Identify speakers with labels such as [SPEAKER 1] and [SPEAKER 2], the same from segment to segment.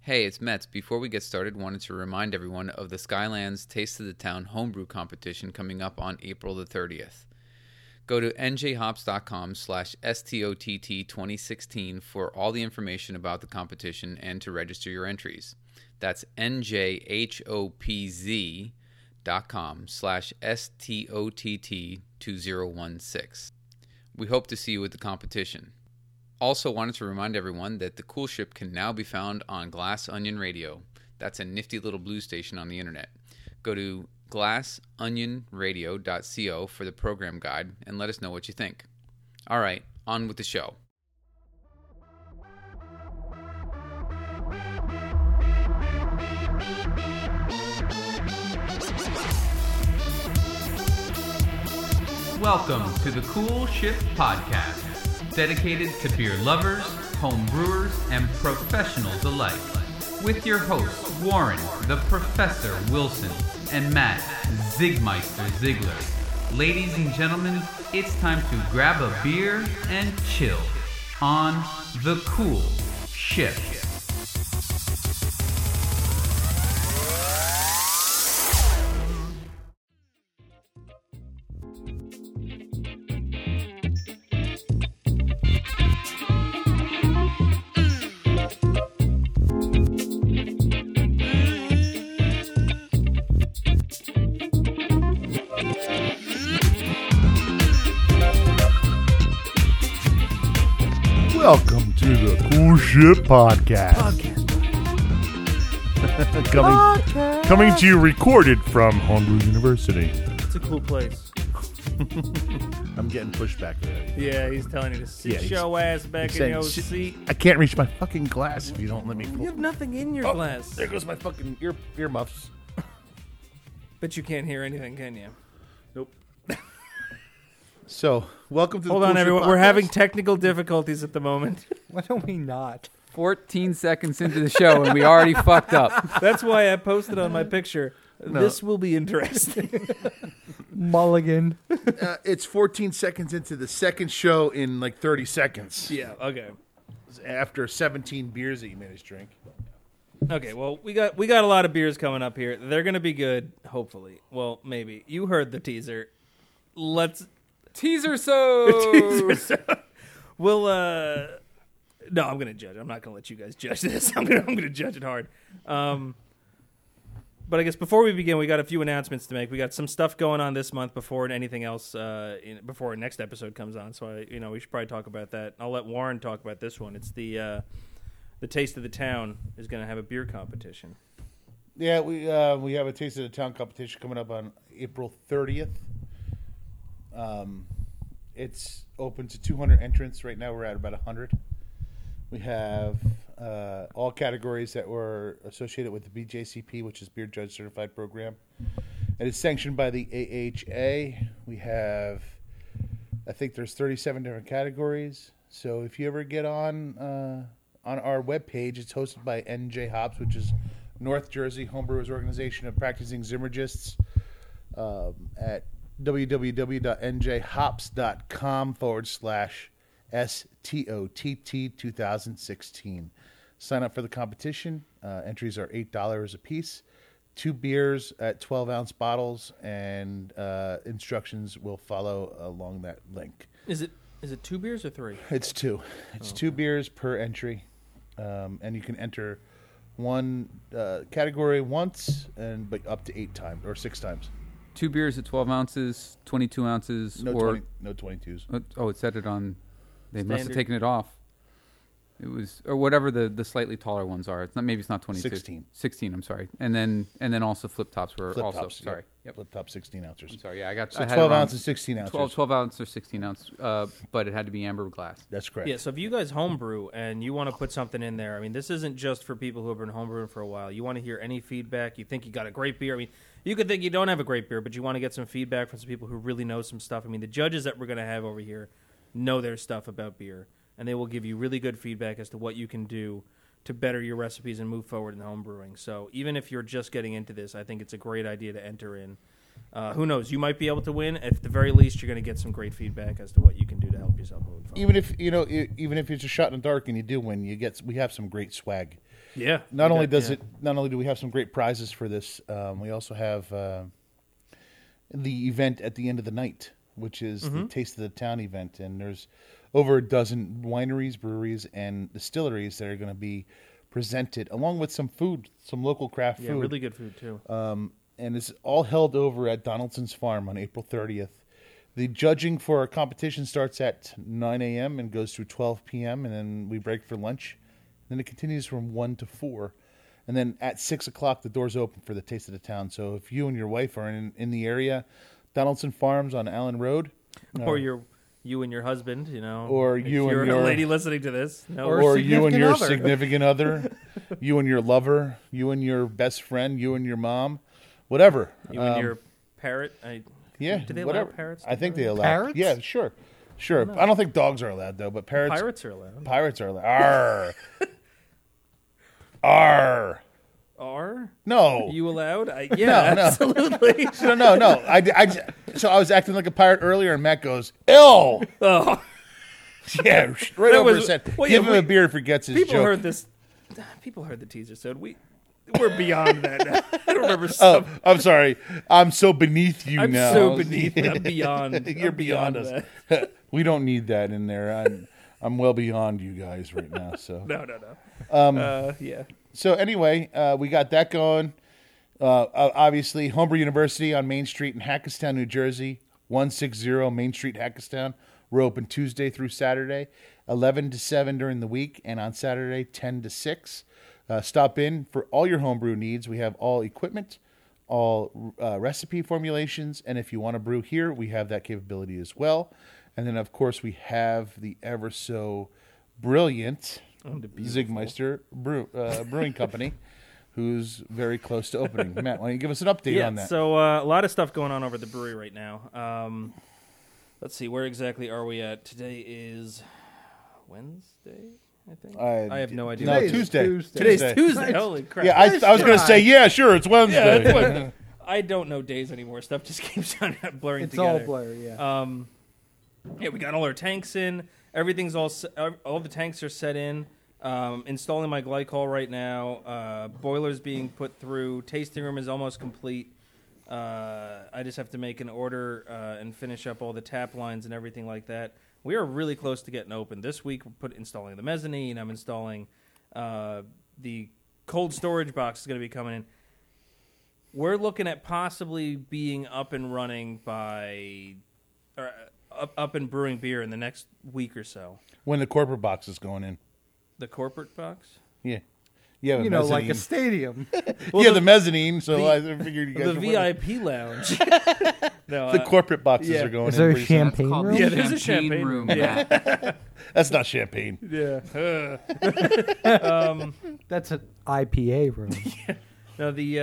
[SPEAKER 1] Hey, it's Mets. Before we get started, wanted to remind everyone of the Skylands Taste of the Town homebrew competition coming up on April the 30th. Go to njhops.com slash STOTT2016 for all the information about the competition and to register your entries. That's njhopz dot com slash STOTT2016. We hope to see you at the competition. Also, wanted to remind everyone that the Cool Ship can now be found on Glass Onion Radio. That's a nifty little blues station on the internet. Go to glassonionradio.co for the program guide and let us know what you think. All right, on with the show. Welcome to the Cool Shift Podcast, dedicated to beer lovers, home brewers, and professionals alike. With your hosts, Warren, the Professor Wilson, and Matt, Zigmeister Ziegler. Ladies and gentlemen, it's time to grab a beer and chill on the Cool Shift.
[SPEAKER 2] Welcome to the Cool Shit Podcast. coming, coming to you recorded from Homebrew University.
[SPEAKER 3] It's a cool place.
[SPEAKER 2] I'm getting pushback already.
[SPEAKER 3] Yeah, he's telling you to sit
[SPEAKER 2] Yeah, he's-
[SPEAKER 3] your ass back in
[SPEAKER 2] saying,
[SPEAKER 3] your
[SPEAKER 2] "Sit."
[SPEAKER 3] seat.
[SPEAKER 2] I can't reach my fucking glass if you don't let me
[SPEAKER 3] You
[SPEAKER 2] pull.
[SPEAKER 3] have nothing in
[SPEAKER 2] Oh.
[SPEAKER 3] your glass,
[SPEAKER 2] There goes my fucking ear earmuffs.
[SPEAKER 3] but you can't hear anything, can you?
[SPEAKER 2] Nope. so, welcome to
[SPEAKER 3] Hold
[SPEAKER 2] the
[SPEAKER 3] on,
[SPEAKER 2] Cool Shit
[SPEAKER 3] everyone. We're
[SPEAKER 2] Podcast.
[SPEAKER 3] having technical difficulties at the moment.
[SPEAKER 4] Why don't we not?
[SPEAKER 1] 14 seconds into the show, and we already fucked up.
[SPEAKER 3] That's why I posted on my picture. This will be interesting.
[SPEAKER 4] Mulligan.
[SPEAKER 2] Uh, it's 14 seconds into the second show in like 30 seconds
[SPEAKER 3] yeah. Okay.
[SPEAKER 2] after 17 beers that you made us drink.
[SPEAKER 3] Okay. Well, we got we got a lot of beers coming up here. They're gonna be good, hopefully. Well, maybe you heard the teaser. Let's
[SPEAKER 1] Teaser so.
[SPEAKER 3] Well, uh, no, I'm gonna judge. I'm not gonna let you guys judge this. I'm gonna I'm gonna judge it hard. Um, but I guess before we begin, we got a few announcements to make. We got some stuff going on this month before anything else uh, in, before our next episode comes on. So I, you know, we should probably talk about that. I'll let Warren talk about this one. It's the uh, the taste of the town is gonna have a beer competition.
[SPEAKER 2] Yeah, we uh, we have a taste of the town competition coming up on April thirtieth. Um, it's open to two hundred entrants right now. We're at about hundred. We have uh, all categories that were associated with the BJCP, which is Beer Judge Certified Program. It is sanctioned by the AHA. We have, I think there's 37 different categories. So if you ever get on uh, on our webpage, it's hosted by NJ Hops, which is North Jersey Homebrewers Organization of Practicing Zimmergists um, at www.njhops.com forward slash STOTT 2016. Sign up for the competition. Uh, entries are $8 a piece. Two beers at 12 ounce bottles, and uh, instructions will follow along that link.
[SPEAKER 3] Is it is it two beers or three?
[SPEAKER 2] It's two. It's two beers per entry, um, and you can enter one uh, category once, and but up to eight times or six times.
[SPEAKER 1] Two beers at 12 ounces, 22 ounces,
[SPEAKER 2] No,
[SPEAKER 1] or
[SPEAKER 2] 20, no 22s.
[SPEAKER 1] Uh, Oh, it said it on. They must have
[SPEAKER 3] Standard.
[SPEAKER 1] taken it off. It was or whatever the, the slightly taller ones are. It's not maybe it's not twenty
[SPEAKER 2] 16.
[SPEAKER 1] 16, I'm sorry. And then and then also flip tops were
[SPEAKER 2] Flip
[SPEAKER 1] also
[SPEAKER 2] tops.
[SPEAKER 1] sorry.
[SPEAKER 2] Yep. Flip top 16 ounces.
[SPEAKER 1] I'm sorry. Yeah, I got
[SPEAKER 2] So
[SPEAKER 1] I had it
[SPEAKER 2] 12
[SPEAKER 1] wrong.
[SPEAKER 2] ounce and 16 ounces.
[SPEAKER 1] 12, 12 ounce or sixteen ounce. Uh, but it had to be amber glass.
[SPEAKER 2] That's correct.
[SPEAKER 3] Yeah, so if you guys homebrew and you want to put something in there, I mean, this isn't just for people who have been homebrewing for a while. You want to hear any feedback. You think you got a great beer. I mean, you could think you don't have a great beer, but you want to get some feedback from some people who really know some stuff. I mean, the judges that we're going to have over here know their stuff about beer, and they will give you really good feedback as to what you can do to better your recipes and move forward in homebrewing. So even if you're just getting into this, I think it's a great idea to enter in. Uh, who knows? You might be able to win. At the very least, you're going to get some great feedback as to what you can do to help yourself moving forward.
[SPEAKER 2] Even if you know, e- even if it's a shot in the dark and you do win, you get we have some great swag.
[SPEAKER 3] Yeah.
[SPEAKER 2] Not only
[SPEAKER 3] Yeah.
[SPEAKER 2] does it, not only do we have some great prizes for this, um, we also have uh, the event at the end of the night, which is
[SPEAKER 3] Mm-hmm.
[SPEAKER 2] the Taste of the Town event, and there's over a dozen wineries, breweries, and distilleries that are going to be presented, along with some food, some local craft
[SPEAKER 3] Yeah,
[SPEAKER 2] food. uh,
[SPEAKER 3] really good food too.
[SPEAKER 2] and it's all held over at Donaldson's Farm on April 30th. The judging for our competition starts at 9 a.m. and goes through 12 p.m. and then we break for lunch. Then it continues from one to four, and then at six o'clock the doors open for the taste of the town. So if you and your wife are in in the area, Donaldson Farms on Allen Road,
[SPEAKER 3] Or your you and your husband, you know.
[SPEAKER 2] Or
[SPEAKER 3] if
[SPEAKER 2] you and
[SPEAKER 3] you're a
[SPEAKER 2] your-
[SPEAKER 3] lady listening to this. No,
[SPEAKER 4] Or
[SPEAKER 2] or, you and
[SPEAKER 4] significant
[SPEAKER 2] your
[SPEAKER 4] other.
[SPEAKER 2] significant other, you and your lover, you and your best friend, you and your mom, whatever.
[SPEAKER 3] you and
[SPEAKER 2] Um,
[SPEAKER 3] your parrot. I,
[SPEAKER 2] Yeah,
[SPEAKER 3] Do they
[SPEAKER 2] whatever.
[SPEAKER 3] allow parrots? to
[SPEAKER 2] I think
[SPEAKER 3] do
[SPEAKER 2] they
[SPEAKER 3] that?
[SPEAKER 2] allow
[SPEAKER 4] Parrots?
[SPEAKER 2] Yeah, sure, sure. I don't, think dogs are allowed though, but parrots
[SPEAKER 3] Pirates are allowed.
[SPEAKER 2] pirates are allowed. Arr, arr.
[SPEAKER 3] Are
[SPEAKER 2] No,
[SPEAKER 3] you allowed? I, yeah,
[SPEAKER 2] no.
[SPEAKER 3] absolutely.
[SPEAKER 2] no, no, no. I, I, so I was acting like a pirate earlier, and Matt goes, "Ill."
[SPEAKER 3] oh,
[SPEAKER 2] Yeah, right
[SPEAKER 3] That
[SPEAKER 2] over
[SPEAKER 3] was-
[SPEAKER 2] his head.
[SPEAKER 3] well,
[SPEAKER 2] Give
[SPEAKER 3] yeah,
[SPEAKER 2] him a
[SPEAKER 3] we-
[SPEAKER 2] beer if he gets his
[SPEAKER 3] people
[SPEAKER 2] joke.
[SPEAKER 3] heard this. People heard the teaser, so we we're beyond that. Now. I don't remember.
[SPEAKER 2] Oh,
[SPEAKER 3] Some,
[SPEAKER 2] I'm sorry. I'm so beneath you
[SPEAKER 3] I'm
[SPEAKER 2] now.
[SPEAKER 3] so beneath. I'm beyond.
[SPEAKER 2] You're
[SPEAKER 3] I'm
[SPEAKER 2] beyond us.
[SPEAKER 3] that.
[SPEAKER 2] we don't need that in there. I'm, I'm well beyond you guys right now. So
[SPEAKER 3] No, no, no.
[SPEAKER 2] Um,
[SPEAKER 3] uh, yeah.
[SPEAKER 2] so anyway, uh, we got that going. Uh, o- obviously, Homebrew University on Main Street in Hackettstown, New Jersey, one six zero Main Street, Hackettstown. We're open Tuesday through Saturday, eleven to seven during the week, and on Saturday ten to six. Uh, stop in for all your homebrew needs. We have all equipment, all uh, recipe formulations, and if you want to brew here, we have that capability as well. And then, of course, we have the ever so brilliant
[SPEAKER 3] Oh,
[SPEAKER 2] Zigmeister Brew, uh, Brewing Company, who's very close to opening. Matt, why don't you give us an update
[SPEAKER 3] yeah,
[SPEAKER 2] on that?
[SPEAKER 3] So uh, a lot of stuff going on over at the brewery right now. Um, let's see, where exactly are we at? Today is Wednesday, I think.
[SPEAKER 2] I-
[SPEAKER 3] have no idea.
[SPEAKER 2] Uh, No,
[SPEAKER 4] Today's
[SPEAKER 2] Tuesday.
[SPEAKER 4] Tuesday.
[SPEAKER 3] Today's
[SPEAKER 2] Tuesday.
[SPEAKER 3] Tuesday. Holy crap!
[SPEAKER 2] Yeah, I, I was going to say, yeah, sure, it's Wednesday.
[SPEAKER 3] That's what- I don't know days anymore. Stuff just keeps on blurring
[SPEAKER 4] It's
[SPEAKER 3] together.
[SPEAKER 4] all blurry, yeah.
[SPEAKER 3] Um, yeah, we got all our tanks in. Everything's all s- all the tanks are set in. Um, installing my glycol right now. Uh, boilers being put through. Tasting room is almost complete. Uh, I just have to make an order uh, and finish up all the tap lines and everything like that. We are really close to getting open this week. We're put installing the mezzanine. I'm installing uh, the cold storage box is going to be coming in. We're looking at possibly being up and running by or uh, up, up and brewing beer in the next week or so.
[SPEAKER 2] when the corporate box is going in.
[SPEAKER 3] The corporate box,
[SPEAKER 2] Yeah.
[SPEAKER 3] Uh,
[SPEAKER 2] Yeah,
[SPEAKER 4] you know, like a
[SPEAKER 2] mezzanine.
[SPEAKER 4] stadium.
[SPEAKER 2] yeah, the, mezzanine. So
[SPEAKER 3] the-
[SPEAKER 2] I figured you
[SPEAKER 3] the
[SPEAKER 2] guys were-
[SPEAKER 3] VIP lounge. no,
[SPEAKER 2] The
[SPEAKER 3] uh,
[SPEAKER 2] corporate boxes
[SPEAKER 3] yeah.
[SPEAKER 2] are going
[SPEAKER 4] Is
[SPEAKER 2] in.
[SPEAKER 4] there
[SPEAKER 2] pretty soon.
[SPEAKER 4] champagne
[SPEAKER 5] Called
[SPEAKER 4] room?
[SPEAKER 5] the
[SPEAKER 3] Yeah, there's a champagne
[SPEAKER 5] room.
[SPEAKER 3] room.
[SPEAKER 5] Matt.
[SPEAKER 2] That's not champagne.
[SPEAKER 3] yeah. Um,
[SPEAKER 4] That's an IPA room.
[SPEAKER 3] No, the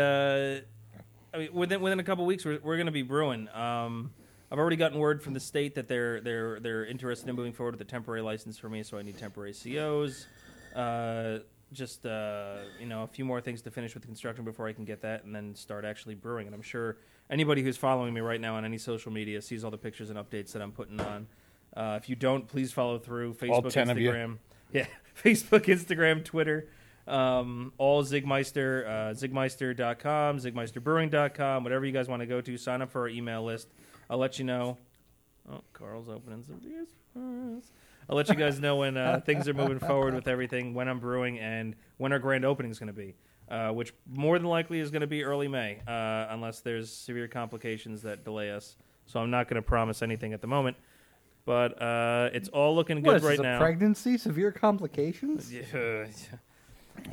[SPEAKER 3] uh, I mean, within within a couple weeks, we're we're going to be brewing. Um, I've already gotten word from the state that they're they're they're interested in moving forward with a temporary license for me, so I need temporary COs. Uh, just uh, you know, a few more things to finish with the construction before I can get that, and then start actually brewing. And I'm sure anybody who's following me right now on any social media sees all the pictures and updates that I'm putting on. Uh, if you don't, please follow through Facebook,
[SPEAKER 2] 10 of you.
[SPEAKER 3] Instagram. Yeah, Facebook, Instagram, Twitter, um, all Zigmeister, uh, zigmeister.com, zigmeisterbrewing.com, whatever you guys want to go to. Sign up for our email list. I'll let you know. Oh, Carl's opening some beers. for us. I'll let you guys know when uh, things are moving forward with everything, when I'm brewing, and when our grand opening is going to be, uh, which more than likely is going to be early May, uh, unless there's severe complications that delay us. So I'm not going to promise anything at the moment, but uh, it's all looking good
[SPEAKER 4] what is
[SPEAKER 3] right
[SPEAKER 4] this, a
[SPEAKER 3] now.
[SPEAKER 4] pregnancy? Severe complications?
[SPEAKER 3] Yeah.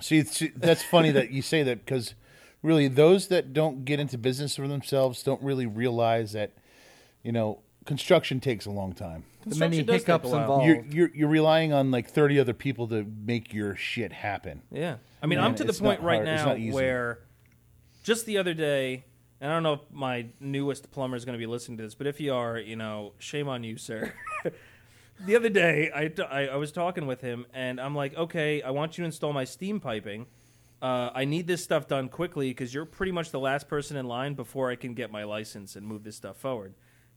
[SPEAKER 2] See, see, that's funny that you say that because really, those that don't get into business for themselves don't really realize that you know construction takes a long time.
[SPEAKER 4] The many
[SPEAKER 3] Construction does take a
[SPEAKER 4] hiccups
[SPEAKER 3] while.
[SPEAKER 4] involved.
[SPEAKER 2] You're, you're you're relying on like thirty other people to make your shit happen.
[SPEAKER 3] Yeah. I mean,
[SPEAKER 2] Yeah,
[SPEAKER 3] I'm to the
[SPEAKER 2] it's
[SPEAKER 3] point
[SPEAKER 2] not
[SPEAKER 3] right
[SPEAKER 2] hard- it's
[SPEAKER 3] now
[SPEAKER 2] not easy.
[SPEAKER 3] where just the other day, and I don't know if my newest plumber is going to be listening to this, but if you are, you know, shame on you, sir. the other day, I, I, I was talking with him, and I'm like, okay, I want you to install my steam piping. uh, I need this stuff done quickly because you're pretty much the last person in line before I can get my license and move this stuff forward.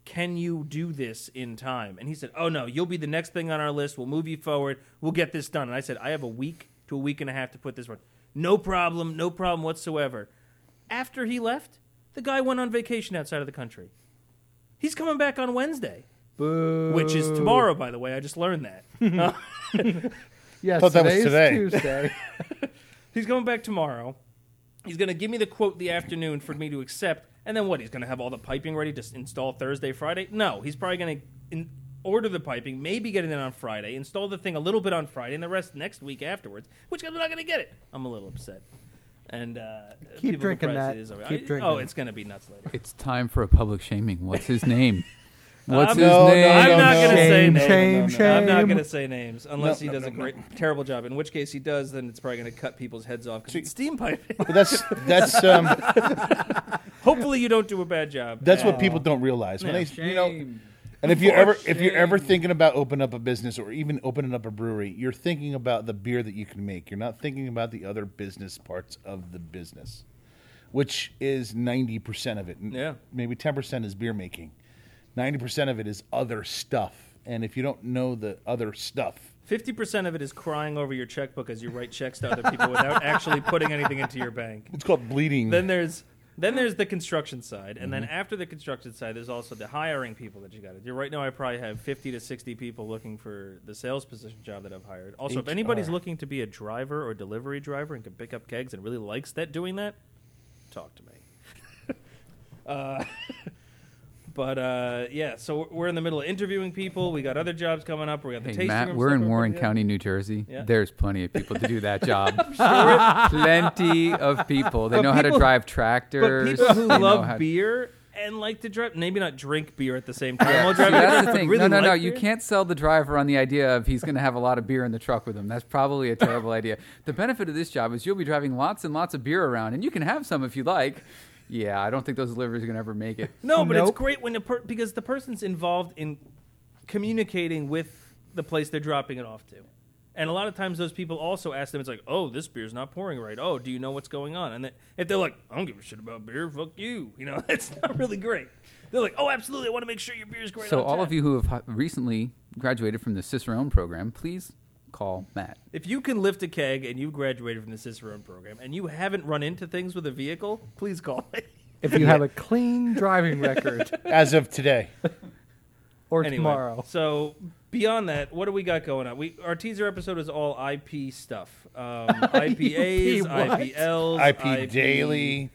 [SPEAKER 3] Can you do this in time? And he said, Oh, no, you'll be the next thing on our list. We'll move you forward. We'll get this done. And I said, I have a week to a week and a half to put this one. No problem. No problem whatsoever. After he left, the guy went on vacation outside of the country. He's coming back on Wednesday,
[SPEAKER 4] Boo.
[SPEAKER 3] which is tomorrow, by the way. I just learned that. Uh,
[SPEAKER 4] Yes,
[SPEAKER 2] Thought that was
[SPEAKER 4] today's
[SPEAKER 2] today.
[SPEAKER 4] Tuesday.
[SPEAKER 3] He's going back tomorrow. He's going to give me the quote the afternoon for me to accept, and then what? He's going to have all the piping ready to s- install Thursday, Friday? No, he's probably going to order the piping, maybe get it in on Friday, install the thing a little bit on Friday, and the rest next week afterwards. Which I'm not going to get it. I'm a little upset. And uh,
[SPEAKER 4] Keep
[SPEAKER 3] people
[SPEAKER 4] drinking
[SPEAKER 3] comprise
[SPEAKER 4] that.
[SPEAKER 3] it is over.
[SPEAKER 4] Keep
[SPEAKER 3] I-
[SPEAKER 4] drinking.
[SPEAKER 3] Oh, it's going to be nuts later.
[SPEAKER 5] It's time for a public shaming. What's his name? What's
[SPEAKER 3] I'm-
[SPEAKER 5] his
[SPEAKER 2] No, no,
[SPEAKER 5] name?
[SPEAKER 3] I'm
[SPEAKER 2] no,
[SPEAKER 3] not
[SPEAKER 2] no.
[SPEAKER 3] going to say
[SPEAKER 4] Shame,
[SPEAKER 3] names.
[SPEAKER 4] shame,
[SPEAKER 3] I'm not
[SPEAKER 4] shame.
[SPEAKER 3] going to say names unless
[SPEAKER 2] No,
[SPEAKER 3] he
[SPEAKER 2] no,
[SPEAKER 3] does
[SPEAKER 2] no,
[SPEAKER 3] a great, terrible job. In which case he does, then it's probably going to cut people's heads off because it's steam piping.
[SPEAKER 2] But that's that's um
[SPEAKER 3] Hopefully, you don't do a bad job. Uh,
[SPEAKER 2] that's what people don't realize when
[SPEAKER 3] Yeah,
[SPEAKER 2] they you know. And if you're
[SPEAKER 5] For
[SPEAKER 2] ever if you're ever
[SPEAKER 5] shame.
[SPEAKER 2] thinking about opening up a business or even opening up a brewery, you're thinking about the beer that you can make. You're not thinking about the other business parts of the business, which is ninety percent of it. N-
[SPEAKER 3] Yeah.
[SPEAKER 2] maybe ten percent is beer making. Ninety percent of it is other stuff. And if you don't know the other stuff,
[SPEAKER 3] Fifty percent of it is crying over your checkbook as you write checks to other people without actually putting anything into your bank.
[SPEAKER 2] it's called bleeding.
[SPEAKER 3] Then there's then there's the construction side, and
[SPEAKER 5] Mm-hmm.
[SPEAKER 3] then after the construction side, there's also the hiring people that you got to do. Right now, I probably have fifty to sixty people looking for the sales position job that I've hired. Also, if anybody's
[SPEAKER 2] HR.
[SPEAKER 3] looking to be a driver or delivery driver and can pick up kegs and really likes that doing that, talk to me. uh, but uh, yeah, so we're- we're in the middle of interviewing people. We got other jobs coming up. We got the
[SPEAKER 5] Hey,
[SPEAKER 3] tasting
[SPEAKER 5] Matt,
[SPEAKER 3] room
[SPEAKER 5] we're
[SPEAKER 3] stuff
[SPEAKER 5] in
[SPEAKER 3] open.
[SPEAKER 5] Warren
[SPEAKER 3] Yeah.
[SPEAKER 5] County, New Jersey.
[SPEAKER 3] Yeah.
[SPEAKER 5] There's plenty of people to do that job. plenty of people. They
[SPEAKER 3] But
[SPEAKER 5] know how to
[SPEAKER 3] people-
[SPEAKER 5] drive
[SPEAKER 3] But
[SPEAKER 5] tractors.
[SPEAKER 3] people who
[SPEAKER 5] they know
[SPEAKER 3] love
[SPEAKER 5] how to-
[SPEAKER 3] beer and like to drive, maybe not drink beer at the same time. while
[SPEAKER 5] See,
[SPEAKER 3] driving,
[SPEAKER 5] that's the
[SPEAKER 3] but
[SPEAKER 5] thing.
[SPEAKER 3] really
[SPEAKER 5] no, no, no.
[SPEAKER 3] like
[SPEAKER 5] You
[SPEAKER 3] beer.
[SPEAKER 5] can't sell the driver on the idea of he's going to have a lot of beer in the truck with him. That's probably a terrible idea. The benefit of this job is you'll be driving lots and lots of beer around, and you can have some if you like. Yeah, I don't think those deliveries are going to ever make it.
[SPEAKER 3] No, but
[SPEAKER 4] Nope.
[SPEAKER 3] it's great when the per- because the person's involved in communicating with the place they're dropping it off to. And a lot of times, those people also ask them, "It's like, oh, this beer's not pouring right. Oh, do you know what's going on?" And then, if they're like, "I don't give a shit about beer, fuck you," you know, that's not really great. They're like, "Oh, absolutely, I want to make sure your beer's great."
[SPEAKER 5] So,
[SPEAKER 3] on
[SPEAKER 5] all
[SPEAKER 3] tap."
[SPEAKER 5] of you who have hu- recently graduated from the Cicerone program, please call Matt.
[SPEAKER 3] If you can lift a keg and you graduated from the Cicerone program and you haven't run into things with a vehicle, please call me.
[SPEAKER 4] if you have a clean driving record
[SPEAKER 2] as of today,
[SPEAKER 4] or
[SPEAKER 3] anyway,
[SPEAKER 4] tomorrow,
[SPEAKER 3] So beyond that, what do we got going on? We our teaser episode is all IP stuff, um, IPAs,
[SPEAKER 4] what?
[SPEAKER 3] IPLs,
[SPEAKER 2] IP, daily.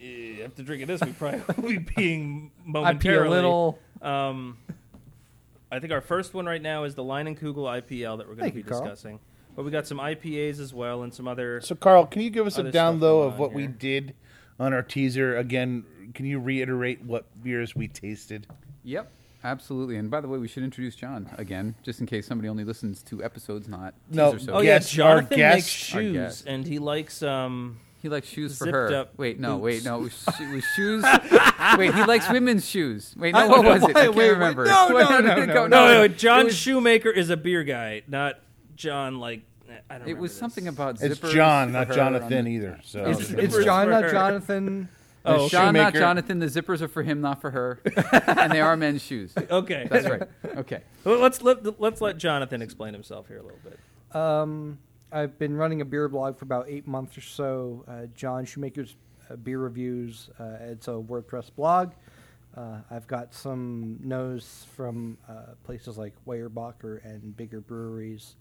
[SPEAKER 3] Eh, After drinking this, we probably will be peeing
[SPEAKER 4] I pee
[SPEAKER 3] momentarily.
[SPEAKER 4] a little.
[SPEAKER 3] Um, I think our first one right now is the Line and Kugel IPL that we're going
[SPEAKER 4] Thank
[SPEAKER 3] to be
[SPEAKER 4] you, Carl.
[SPEAKER 3] discussing. But we got some IPAs as well and some other.
[SPEAKER 2] So, Carl, can you give us a
[SPEAKER 3] Other stuff
[SPEAKER 2] down low
[SPEAKER 3] going
[SPEAKER 2] of
[SPEAKER 3] on
[SPEAKER 2] what we
[SPEAKER 3] here.
[SPEAKER 2] did on our teaser? Again, can you reiterate what beers we tasted?
[SPEAKER 5] Yep, absolutely. And by the way, we should introduce John again, just in case somebody only listens to episodes, not
[SPEAKER 2] No.
[SPEAKER 5] teaser
[SPEAKER 3] Oh
[SPEAKER 5] shows.
[SPEAKER 3] yeah,
[SPEAKER 2] Guest, our
[SPEAKER 3] Jonathan
[SPEAKER 2] guest-
[SPEAKER 3] makes
[SPEAKER 5] Our
[SPEAKER 3] shoes
[SPEAKER 5] guest.
[SPEAKER 3] and he likes um.
[SPEAKER 5] He likes shoes for
[SPEAKER 3] Zipped
[SPEAKER 5] her.
[SPEAKER 3] up
[SPEAKER 5] wait, no, wait,
[SPEAKER 3] boots.
[SPEAKER 5] no, it was, sho- it was shoes. wait, he likes women's shoes. Wait, no,
[SPEAKER 4] I
[SPEAKER 5] what
[SPEAKER 4] don't know
[SPEAKER 5] was it? I
[SPEAKER 4] why-
[SPEAKER 5] can't
[SPEAKER 4] wait, wait,
[SPEAKER 5] remember.
[SPEAKER 4] no, no,
[SPEAKER 5] Wait,
[SPEAKER 4] no,
[SPEAKER 5] go-
[SPEAKER 4] no,
[SPEAKER 3] No, no,
[SPEAKER 5] it-
[SPEAKER 3] John
[SPEAKER 5] it was,
[SPEAKER 3] Shoemaker is a beer guy, not John. Like I don't.
[SPEAKER 5] It
[SPEAKER 3] remember
[SPEAKER 5] was
[SPEAKER 3] this.
[SPEAKER 5] something about
[SPEAKER 2] It's
[SPEAKER 5] zippers
[SPEAKER 2] John,
[SPEAKER 5] for
[SPEAKER 2] not
[SPEAKER 5] her
[SPEAKER 2] Jonathan
[SPEAKER 5] on the-
[SPEAKER 2] either. So
[SPEAKER 3] It's-
[SPEAKER 2] Zippers.
[SPEAKER 4] It's
[SPEAKER 3] Zippers
[SPEAKER 4] John,
[SPEAKER 3] for
[SPEAKER 4] not
[SPEAKER 3] her.
[SPEAKER 4] Jonathan.
[SPEAKER 3] Oh,
[SPEAKER 2] It's
[SPEAKER 3] okay.
[SPEAKER 5] John, not
[SPEAKER 2] Shoemaker.
[SPEAKER 5] Jonathan. The zippers are for him, not for her. and they are men's shoes.
[SPEAKER 3] okay.
[SPEAKER 5] That's right. Okay.
[SPEAKER 3] Well, let's let let's let Jonathan explain himself here a little bit.
[SPEAKER 4] Um, I've been running a beer blog for about eight months or so. Uh, John Shoemaker's uh, beer reviews. Uh, it's a WordPress blog. Uh, I've got some no's from uh, places like Weyerbacher and bigger breweries.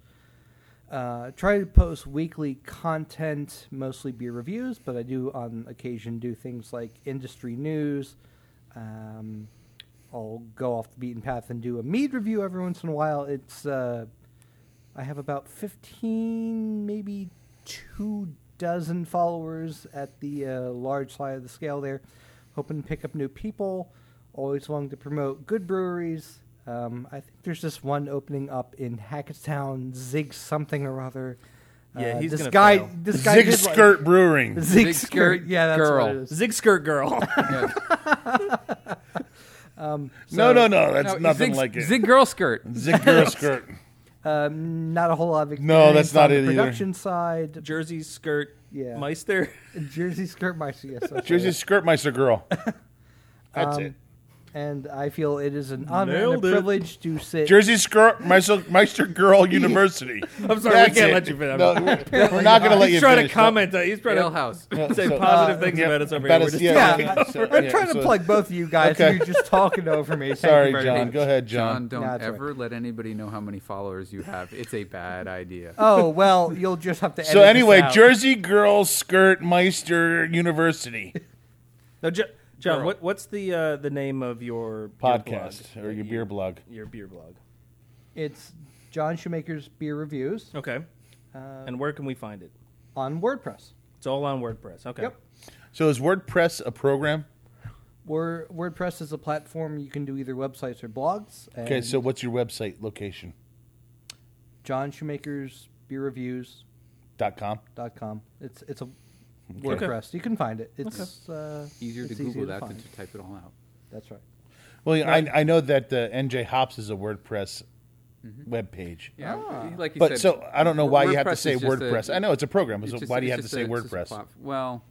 [SPEAKER 4] Uh, try to post weekly content, mostly beer reviews, but I do on occasion do things like industry news. Um, I'll go off the beaten path and do a mead review every once in a while. It's uh, I have about 15, maybe two dozen followers at the uh, large side of the scale there. Hoping to pick up new people. Always wanting to promote good breweries. Um, I think there's this one opening up in Hackettstown, Zig something or other. Uh,
[SPEAKER 3] Yeah, he's
[SPEAKER 4] this
[SPEAKER 3] gonna
[SPEAKER 4] guy.
[SPEAKER 3] fail.
[SPEAKER 4] This guy
[SPEAKER 2] Zig
[SPEAKER 4] did, like-
[SPEAKER 2] Skirt Brewing.
[SPEAKER 4] Zig,
[SPEAKER 5] Zig
[SPEAKER 4] skirt.
[SPEAKER 5] Skirt
[SPEAKER 4] Yeah, that's
[SPEAKER 5] Girl.
[SPEAKER 4] what it is.
[SPEAKER 3] Zig Skirt Girl.
[SPEAKER 5] Yeah.
[SPEAKER 2] no, no, no. That's
[SPEAKER 5] No,
[SPEAKER 2] nothing
[SPEAKER 5] Zig,
[SPEAKER 2] like it.
[SPEAKER 5] Zig girl skirt.
[SPEAKER 2] Zig Girl Skirt.
[SPEAKER 4] Um, not a whole lot of experience
[SPEAKER 2] No, that's not
[SPEAKER 4] on
[SPEAKER 2] it
[SPEAKER 4] the
[SPEAKER 2] either.
[SPEAKER 4] production side.
[SPEAKER 3] Jersey skirt
[SPEAKER 4] Yeah.
[SPEAKER 3] meister.
[SPEAKER 4] Jersey Skirt Meister, yes. that's
[SPEAKER 2] Jersey
[SPEAKER 4] right.
[SPEAKER 2] Skirtmeister girl. That's
[SPEAKER 3] Um,
[SPEAKER 2] it.
[SPEAKER 4] And I feel it is an honor
[SPEAKER 3] Nailed
[SPEAKER 4] and
[SPEAKER 3] it.
[SPEAKER 4] a privilege to sit.
[SPEAKER 2] Jersey Skirtmeister Meister Girl University.
[SPEAKER 3] I'm sorry,
[SPEAKER 2] That's
[SPEAKER 3] we can't
[SPEAKER 2] it.
[SPEAKER 3] let you finish.
[SPEAKER 2] No, we're, we're not going to let you
[SPEAKER 3] he's trying to
[SPEAKER 2] finish. Don't-
[SPEAKER 3] comment. uh, he's trying
[SPEAKER 1] Ale
[SPEAKER 3] to
[SPEAKER 1] House.
[SPEAKER 3] say
[SPEAKER 2] so-
[SPEAKER 3] positive things
[SPEAKER 2] Yep,
[SPEAKER 3] about us over here.
[SPEAKER 2] about
[SPEAKER 3] We're
[SPEAKER 2] us,
[SPEAKER 3] just-
[SPEAKER 2] yeah.
[SPEAKER 4] yeah,
[SPEAKER 2] Okay,
[SPEAKER 4] I,
[SPEAKER 2] so-
[SPEAKER 4] am
[SPEAKER 2] yeah,
[SPEAKER 4] trying
[SPEAKER 2] so-
[SPEAKER 4] to plug both of you guys,
[SPEAKER 2] Okay.
[SPEAKER 4] and you're just talking over me. Thank you
[SPEAKER 2] Sorry,
[SPEAKER 4] very
[SPEAKER 2] John.
[SPEAKER 4] much.
[SPEAKER 2] Go ahead,
[SPEAKER 1] John,
[SPEAKER 2] John.
[SPEAKER 1] don't
[SPEAKER 4] No, it's
[SPEAKER 1] ever
[SPEAKER 4] right.
[SPEAKER 1] let anybody know how many followers you have. It's a bad idea.
[SPEAKER 4] Oh well, you'll just have to.
[SPEAKER 2] So
[SPEAKER 4] edit this
[SPEAKER 2] anyway,
[SPEAKER 4] out.
[SPEAKER 2] Jersey Girl Skirtmeister University
[SPEAKER 3] No, Jo- John,
[SPEAKER 1] Girl.
[SPEAKER 3] what, what's the uh, the name of your beer blog
[SPEAKER 2] podcast or
[SPEAKER 3] that
[SPEAKER 2] your
[SPEAKER 3] you-
[SPEAKER 2] beer blog.
[SPEAKER 3] Your beer blog.
[SPEAKER 4] it's John Shoemaker's beer reviews
[SPEAKER 3] Okay.
[SPEAKER 4] uh,
[SPEAKER 3] Um, And where can we find it?
[SPEAKER 4] on WordPress.
[SPEAKER 3] It's all on WordPress. Okay.
[SPEAKER 4] Yep.
[SPEAKER 2] So is WordPress a program?
[SPEAKER 4] Word, WordPress is a platform you can do either websites or blogs. And
[SPEAKER 2] Okay, so what's your website location?
[SPEAKER 4] John Shoemaker's beer reviews
[SPEAKER 2] Dot com.
[SPEAKER 4] dot com. It's it's a WordPress. You can find it. It's uh,
[SPEAKER 1] Easier to
[SPEAKER 4] it's
[SPEAKER 1] Google that
[SPEAKER 4] find.
[SPEAKER 1] than to type it all out.
[SPEAKER 4] That's right.
[SPEAKER 2] Well, yeah, I, I know that uh, NJ Hops is a WordPress webpage.
[SPEAKER 1] Yeah, like you
[SPEAKER 2] Ah. But
[SPEAKER 1] said.
[SPEAKER 2] so I don't know why you have to
[SPEAKER 1] WordPress
[SPEAKER 2] say
[SPEAKER 1] is just a-
[SPEAKER 2] WordPress. I know it's a program.
[SPEAKER 1] it's
[SPEAKER 2] So
[SPEAKER 1] just-
[SPEAKER 2] why do you
[SPEAKER 1] it's
[SPEAKER 2] have to
[SPEAKER 1] just
[SPEAKER 2] say
[SPEAKER 1] a- it's just a
[SPEAKER 2] WordPress? Hmm.
[SPEAKER 1] plat- Well,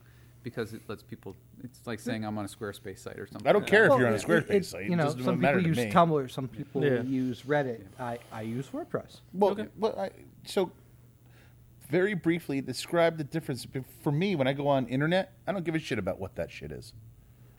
[SPEAKER 1] because it lets people. It's like saying I'm on a Squarespace site or something.
[SPEAKER 2] I don't care if you're on a
[SPEAKER 4] Well, it- it-
[SPEAKER 2] Squarespace site.
[SPEAKER 4] You know,
[SPEAKER 2] it doesn't
[SPEAKER 4] some
[SPEAKER 2] matter
[SPEAKER 4] people use
[SPEAKER 2] to me.
[SPEAKER 4] Tumblr, some people
[SPEAKER 3] Yeah.
[SPEAKER 4] use Reddit. I, I use WordPress.
[SPEAKER 2] Well, well I, so very briefly describe the difference Be- for me when I go on internet. I don't give a shit about what that shit is.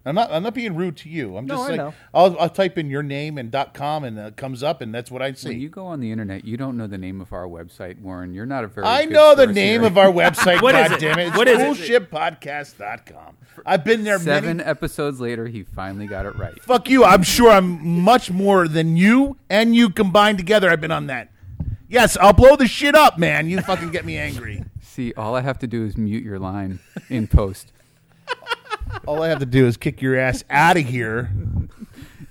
[SPEAKER 2] I'm not. I'm not being rude to you. I'm
[SPEAKER 4] No,
[SPEAKER 2] just
[SPEAKER 4] I
[SPEAKER 2] like
[SPEAKER 4] know.
[SPEAKER 2] I'll, I'll type in your name and dot .com and it comes up and that's what I
[SPEAKER 1] When
[SPEAKER 2] see.
[SPEAKER 1] you go on the internet, you don't know the name of our website, Warren. You're not a very.
[SPEAKER 2] I
[SPEAKER 1] good
[SPEAKER 2] know the
[SPEAKER 1] source
[SPEAKER 2] name
[SPEAKER 1] here.
[SPEAKER 2] of our website.
[SPEAKER 3] What is
[SPEAKER 2] God
[SPEAKER 3] it?
[SPEAKER 2] damn it! It's
[SPEAKER 3] What is it?
[SPEAKER 2] bullshitpodcast.com. I've been there
[SPEAKER 1] Seven
[SPEAKER 2] many
[SPEAKER 1] episodes later, he finally got it right.
[SPEAKER 2] Fuck you. I'm sure I'm much more than you and you combined together. I've been on that. Yes, I'll blow the shit up, man. You fucking get me angry.
[SPEAKER 1] See, all I have to do is mute your line in post.
[SPEAKER 2] All I have to do is kick your ass out of here.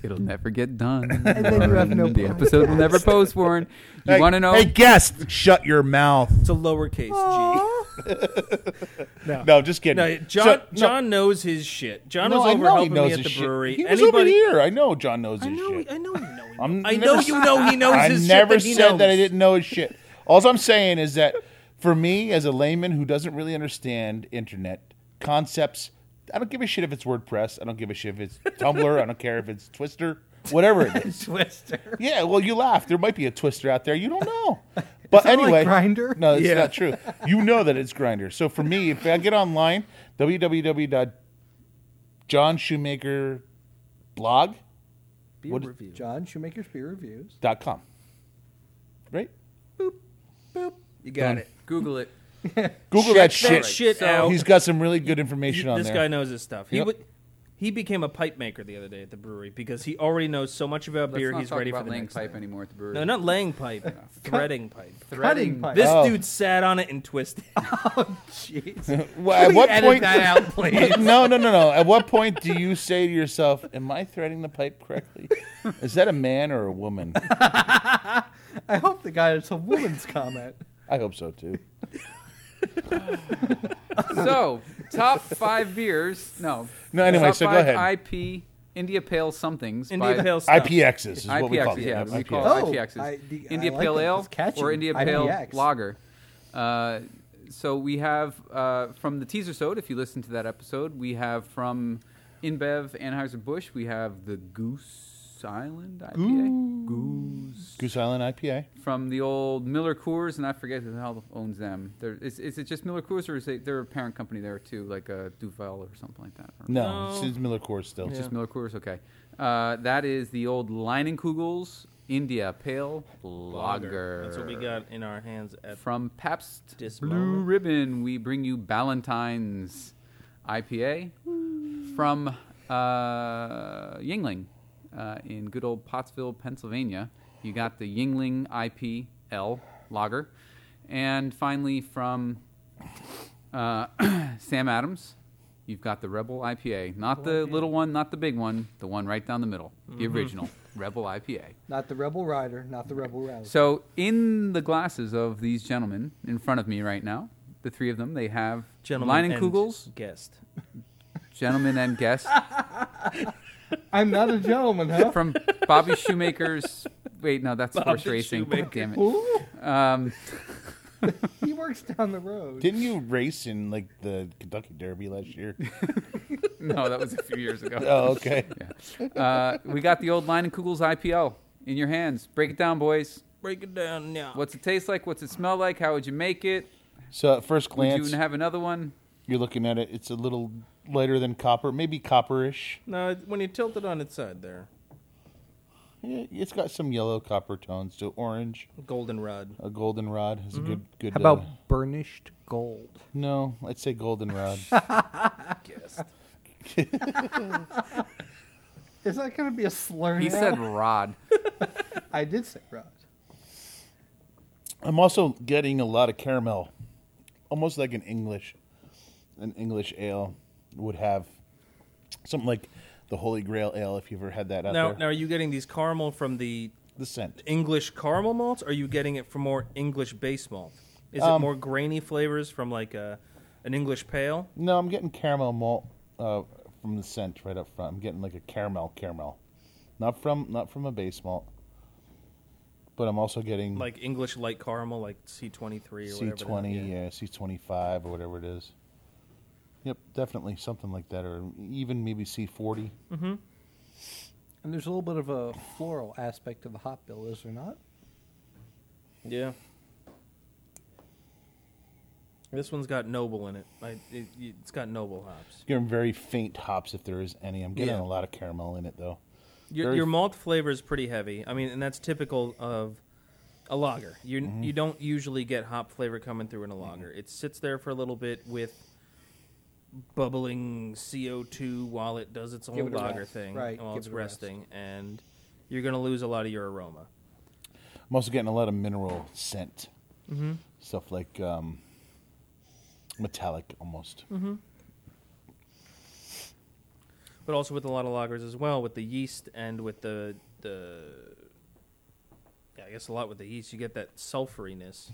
[SPEAKER 1] It'll never get done.
[SPEAKER 4] then you have no
[SPEAKER 1] the episode will never post, Warren. You want to know?
[SPEAKER 2] Hey, guest, shut your mouth.
[SPEAKER 3] It's a lowercase g.
[SPEAKER 2] No, just kidding.
[SPEAKER 3] No, John
[SPEAKER 2] So- no,
[SPEAKER 3] John knows his shit. John
[SPEAKER 2] no,
[SPEAKER 3] was
[SPEAKER 2] I
[SPEAKER 3] over
[SPEAKER 2] know he
[SPEAKER 3] helping
[SPEAKER 2] knows
[SPEAKER 3] me at
[SPEAKER 2] his
[SPEAKER 3] the
[SPEAKER 2] shit.
[SPEAKER 3] brewery.
[SPEAKER 2] He was over
[SPEAKER 3] Anybody?
[SPEAKER 2] here. I know John knows
[SPEAKER 3] I
[SPEAKER 2] his
[SPEAKER 3] know.
[SPEAKER 2] shit.
[SPEAKER 3] I know. You know. he
[SPEAKER 2] I'm
[SPEAKER 3] knows- I
[SPEAKER 2] never-
[SPEAKER 3] know you know. He knows
[SPEAKER 2] I
[SPEAKER 3] his shit.
[SPEAKER 2] never
[SPEAKER 3] that he
[SPEAKER 2] said
[SPEAKER 3] knows.
[SPEAKER 2] that I didn't know his shit. All I'm saying is that for me, as a layman who doesn't really understand internet concepts, I don't give a shit if it's WordPress. I don't give a shit if it's Tumblr. I don't care if it's Twister, whatever it is.
[SPEAKER 4] Twister.
[SPEAKER 2] Yeah, well, you laugh. There might be a Twister out there. You don't know. But anyway,
[SPEAKER 4] Grindr?
[SPEAKER 2] No, it's
[SPEAKER 3] Yeah.
[SPEAKER 2] not true. You know that it's Grinder. So for me, if I get online, www.johnshoemakerblog.com.
[SPEAKER 3] Beer
[SPEAKER 2] What-
[SPEAKER 3] review.
[SPEAKER 4] John Shoemaker's beer reviews.
[SPEAKER 2] Right?
[SPEAKER 3] You got
[SPEAKER 2] Done.
[SPEAKER 3] it.
[SPEAKER 1] Google it.
[SPEAKER 2] Google
[SPEAKER 3] Check
[SPEAKER 2] that shit.
[SPEAKER 3] that shit So- out.
[SPEAKER 2] He's got some really good information
[SPEAKER 3] You-
[SPEAKER 2] on
[SPEAKER 3] this
[SPEAKER 2] there.
[SPEAKER 3] guy knows his stuff. He
[SPEAKER 2] Yep.
[SPEAKER 3] would. He became a pipe maker the other day at the brewery because he already knows so much about
[SPEAKER 1] Let's
[SPEAKER 3] beer.
[SPEAKER 1] not
[SPEAKER 3] He's
[SPEAKER 1] talk
[SPEAKER 3] ready
[SPEAKER 1] about
[SPEAKER 3] for the
[SPEAKER 1] laying
[SPEAKER 3] next
[SPEAKER 1] pipe
[SPEAKER 3] thing.
[SPEAKER 1] anymore at the brewery.
[SPEAKER 3] No, not laying pipe. threading pipe.
[SPEAKER 1] Threading
[SPEAKER 4] pipe.
[SPEAKER 3] This
[SPEAKER 2] Oh.
[SPEAKER 3] dude sat on it and twisted.
[SPEAKER 4] Jeez.
[SPEAKER 2] Well, at what
[SPEAKER 4] edit
[SPEAKER 2] point?
[SPEAKER 4] that out, please?
[SPEAKER 2] no, no, no, no. At what point do you say to yourself, "Am I threading the pipe correctly? Is that a man or a woman?"
[SPEAKER 4] I hope the guy is a woman's comment.
[SPEAKER 2] I hope so too.
[SPEAKER 1] So, top five beers. No.
[SPEAKER 2] No, anyway,
[SPEAKER 1] top
[SPEAKER 2] so go
[SPEAKER 1] five
[SPEAKER 2] ahead.
[SPEAKER 1] IP India Pale somethings.
[SPEAKER 3] India
[SPEAKER 1] by-
[SPEAKER 3] Pale stuff.
[SPEAKER 2] IPXs is what we call
[SPEAKER 1] IPX,
[SPEAKER 2] it.
[SPEAKER 1] yeah, we call
[SPEAKER 4] IPX.
[SPEAKER 1] it
[SPEAKER 4] Oh,
[SPEAKER 1] IPXs.
[SPEAKER 4] I- the- I
[SPEAKER 1] India
[SPEAKER 4] like
[SPEAKER 1] Pale
[SPEAKER 4] it.
[SPEAKER 1] Ale
[SPEAKER 4] It's catchy.
[SPEAKER 1] or India Pale
[SPEAKER 4] IPX.
[SPEAKER 1] Lager. Uh, so we have uh, from the teaser sode. If you listen to that episode, we have from InBev Anheuser Busch. We have the Goose Island IPA. Goose
[SPEAKER 2] Goose Island IPA.
[SPEAKER 1] from the old Miller Coors, and I forget who the hell owns them. There, is, is it just Miller Coors, or is it, they're a parent company there too, like a Duvel or something like that? Or-
[SPEAKER 2] No,
[SPEAKER 3] No.
[SPEAKER 2] it's, it's Miller Coors still.
[SPEAKER 1] it's just Miller Coors. Okay, uh, that is the old Leinenkugels India Pale Lager.
[SPEAKER 3] That's what we got in our hands at
[SPEAKER 1] from Pabst
[SPEAKER 3] This
[SPEAKER 1] Blue
[SPEAKER 3] moment.
[SPEAKER 1] Ribbon. We bring you Ballantine's IPA from uh, Yingling uh, in good old Pottsville, Pennsylvania. You got the Yingling IPL Lager, and finally from uh, Sam Adams. You've got the Rebel IPA,
[SPEAKER 3] Oh,
[SPEAKER 1] not the little one, not the big one, the one right down the middle, the
[SPEAKER 3] Mm-hmm.
[SPEAKER 1] original Rebel IPA.
[SPEAKER 4] Not the Rebel Rider, not the Rebel Rouser.
[SPEAKER 1] So, in the glasses of these gentlemen in front of me right now, the three of them, they have
[SPEAKER 3] gentlemen
[SPEAKER 1] Line and Kugels,
[SPEAKER 3] guest.
[SPEAKER 1] gentlemen and guest
[SPEAKER 4] I'm not a gentleman, huh?
[SPEAKER 1] from Bobby Shoemaker's Wait, no, that's
[SPEAKER 3] Bob
[SPEAKER 1] horse
[SPEAKER 3] the
[SPEAKER 1] racing.
[SPEAKER 3] Shoemaker.
[SPEAKER 1] Damn it. Um,
[SPEAKER 4] he works down the road.
[SPEAKER 2] Didn't you race in like the Kentucky Derby last year?
[SPEAKER 1] no, that was a few years ago.
[SPEAKER 2] oh, okay.
[SPEAKER 1] Uh, we got the old line and Kugel's IPO in your hands. Break it down, boys.
[SPEAKER 3] Break it down now.
[SPEAKER 1] What's it taste like? What's it smell like? How would you make it?
[SPEAKER 2] So at first
[SPEAKER 1] Would
[SPEAKER 2] glance,
[SPEAKER 1] you have another one?
[SPEAKER 2] you're looking at it. It's a little lighter than copper, maybe copperish.
[SPEAKER 3] No, it- when you tilt it on its side there,
[SPEAKER 2] Yeah, It's got some yellow copper tones to orange.
[SPEAKER 3] goldenrod.
[SPEAKER 2] A goldenrod is a good good.
[SPEAKER 4] How about
[SPEAKER 2] uh,
[SPEAKER 4] burnished gold?
[SPEAKER 2] no? I'd say goldenrod.
[SPEAKER 4] Is that going to be a slur?
[SPEAKER 1] He
[SPEAKER 4] now?
[SPEAKER 1] said rod.
[SPEAKER 4] I did say rod.
[SPEAKER 2] I'm also getting a lot of caramel, almost like an English, an English ale would have, something like the Holy Grail ale. If you've ever had that out
[SPEAKER 3] Now,
[SPEAKER 2] there,
[SPEAKER 3] now, are you getting these caramel from the
[SPEAKER 2] the scent.
[SPEAKER 3] English caramel malts? Or are you getting it from more English base malt? Is
[SPEAKER 2] Um,
[SPEAKER 3] it more grainy flavors from like a, an English pale?
[SPEAKER 2] No, I'm getting caramel malt uh, from the scent right up front. I'm getting like a caramel caramel, not from not from a base malt, but I'm also getting
[SPEAKER 3] Like English light caramel, like C23 or
[SPEAKER 2] C
[SPEAKER 3] whatever. the hell,
[SPEAKER 2] twenty, yeah, C twenty five or whatever it is. Yep, definitely something like that, or even maybe C forty.
[SPEAKER 4] And there's a little bit of a floral aspect to the hop bill, is there not?
[SPEAKER 3] Yeah. This one's got noble in it. I, it it's got noble hops.
[SPEAKER 2] Getting very faint hops if there is any. I'm getting
[SPEAKER 3] Yeah.
[SPEAKER 2] a lot of caramel in it though.
[SPEAKER 3] Your,
[SPEAKER 2] Very-
[SPEAKER 3] your malt flavor is pretty heavy. I mean, and that's typical of a lager. You
[SPEAKER 4] Mm-hmm.
[SPEAKER 3] you don't usually get hop flavor coming through in a lager. It sits there for a little bit with bubbling CO two while it does its
[SPEAKER 4] Give
[SPEAKER 3] own
[SPEAKER 4] it a
[SPEAKER 3] lager
[SPEAKER 4] rest.
[SPEAKER 3] thing
[SPEAKER 4] Right,
[SPEAKER 3] while
[SPEAKER 4] give
[SPEAKER 3] it's
[SPEAKER 4] it a rest.
[SPEAKER 3] resting, and you're gonna lose a lot of your aroma.
[SPEAKER 2] I'm also getting a lot of mineral scent,
[SPEAKER 3] Mm-hmm.
[SPEAKER 2] stuff like um, metallic almost.
[SPEAKER 3] Mm-hmm. but also with a lot of lagers as well, with the yeast and with the the. Yeah, I guess a lot with the yeast, you get that sulfuriness,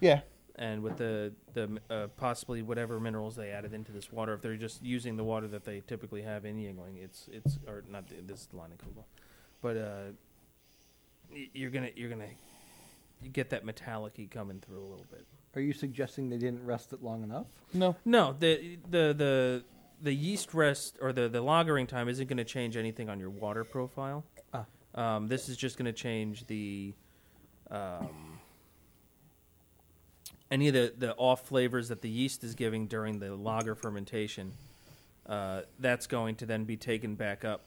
[SPEAKER 2] Yeah,
[SPEAKER 3] and with the the uh, possibly whatever minerals they added into this water, if they're just using the water that they typically have in Yingling, it's it's or not the- this is the line of Kugel, but uh, y- you're gonna you're gonna you get that metallic-y coming through a little bit.
[SPEAKER 4] Are you suggesting they didn't rest it long enough?
[SPEAKER 2] no,
[SPEAKER 3] No, the the the the yeast rest or the the lagering time isn't going to change anything on your water profile.
[SPEAKER 4] Ah.
[SPEAKER 3] Um, this is just going to change the um, any of the the off flavors that the yeast is giving during the lager fermentation. Uh, that's going to then be taken back up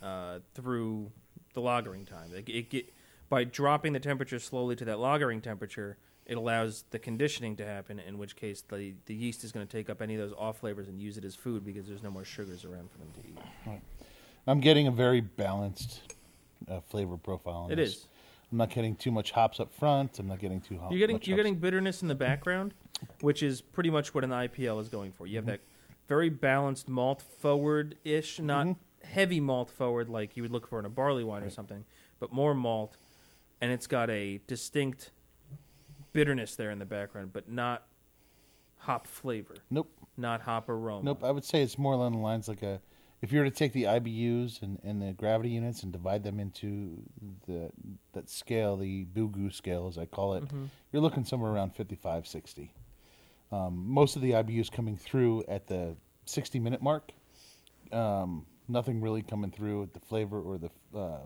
[SPEAKER 3] uh, through the lagering time. It, it get, by dropping the temperature slowly to that lagering temperature, it allows the conditioning to happen. In which case, the the yeast is going to take up any of those off flavors and use it as food because there's no more sugars around for them to eat.
[SPEAKER 2] I'm getting a very balanced uh, flavor profile. On
[SPEAKER 3] It
[SPEAKER 2] this.
[SPEAKER 3] is.
[SPEAKER 2] I'm not getting too much hops up front. I'm not getting too hop.
[SPEAKER 3] You're getting
[SPEAKER 2] much
[SPEAKER 3] you're
[SPEAKER 2] hops-
[SPEAKER 3] getting bitterness in the background, which is pretty much what an IPL is going for. You have
[SPEAKER 2] Mm-hmm.
[SPEAKER 3] that very balanced malt forward ish, not
[SPEAKER 2] Mm-hmm.
[SPEAKER 3] heavy malt forward like you would look for in a barley wine or something, but more malt, and it's got a distinct bitterness there in the background, but not hop flavor,
[SPEAKER 2] Nope,
[SPEAKER 3] not hop aroma.
[SPEAKER 2] nope. I would say it's more along the lines like a. If you were to take the IBUs and, and the gravity units and divide them into the that scale, the Boogoo scale as I call it,
[SPEAKER 3] Mm-hmm.
[SPEAKER 2] you're looking somewhere around 55, 60. Um, most of the IBUs coming through at the 60 minute mark. Um, nothing really coming through with the flavor or the uh,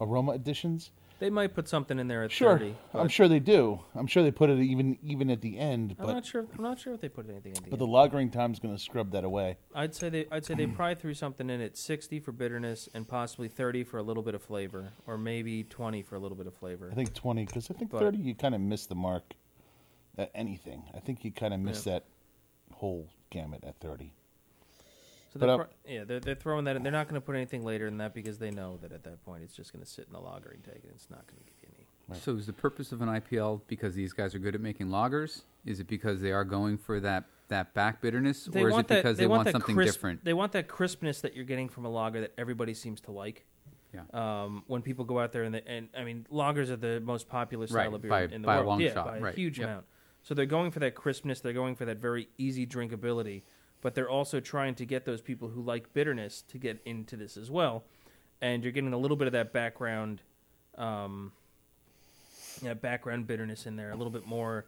[SPEAKER 2] aroma additions.
[SPEAKER 3] They might put something in there at
[SPEAKER 2] Sure,
[SPEAKER 3] thirty.
[SPEAKER 2] I'm sure they do. I'm sure they put it even even at the end,
[SPEAKER 3] I'm
[SPEAKER 2] but
[SPEAKER 3] not sure. I'm not sure if they put anything in. The end.
[SPEAKER 2] but the lagering time's going to scrub that away.
[SPEAKER 3] I'd say they I'd say they probably threw something in at 60 for bitterness and possibly 30 for a little bit of flavor or maybe 20 for a little bit of flavor.
[SPEAKER 2] I think 20 because I think
[SPEAKER 3] But-
[SPEAKER 2] 30 you kind of miss the mark at anything. I think you kind of miss
[SPEAKER 3] Yeah.
[SPEAKER 2] that whole gamut at 30.
[SPEAKER 3] so
[SPEAKER 2] but
[SPEAKER 3] they're
[SPEAKER 2] I'm-
[SPEAKER 3] pro- yeah, they're, they're throwing that in. They're not going to put anything later than that because they know that at that point it's just going to sit in the lagering tank and it's not going to give you any.
[SPEAKER 1] So is the purpose of an IPL because these guys are good at making lagers? Is it because they are going for that that back bitterness,
[SPEAKER 3] They
[SPEAKER 1] or is
[SPEAKER 3] want
[SPEAKER 1] it
[SPEAKER 3] that,
[SPEAKER 1] because
[SPEAKER 3] they,
[SPEAKER 1] want,
[SPEAKER 3] want, that
[SPEAKER 1] something
[SPEAKER 3] crisp,
[SPEAKER 1] different?
[SPEAKER 3] They want that crispness that you're getting from a lager that everybody seems to like.
[SPEAKER 1] Yeah.
[SPEAKER 3] Um, when people go out there and, they, and I mean, lagers are the most popular style
[SPEAKER 1] Right,
[SPEAKER 3] of beer
[SPEAKER 1] by-
[SPEAKER 3] in the
[SPEAKER 1] by a
[SPEAKER 3] world.
[SPEAKER 1] long
[SPEAKER 3] yeah,
[SPEAKER 1] shot,
[SPEAKER 3] by a
[SPEAKER 1] right,
[SPEAKER 3] huge
[SPEAKER 1] yep.
[SPEAKER 3] amount. So they're going for that crispness. They're going for that very easy drinkability, but they're also trying to get those people who like bitterness to get into this as well. And you're getting a little bit of that background um, yeah, background bitterness in there, a little bit more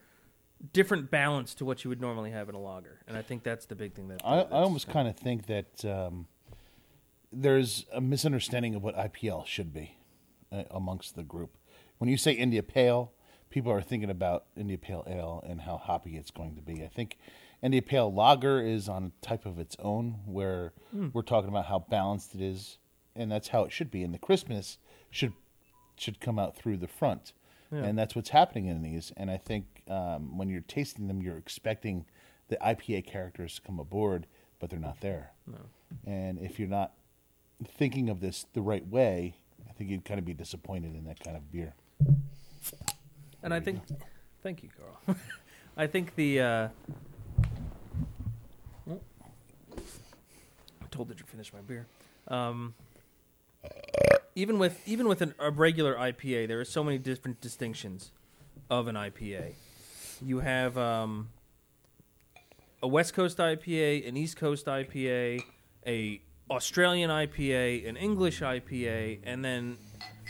[SPEAKER 3] different balance to what you would normally have in a lager. And I think that's the big thing that
[SPEAKER 2] I,
[SPEAKER 3] that's-
[SPEAKER 2] I almost kind of think that um, there's a misunderstanding of what IPL should be uh, amongst the group. When you say India Pale, people are thinking about India Pale Ale and how hoppy it's going to be. I think India Pale Lager is on a type of its own, where we're talking about how balanced it is, and that's how it should be. And the Christmas should should come out through the front, and that's what's happening in these. And I think um, when you're tasting them, you're expecting the IPA characters to come aboard, but they're not there. And if you're not thinking of this the right way, I think you'd kind of be disappointed in that kind of beer.
[SPEAKER 3] And I think, thank you, Carl. I think the. Uh, oh, I told that you finish my beer. Um, even with even with an, a regular IPA, there are so many different distinctions of an IPA. You have um, a West Coast IPA, an East Coast IPA, a Australian IPA, an English IPA, and then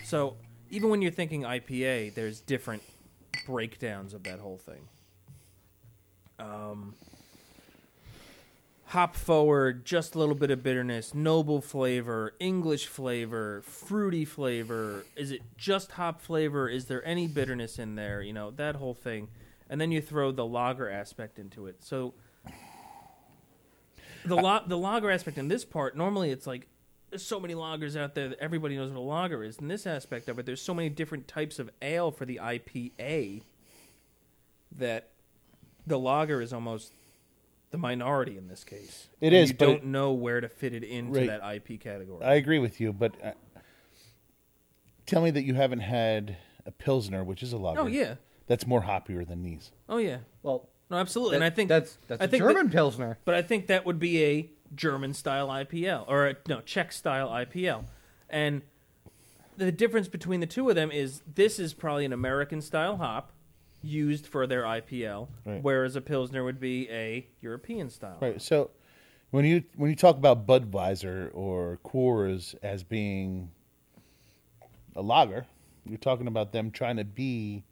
[SPEAKER 3] so even when you're thinking IPA, there's different breakdowns of that whole thing. Um, hop forward, just a little bit of bitterness, noble flavor, English flavor, fruity flavor. Is it just hop flavor? Is there any bitterness in there? You know, that whole thing. And then you throw the lager aspect into it. So the la- the lager aspect in this part, normally it's like there's so many lagers out there that everybody knows what a lager is. In this aspect of it, there's so many different types of ale for the IPA that the lager is almost the minority in this case.
[SPEAKER 2] It
[SPEAKER 3] It is.
[SPEAKER 2] is,
[SPEAKER 3] You
[SPEAKER 2] but
[SPEAKER 3] don't
[SPEAKER 2] it-
[SPEAKER 3] know where to fit it into
[SPEAKER 2] Right.
[SPEAKER 3] that IP category.
[SPEAKER 2] I agree with you, but uh, tell me that you haven't had a Pilsner, which is a lager.
[SPEAKER 3] Oh, yeah.
[SPEAKER 2] That's more hoppier than these.
[SPEAKER 3] oh yeah.
[SPEAKER 4] Well,
[SPEAKER 3] No, absolutely. and
[SPEAKER 4] that-
[SPEAKER 3] I think
[SPEAKER 4] that's that's
[SPEAKER 3] I
[SPEAKER 4] a
[SPEAKER 3] think that-
[SPEAKER 4] German pilsner.
[SPEAKER 3] But I think that would be a German style IPL or a, no Czech style IPL, and the difference between the two of them is this is probably an American style hop used for their IPL,
[SPEAKER 2] Right.
[SPEAKER 3] whereas a Pilsner would be a European style.
[SPEAKER 2] Right. So when you when you talk about Budweiser or Coors as being a lager, you're talking about them trying to be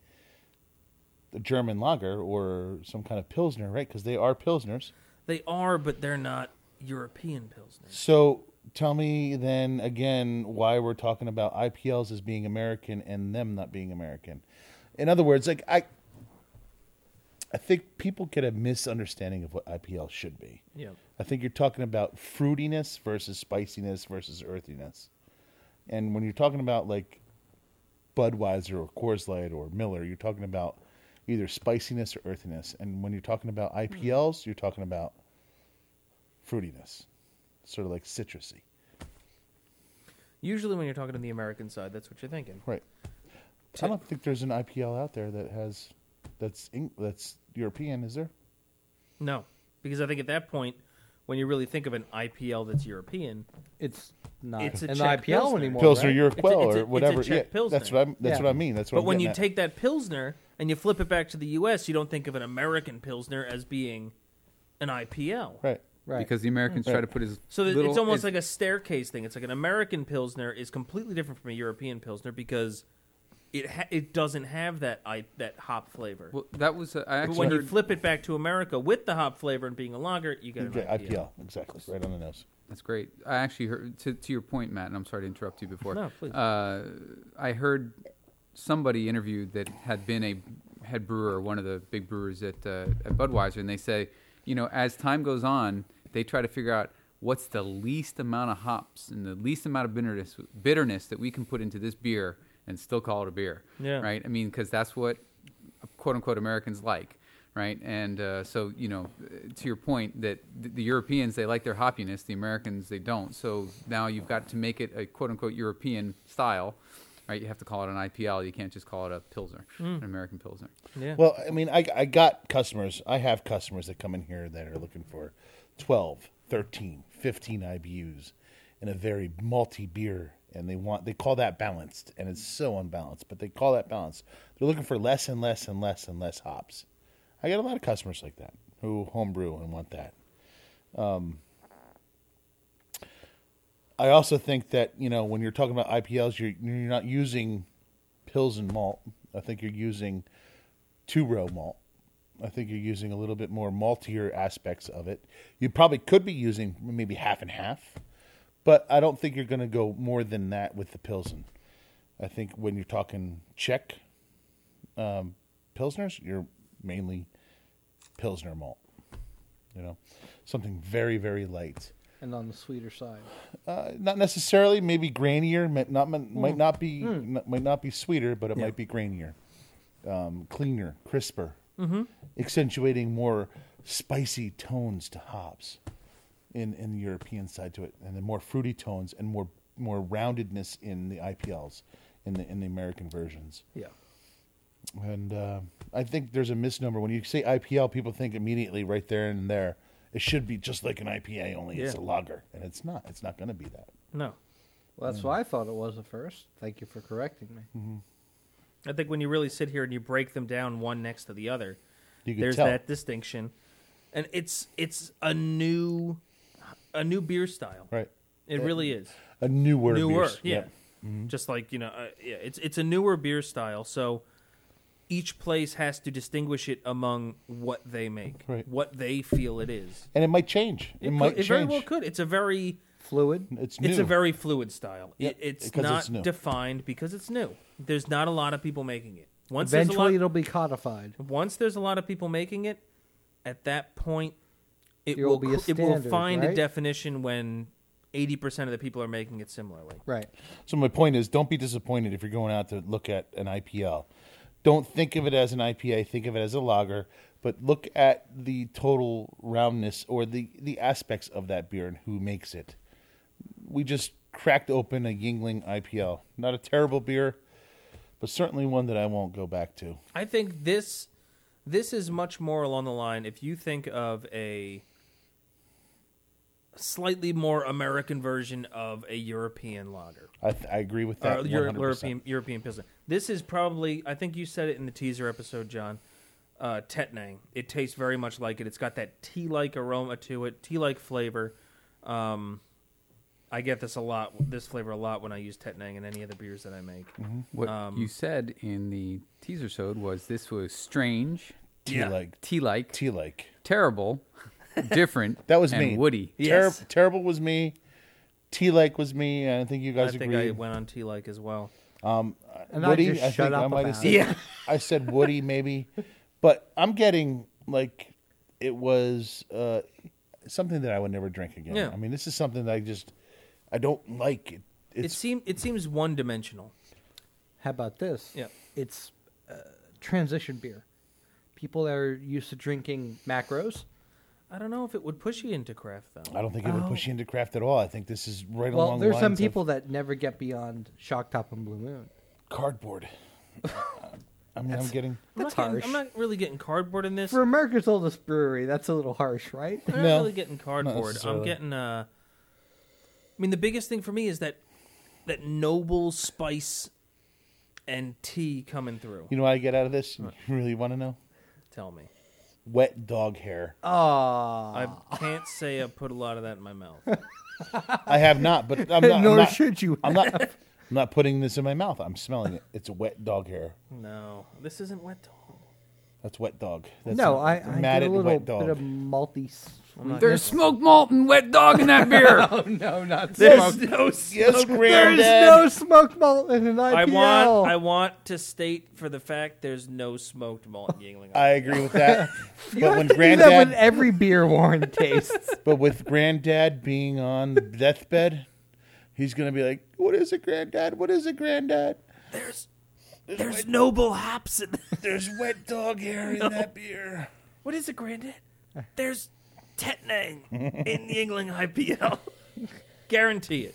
[SPEAKER 2] a German lager or some kind of pilsner, right? Because they are pilsners.
[SPEAKER 3] They are, but they're not European Pilsners.
[SPEAKER 2] So tell me then again why we're talking about IPLs as being American and them not being American. In other words, like I I think people get a misunderstanding of what IPL should be.
[SPEAKER 3] Yeah.
[SPEAKER 2] I think you're talking about fruitiness versus spiciness versus earthiness. And when you're talking about like Budweiser or Coors Light or Miller, you're talking about either spiciness or earthiness. And when you're talking about IPLs, you're talking about fruitiness, sort of like citrusy.
[SPEAKER 3] Usually, when you're talking to the American side, that's what you're thinking.
[SPEAKER 2] Right. I don't think there's an IPL out there that has that's Eng- that's European, is there?
[SPEAKER 3] No, because I think at that point, when you really think of an IPL that's European,
[SPEAKER 4] It's not
[SPEAKER 3] It's a
[SPEAKER 4] an
[SPEAKER 3] Czech
[SPEAKER 4] IPL
[SPEAKER 3] pilsner.
[SPEAKER 4] anymore.
[SPEAKER 2] Pilsner,
[SPEAKER 4] right?
[SPEAKER 2] Euroquell,
[SPEAKER 3] It's a-
[SPEAKER 2] or whatever.
[SPEAKER 3] it's a Czech
[SPEAKER 2] yeah, that's
[SPEAKER 3] Pilsner.
[SPEAKER 2] what I'm. That's
[SPEAKER 4] Yeah.
[SPEAKER 2] what I mean. That's what.
[SPEAKER 3] But
[SPEAKER 2] I'm
[SPEAKER 3] when
[SPEAKER 2] getting
[SPEAKER 3] you
[SPEAKER 2] at.
[SPEAKER 3] take that Pilsner and you flip it back to the U.S., you don't think of an American Pilsner as being an IPL.
[SPEAKER 2] right,
[SPEAKER 4] Right.
[SPEAKER 1] because the Americans try to put his
[SPEAKER 3] So that
[SPEAKER 1] little,
[SPEAKER 3] it's almost
[SPEAKER 1] his-
[SPEAKER 3] like a staircase thing. It's like an American Pilsner is completely different from a European Pilsner because it ha- it doesn't have that I- that hop flavor.
[SPEAKER 1] well, that was uh, I
[SPEAKER 3] but
[SPEAKER 1] actually
[SPEAKER 3] when
[SPEAKER 1] heard,
[SPEAKER 3] you flip it back to America with the hop flavor and being a lager, you get an
[SPEAKER 2] Okay,
[SPEAKER 3] IPL.
[SPEAKER 2] IPL exactly right on the nose.
[SPEAKER 1] That's great. I actually heard to, to your point, Matt, and I'm sorry to interrupt you before.
[SPEAKER 3] No, please.
[SPEAKER 1] Uh, I heard somebody interviewed that had been a head brewer, one of the big brewers at uh, at Budweiser, and they say, you know, as time goes on, they try to figure out what's the least amount of hops and the least amount of bitterness bitterness that we can put into this beer and still call it a beer.
[SPEAKER 3] Yeah.
[SPEAKER 1] Right. I mean, because that's what quote unquote Americans like, right? And uh, so, you know, uh, to your point that th- the Europeans, they like their hoppiness, the Americans, they don't. So now you've got to make it a quote unquote European style, right? You have to call it an IPL. You can't just call it a Pilsner,
[SPEAKER 2] Hmm.
[SPEAKER 1] an American Pilsner.
[SPEAKER 3] Yeah.
[SPEAKER 2] Well, I mean, I, I got customers. I have customers that come in here that are looking for 12, 13, 15 IBUs in a very malty beer. And they want, they call that balanced. And it's so unbalanced, but they call that balanced. They're looking for less and less and less and less hops. I got a lot of customers like that who homebrew and want that. I also think that you know when you're talking about IPLs, you're you're not using Pilsen malt. I think you're using two row malt. I think you're using a little bit more maltier aspects of it. You probably could be using maybe half and half, but I don't think you're going to go more than that with the Pilsen. I think when you're talking Czech um, Pilsners, you're mainly Pilsner malt. You know, something very, very light
[SPEAKER 4] and on the sweeter side.
[SPEAKER 2] uh, not necessarily maybe grainier might not
[SPEAKER 3] Hmm.
[SPEAKER 2] might not be n- might not be sweeter but it might be grainier um, cleaner crisper
[SPEAKER 3] Mm-hmm.
[SPEAKER 2] accentuating more spicy tones to hops in in the european side to it and then more fruity tones and more more roundedness in the ipls in the in the american versions
[SPEAKER 3] Yeah.
[SPEAKER 2] and uh, I think there's a misnomer when you say IPL, people think immediately right there and there. It should be just like an IPA, only it's a
[SPEAKER 3] Yeah.
[SPEAKER 2] lager, and it's not. It's not going to be that.
[SPEAKER 3] No.
[SPEAKER 4] Well,
[SPEAKER 3] Mm.
[SPEAKER 4] that's what I thought it was at first. Thank you for correcting me.
[SPEAKER 2] Mm-hmm.
[SPEAKER 3] I think when you really sit here and you break them down one next to the other,
[SPEAKER 2] You could
[SPEAKER 3] there's
[SPEAKER 2] tell.
[SPEAKER 3] that distinction. And it's it's a new a new beer style.
[SPEAKER 2] Right,
[SPEAKER 3] It really is.
[SPEAKER 2] a newer, Mm-hmm.
[SPEAKER 3] newer,
[SPEAKER 2] beer.
[SPEAKER 3] yeah.
[SPEAKER 2] Yep.
[SPEAKER 3] Just like you know, uh, yeah, it's it's a newer beer style, so each place has to distinguish it among what they make,
[SPEAKER 2] Right.
[SPEAKER 3] what they feel it is.
[SPEAKER 2] and it might change. It,
[SPEAKER 3] could-
[SPEAKER 2] might change.
[SPEAKER 3] very well could. It's a very
[SPEAKER 4] Fluid.
[SPEAKER 2] It's new.
[SPEAKER 3] it's a very fluid style.
[SPEAKER 2] Yeah,
[SPEAKER 3] It, it's
[SPEAKER 2] because
[SPEAKER 3] not
[SPEAKER 2] it's new.
[SPEAKER 3] defined because it's new. There's not a lot of people making it. Once there's a
[SPEAKER 4] Eventually,
[SPEAKER 3] lot-
[SPEAKER 4] it'll be codified.
[SPEAKER 3] once there's a lot of people making it, at that point, it
[SPEAKER 4] There
[SPEAKER 3] will
[SPEAKER 4] will be a
[SPEAKER 3] cr- it will
[SPEAKER 4] standard,
[SPEAKER 3] find a
[SPEAKER 4] right?
[SPEAKER 3] definition when eighty percent of the people are making it similarly.
[SPEAKER 4] Right.
[SPEAKER 2] So my point is, don't be disappointed if you're going out to look at an IPL. Don't think of it as an IPA. Think of it as a lager. But look at the total roundness or the the aspects of that beer and who makes it. We just cracked open a Yingling IPL. Not a terrible beer, but certainly one that I won't go back to.
[SPEAKER 3] I think this this is much more along the line if you think of a slightly more American version of a European lager
[SPEAKER 2] I, th- I agree with
[SPEAKER 3] or
[SPEAKER 2] that.
[SPEAKER 3] Euro-
[SPEAKER 2] 100%.
[SPEAKER 3] European European pilsner. This is probably I think you said it in the teaser episode, John. Uh, Tetnang. It tastes very much like it. It's got that tea-like aroma to it, tea-like flavor. Um, I get this a lot, this flavor a lot when I use Tetnang in any of the beers that I make.
[SPEAKER 2] Mm-hmm.
[SPEAKER 1] What
[SPEAKER 2] Um,
[SPEAKER 1] you said in the teaser sode was this was strange,
[SPEAKER 2] Tea like
[SPEAKER 1] tea like,
[SPEAKER 2] tea like.
[SPEAKER 1] terrible, different.
[SPEAKER 2] That was
[SPEAKER 1] and
[SPEAKER 2] me.
[SPEAKER 1] Woody.
[SPEAKER 2] Ter-
[SPEAKER 3] Yes.
[SPEAKER 2] terrible was me. Tea like was me. And I think you
[SPEAKER 3] I
[SPEAKER 2] guys
[SPEAKER 3] think
[SPEAKER 2] agree.
[SPEAKER 3] I went on tea-like as well.
[SPEAKER 4] And
[SPEAKER 2] Woody,
[SPEAKER 4] I just
[SPEAKER 2] I
[SPEAKER 4] shut
[SPEAKER 2] think
[SPEAKER 4] up
[SPEAKER 2] I might
[SPEAKER 4] about
[SPEAKER 2] have
[SPEAKER 4] it.
[SPEAKER 2] said I said Woody maybe, but I'm getting like it was uh, something that I would never drink again.
[SPEAKER 3] Yeah.
[SPEAKER 2] I mean, this is something that I just I don't like it.
[SPEAKER 3] It
[SPEAKER 2] It's
[SPEAKER 3] seem it seems one dimensional.
[SPEAKER 4] How about this?
[SPEAKER 3] Yeah.
[SPEAKER 4] It's uh, transition beer. People that are used to drinking macros.
[SPEAKER 3] I don't know if it would push you into craft though.
[SPEAKER 2] I don't think it would push you into craft at all. I think this is right
[SPEAKER 4] Well,
[SPEAKER 2] along.
[SPEAKER 4] there's
[SPEAKER 2] the
[SPEAKER 4] some
[SPEAKER 2] lines
[SPEAKER 4] people that never get beyond shock top and blue moon.
[SPEAKER 2] of cardboard. I mean, I'm getting
[SPEAKER 4] That's
[SPEAKER 3] I'm not getting-
[SPEAKER 4] harsh.
[SPEAKER 3] I'm not really getting cardboard in this.
[SPEAKER 4] For America's oldest brewery, that's a little harsh, right?
[SPEAKER 3] I'm not
[SPEAKER 2] No,
[SPEAKER 3] really getting cardboard. I'm
[SPEAKER 2] necessarily.
[SPEAKER 3] getting. Uh, I mean, the biggest thing for me is that that noble spice and tea coming through.
[SPEAKER 2] you know what I get out of this. You really want to know?
[SPEAKER 3] Tell me,
[SPEAKER 2] Wet dog hair.
[SPEAKER 4] Ah,
[SPEAKER 3] I can't say I put a lot of that in my mouth.
[SPEAKER 2] I have not, but I'm not.
[SPEAKER 4] nor
[SPEAKER 2] I'm not,
[SPEAKER 4] should you.
[SPEAKER 2] I'm not. I'm not putting this in my mouth. I'm smelling it. It's wet dog hair.
[SPEAKER 3] No, this isn't wet. dog.
[SPEAKER 2] That's wet dog. That's
[SPEAKER 4] no,
[SPEAKER 2] not-
[SPEAKER 4] I, I get a
[SPEAKER 2] matted
[SPEAKER 4] little
[SPEAKER 2] wet
[SPEAKER 4] bit
[SPEAKER 2] dog.
[SPEAKER 4] of malty. sweet-
[SPEAKER 1] There's smoked malt and wet dog in that beer.
[SPEAKER 4] Oh no, not
[SPEAKER 3] There's
[SPEAKER 4] smoked.
[SPEAKER 3] no.
[SPEAKER 2] Yes,
[SPEAKER 4] There's
[SPEAKER 2] granddad.
[SPEAKER 4] no smoked malt in an IPL.
[SPEAKER 3] I want. I want to state for the fact there's no smoked malt in Yingling.
[SPEAKER 2] I agree with that.
[SPEAKER 4] You
[SPEAKER 2] but
[SPEAKER 4] have
[SPEAKER 2] when
[SPEAKER 4] to do that
[SPEAKER 2] granddad,
[SPEAKER 4] with every beer Warren tastes.
[SPEAKER 2] but with granddad being on the deathbed, he's gonna be like, "What is it, granddad? What is it, granddad?
[SPEAKER 3] There's there's noble hops in.
[SPEAKER 2] There's wet dog hair in that beer."
[SPEAKER 3] What is it, Granddad?
[SPEAKER 2] Eh.
[SPEAKER 3] There's tetanang in the Yingling IPL. Guarantee it.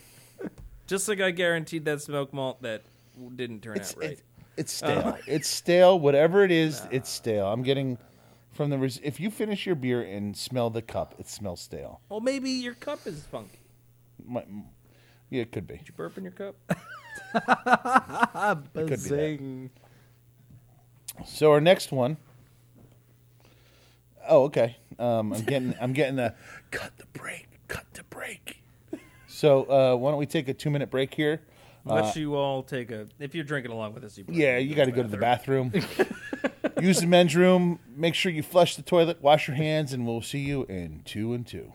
[SPEAKER 3] Just like I guaranteed that smoke malt that didn't turn
[SPEAKER 2] It's,
[SPEAKER 3] out right.
[SPEAKER 2] it- it's
[SPEAKER 4] Uh.
[SPEAKER 2] stale. It's stale. Whatever it is, it's stale. I'm getting from the res- if you finish your beer and smell the cup, it smells stale.
[SPEAKER 3] well, maybe your cup is funky.
[SPEAKER 2] My, yeah, it could be.
[SPEAKER 3] Did you burp in your cup?
[SPEAKER 2] Uh, could be that.
[SPEAKER 4] Bazing.
[SPEAKER 2] So our next one Oh, okay. Um, I'm getting I'm getting a cut the break, cut the break. So uh, why don't we take a two minute break here?
[SPEAKER 3] Unless you all take a, if you're drinking along with us, you probably
[SPEAKER 2] Yeah,
[SPEAKER 3] need
[SPEAKER 2] you got to go to the
[SPEAKER 3] bathroom.
[SPEAKER 2] bathroom. Use the men's room. Make sure you flush the toilet, wash your hands, and we'll see you in two and two.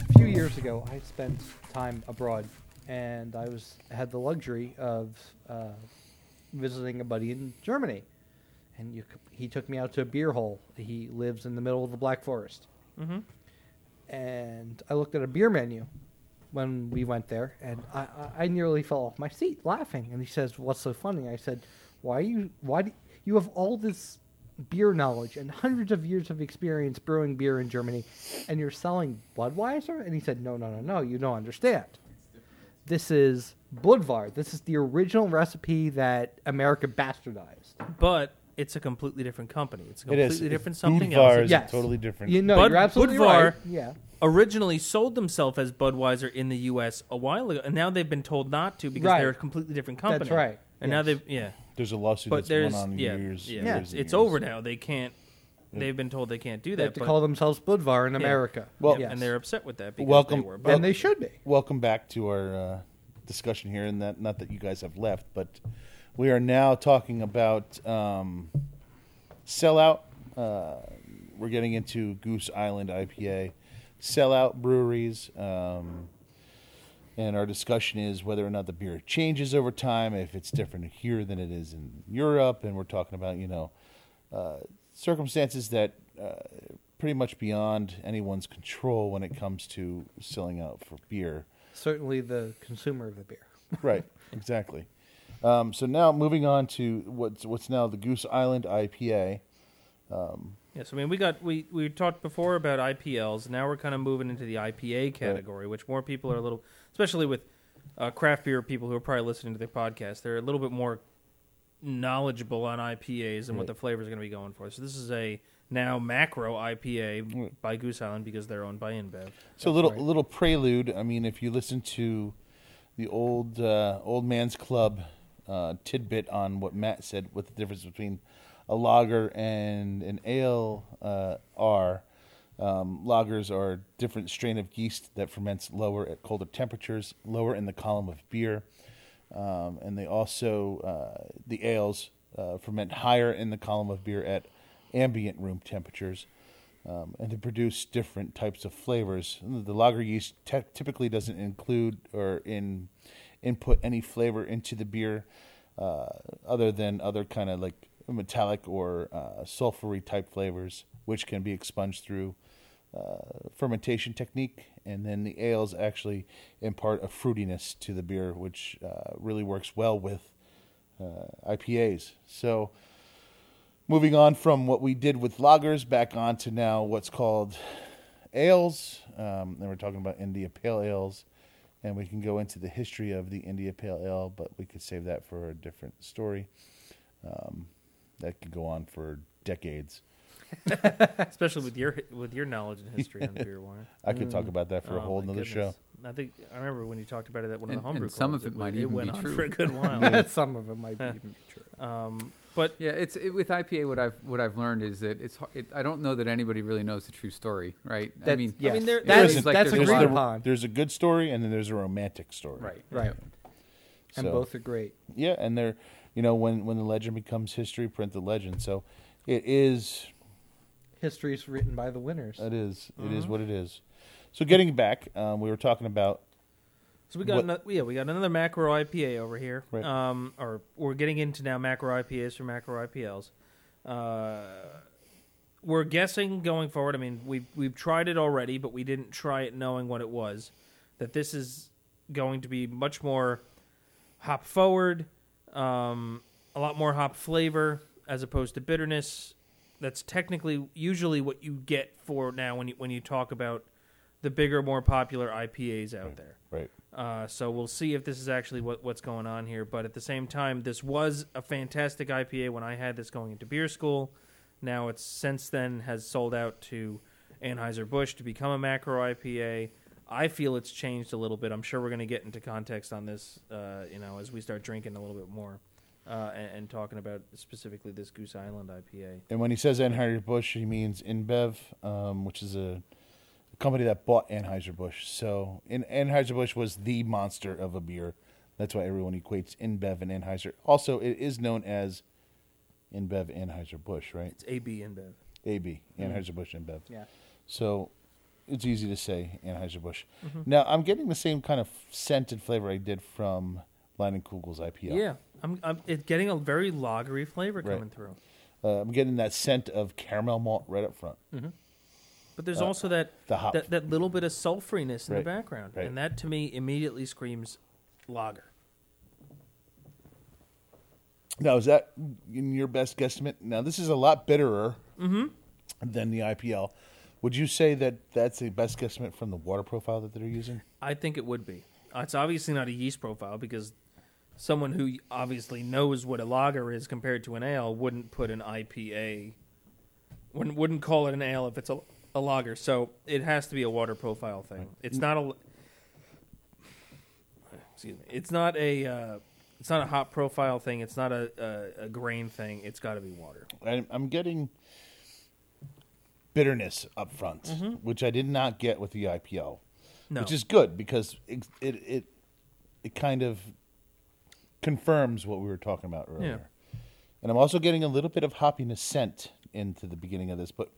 [SPEAKER 4] a few years ago, I spent time abroad, and I was had the luxury of uh, visiting a buddy in Germany, and you, c- he took me out to a beer hole. He lives in the middle of the Black Forest, mm-hmm. and I looked at a beer menu when we went there, and I, I, I nearly fell off my seat laughing. And he says, "What's so funny?" I said, "Why you? Why do, you have all this?" Beer knowledge and hundreds of years of experience brewing beer in Germany, and you're selling Budweiser? And he said, No, no, no, no, you don't understand. This is Budvar. This is the original recipe that America bastardized.
[SPEAKER 3] But it's a completely different company. It's a
[SPEAKER 2] It is.
[SPEAKER 3] completely different
[SPEAKER 2] It's
[SPEAKER 3] something
[SPEAKER 2] Budvar
[SPEAKER 3] else.
[SPEAKER 2] is-
[SPEAKER 4] yes.
[SPEAKER 2] totally different.
[SPEAKER 4] You know,
[SPEAKER 3] Bud-
[SPEAKER 4] you're absolutely
[SPEAKER 3] Budvar-
[SPEAKER 4] right. Yeah.
[SPEAKER 3] Originally sold themselves as Budweiser in the U.S. a while ago, and now they've been told not to because
[SPEAKER 4] Right.
[SPEAKER 3] they're a completely different company.
[SPEAKER 4] That's right.
[SPEAKER 3] And now
[SPEAKER 4] Yes.
[SPEAKER 3] they've yeah,
[SPEAKER 2] There's a lawsuit
[SPEAKER 3] but
[SPEAKER 2] that's
[SPEAKER 3] there's
[SPEAKER 2] going on
[SPEAKER 3] yeah,
[SPEAKER 2] years.
[SPEAKER 3] yeah,
[SPEAKER 2] years
[SPEAKER 3] it's,
[SPEAKER 2] and
[SPEAKER 3] it's
[SPEAKER 2] years.
[SPEAKER 3] over now. They can't. They've been told they can't do
[SPEAKER 4] They
[SPEAKER 3] that.
[SPEAKER 4] have to
[SPEAKER 3] but,
[SPEAKER 4] call themselves Budvar in America.
[SPEAKER 2] Well-
[SPEAKER 4] Yes.
[SPEAKER 3] and they're upset with that because
[SPEAKER 2] Welcome-
[SPEAKER 3] they were. But
[SPEAKER 2] well-
[SPEAKER 4] And they should be.
[SPEAKER 2] Welcome back to our uh, discussion here, and that not that you guys have left, but we are now talking about um, sellout. Uh, we're getting into Goose Island IPA, sellout breweries, um, and our discussion is whether or not the beer changes over time, if it's different here than it is in Europe, and we're talking about you know uh, circumstances that uh, pretty much beyond anyone's control when it comes to selling out for beer.
[SPEAKER 4] Certainly the consumer of the beer.
[SPEAKER 2] Right, exactly. Um, so now moving on to what's what's now the Goose Island IPA.
[SPEAKER 3] Yes, I mean we got we we talked before about IPLs. Now we're kind of moving into the IPA category, which more people are a little, especially with uh, craft beer people who are probably listening to their podcast. They're a little bit more knowledgeable on IPAs and what the flavors are going to be going for. So this is a now macro IPA
[SPEAKER 2] Mm.
[SPEAKER 3] by Goose Island because they're owned by InBev.
[SPEAKER 2] So a little a little prelude. I mean, if you listen to the old uh, old man's club uh, tidbit on what Matt said, what the difference between a lager and an ale uh, are. Um, lagers are different strain of yeast that ferments lower at colder temperatures, lower in the column of beer, um, and they also uh, the ales uh, ferment higher in the column of beer at ambient room temperatures um, and to produce different types of flavors. The lager yeast te- typically doesn't include or in input any flavor into the beer, uh, other than other kind of like metallic or uh, sulfury type flavors, which can be expunged through uh, fermentation technique. And then the ales actually impart a fruitiness to the beer, which uh, really works well with uh, IPAs. So. Moving on from what we did with lagers back on to now what's called ales. Um, and we're talking about India Pale Ales. And we can go into the history of the India Pale Ale, but we could save that for a different story. Um, that could go on for decades.
[SPEAKER 3] Especially with your with your knowledge and history on the beer, Warren.
[SPEAKER 2] I could talk about that for a
[SPEAKER 3] Oh,
[SPEAKER 2] whole
[SPEAKER 3] my
[SPEAKER 2] nother show.
[SPEAKER 3] goodness. I think I remember when you talked about it at one of
[SPEAKER 1] And-
[SPEAKER 3] the homebrew
[SPEAKER 1] and some
[SPEAKER 3] clubs,
[SPEAKER 1] of it
[SPEAKER 3] wa-
[SPEAKER 1] might even
[SPEAKER 3] went
[SPEAKER 1] be
[SPEAKER 3] on
[SPEAKER 1] true.
[SPEAKER 3] for a good while.
[SPEAKER 4] Some of them might be even true.
[SPEAKER 3] um, but
[SPEAKER 1] Yeah, it's it, with IPA. What I've what I've learned is that it's har- it, I don't know that anybody really knows the true story, right? I
[SPEAKER 4] That's-
[SPEAKER 1] mean,
[SPEAKER 4] yes. I mean, there-
[SPEAKER 1] it
[SPEAKER 4] that
[SPEAKER 1] seems
[SPEAKER 4] is-
[SPEAKER 1] like
[SPEAKER 4] that's
[SPEAKER 1] there's
[SPEAKER 2] There's,
[SPEAKER 4] a
[SPEAKER 1] lot
[SPEAKER 4] great
[SPEAKER 1] of-
[SPEAKER 4] one.
[SPEAKER 2] the,
[SPEAKER 4] upon.
[SPEAKER 2] there's a good story, and then there's a romantic story.
[SPEAKER 1] right?
[SPEAKER 4] Right. And
[SPEAKER 2] So-
[SPEAKER 4] both are great.
[SPEAKER 2] Yeah, and they're you know when when the legend becomes history, print the legend. So it is
[SPEAKER 4] History's written by the winners.
[SPEAKER 2] It is. It
[SPEAKER 4] Mm-hmm.
[SPEAKER 2] is what it is. So getting back, um, we were talking about
[SPEAKER 3] So we got
[SPEAKER 2] What-
[SPEAKER 3] ano- yeah, we got another macro IPA over here.
[SPEAKER 2] Right.
[SPEAKER 3] Um, or we're getting into now macro IPAs for macro IPLs. Uh, we're guessing going forward. I mean, we've we've tried it already, but we didn't try it knowing what it was. That this is going to be much more hop forward, um, a lot more hop flavor as opposed to bitterness. That's technically usually what you get for now when you when you talk about the bigger, more popular IPAs out there.
[SPEAKER 2] Right.
[SPEAKER 3] Uh, so we'll see if this is actually what, what's going on here. But at the same time, this was a fantastic IPA when I had this going into beer school. Now it's since then has sold out to Anheuser Busch to become a macro IPA. I feel it's changed a little bit. I'm sure we're going to get into context on this, uh, you know, as we start drinking a little bit more uh, and, and talking about specifically this Goose Island IPA.
[SPEAKER 2] And when he says Anheuser Busch, he means InBev, um, which is a company that bought Anheuser Busch. So in, Anheuser Busch was the monster of a beer. That's why everyone equates InBev and Anheuser. Also, it is known as InBev Anheuser Busch, right?
[SPEAKER 3] It's AB InBev.
[SPEAKER 2] AB Anheuser Busch InBev.
[SPEAKER 4] Yeah.
[SPEAKER 2] So it's easy to say Anheuser Busch. Now I'm getting the same kind of scent and flavor I did from Lion and Kugel's IPL.
[SPEAKER 3] Yeah, I'm, I'm it getting a very lagery flavor
[SPEAKER 2] Right.
[SPEAKER 3] coming through.
[SPEAKER 2] Uh, I'm getting that scent of caramel malt right up front.
[SPEAKER 3] But there's also that,
[SPEAKER 2] Uh, the hop.
[SPEAKER 3] that that little bit of sulfuriness in the
[SPEAKER 2] Right,
[SPEAKER 3] background,
[SPEAKER 2] right.
[SPEAKER 3] and that to me immediately screams lager.
[SPEAKER 2] Now, is that in your best guesstimate? Now, this is a lot bitterer than the IPL. Would you say that that's a best guesstimate from the water profile that they're using?
[SPEAKER 3] I think it would be. Uh, It's obviously not a yeast profile because someone who obviously knows what a lager is compared to an ale wouldn't put an IPA wouldn't wouldn't call it an ale if it's a, a lager. So it has to be a water profile thing. It's not a excuse me. It's not a uh, it's not a hop profile thing. It's not a, a, a grain thing. It's got to be water.
[SPEAKER 2] I'm, I'm getting bitterness up front, which I did not get with the IPL,
[SPEAKER 3] Mm-hmm. No.
[SPEAKER 2] which is good because it it it, it kind of confirms what we were talking about earlier. And I'm also getting a little bit of hoppiness scent into the beginning of this, but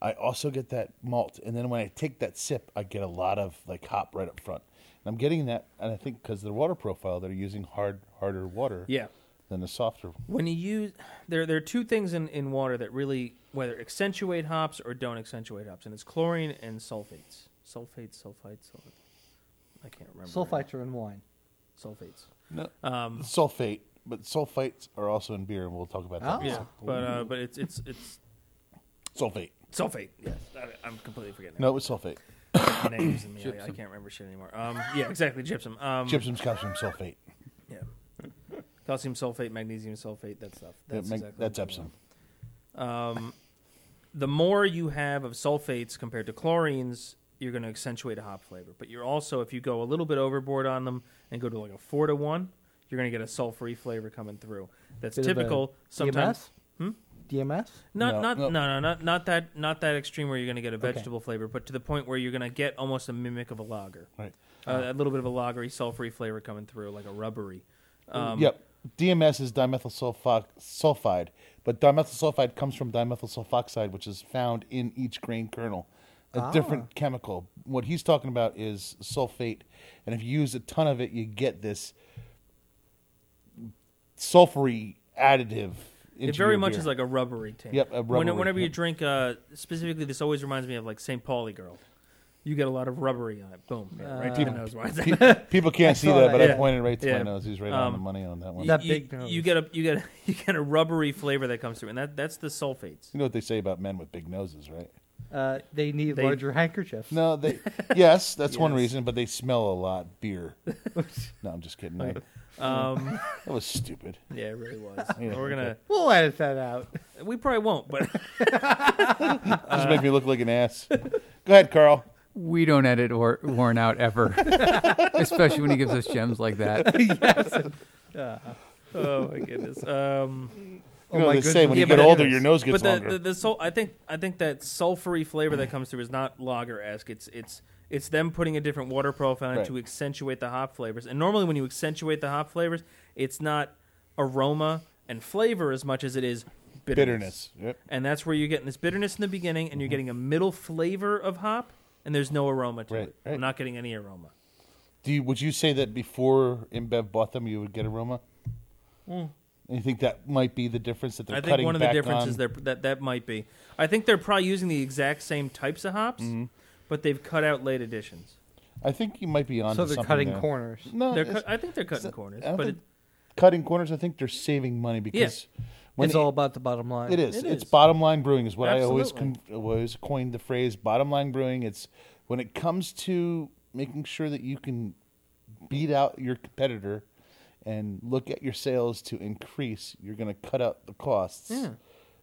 [SPEAKER 2] I also get that malt. And then when I take that sip, I get a lot of like hop right up front. And I'm getting that, and I think because the water profile, they're using hard, harder water
[SPEAKER 3] Yeah.
[SPEAKER 2] than the softer.
[SPEAKER 3] when you use there there are two things in, in water that really whether accentuate hops or don't accentuate hops and it's chlorine and sulfates sulfates sulfites sulf- i can't remember
[SPEAKER 4] Sulfites are in wine.
[SPEAKER 3] sulfates
[SPEAKER 2] No,
[SPEAKER 3] Um,
[SPEAKER 2] sulfate, but sulfites are also in beer, and we'll talk about that.
[SPEAKER 4] Oh.
[SPEAKER 2] in a
[SPEAKER 3] yeah
[SPEAKER 2] sec.
[SPEAKER 3] but uh but it's it's it's
[SPEAKER 2] Sulfate.
[SPEAKER 3] sulfate yes I, i'm completely forgetting
[SPEAKER 2] No, it's sulfate.
[SPEAKER 3] names and me, I, I can't remember shit anymore um yeah exactly gypsum um
[SPEAKER 2] Gypsum's calcium sulfate.
[SPEAKER 3] yeah calcium sulfate magnesium sulfate that stuff that's
[SPEAKER 2] That's, mag-
[SPEAKER 3] exactly
[SPEAKER 2] that's
[SPEAKER 3] what they are.
[SPEAKER 2] Epsom.
[SPEAKER 3] the more you have of sulfates compared to chlorines, you're going to accentuate a hop flavor. But you're also, if you go a little bit overboard on them and go to like a four to one, you're going to get a sulfury flavor coming through. That's
[SPEAKER 4] Bit of a
[SPEAKER 3] typical. Sometimes
[SPEAKER 4] DMS? DMS?
[SPEAKER 3] not
[SPEAKER 2] No,
[SPEAKER 3] not
[SPEAKER 2] no.
[SPEAKER 3] no. no not not that not that extreme where you're going to get a vegetable flavor, but to the point where you're going to get almost a mimic of a lager,
[SPEAKER 2] Right.
[SPEAKER 3] uh, a little bit of a lagery sulfury flavor coming through, like a rubbery. Um,
[SPEAKER 2] yep. DMS is dimethyl sulfoc- sulfide, but dimethyl sulfide comes from dimethyl sulfoxide, which is found in each grain kernel, a different chemical. What he's talking about is sulfate, and if you use a ton of it, you get this sulfury additive.
[SPEAKER 3] It
[SPEAKER 2] into
[SPEAKER 3] very
[SPEAKER 2] your
[SPEAKER 3] much
[SPEAKER 2] beer.
[SPEAKER 3] is like a rubbery taste.
[SPEAKER 2] Yep, a
[SPEAKER 3] When-
[SPEAKER 2] rubbery,
[SPEAKER 3] whenever you
[SPEAKER 2] yep.
[SPEAKER 3] drink, uh, specifically, this always reminds me of like St. Pauli Girl. You get a lot of rubbery on it. Boom. Yeah,
[SPEAKER 4] Uh,
[SPEAKER 3] right to the nose. Right
[SPEAKER 2] Pe- people can't see
[SPEAKER 4] saw
[SPEAKER 2] that,
[SPEAKER 4] that,
[SPEAKER 2] but I
[SPEAKER 3] yeah.
[SPEAKER 2] pointed right to my
[SPEAKER 3] Yeah. Um,
[SPEAKER 2] nose. He's right on the money on that one.
[SPEAKER 4] That
[SPEAKER 3] you,
[SPEAKER 4] big nose.
[SPEAKER 3] You get a you get a, you get a rubbery flavor that comes through, and that that's the sulfates.
[SPEAKER 2] you know what they say about men with big noses, right?
[SPEAKER 4] Uh, they need
[SPEAKER 3] They-
[SPEAKER 4] larger handkerchiefs.
[SPEAKER 2] No, they. yes, that's one
[SPEAKER 3] Yes.
[SPEAKER 2] reason, but they smell a lot beer. no, I'm just kidding. I-
[SPEAKER 3] Um,
[SPEAKER 2] that was stupid.
[SPEAKER 3] yeah, it really was.
[SPEAKER 2] Yeah,
[SPEAKER 3] We're gonna
[SPEAKER 4] We'll edit that out.
[SPEAKER 3] we probably won't, but Uh,
[SPEAKER 2] Just make me look like an ass. Go ahead, Carl.
[SPEAKER 1] We don't edit or Warren out ever, especially when he gives us gems like that.
[SPEAKER 3] oh my goodness. Um,
[SPEAKER 2] You know
[SPEAKER 4] my
[SPEAKER 2] what they say
[SPEAKER 4] goodness.
[SPEAKER 2] when
[SPEAKER 3] Yeah,
[SPEAKER 2] you get
[SPEAKER 3] but
[SPEAKER 2] older,
[SPEAKER 3] it is.
[SPEAKER 2] your nose gets
[SPEAKER 3] but the,
[SPEAKER 2] longer.
[SPEAKER 3] the, the sul- I think I think that sulfury flavor that comes through is not lager esque. It's it's it's them putting a different water profile in
[SPEAKER 2] Right.
[SPEAKER 3] to accentuate the hop flavors. And normally, when you accentuate the hop flavors, it's not aroma and flavor as much as it is bitterness.
[SPEAKER 2] Bitterness. Mm-hmm. Yep.
[SPEAKER 3] And that's where you're getting this bitterness in the beginning, and you're getting a middle flavor of hop, and there's no aroma to
[SPEAKER 2] Right,
[SPEAKER 3] it.
[SPEAKER 2] right.
[SPEAKER 3] I'm not getting any aroma.
[SPEAKER 2] Do you, would you say that before InBev bought them, you would get aroma? And you think that might be the difference that they're
[SPEAKER 3] Hmm. I
[SPEAKER 2] cutting
[SPEAKER 3] think one of the
[SPEAKER 2] back
[SPEAKER 3] differences
[SPEAKER 2] on?
[SPEAKER 3] there that that might be. I think they're probably using the exact same types of hops,
[SPEAKER 2] Mm-hmm.
[SPEAKER 3] but they've cut out late additions.
[SPEAKER 2] I think you might be on.
[SPEAKER 4] So they're cutting corners.
[SPEAKER 2] No,
[SPEAKER 3] They're
[SPEAKER 2] Oh, it's-
[SPEAKER 3] cut I think they're
[SPEAKER 2] So-
[SPEAKER 3] cutting corners,
[SPEAKER 2] I don't
[SPEAKER 3] but
[SPEAKER 2] think-
[SPEAKER 3] it,
[SPEAKER 2] cutting corners. I think they're saving money because when
[SPEAKER 4] it's all about the bottom line.
[SPEAKER 2] It is.
[SPEAKER 3] It
[SPEAKER 2] it's
[SPEAKER 3] is.
[SPEAKER 2] bottom line brewing is what I always con-
[SPEAKER 3] Absolutely.
[SPEAKER 2] always coined the phrase bottom line brewing. It's when it comes to making sure that you can beat out your competitor and look at your sales to increase, you're going to cut out the costs
[SPEAKER 3] Yeah.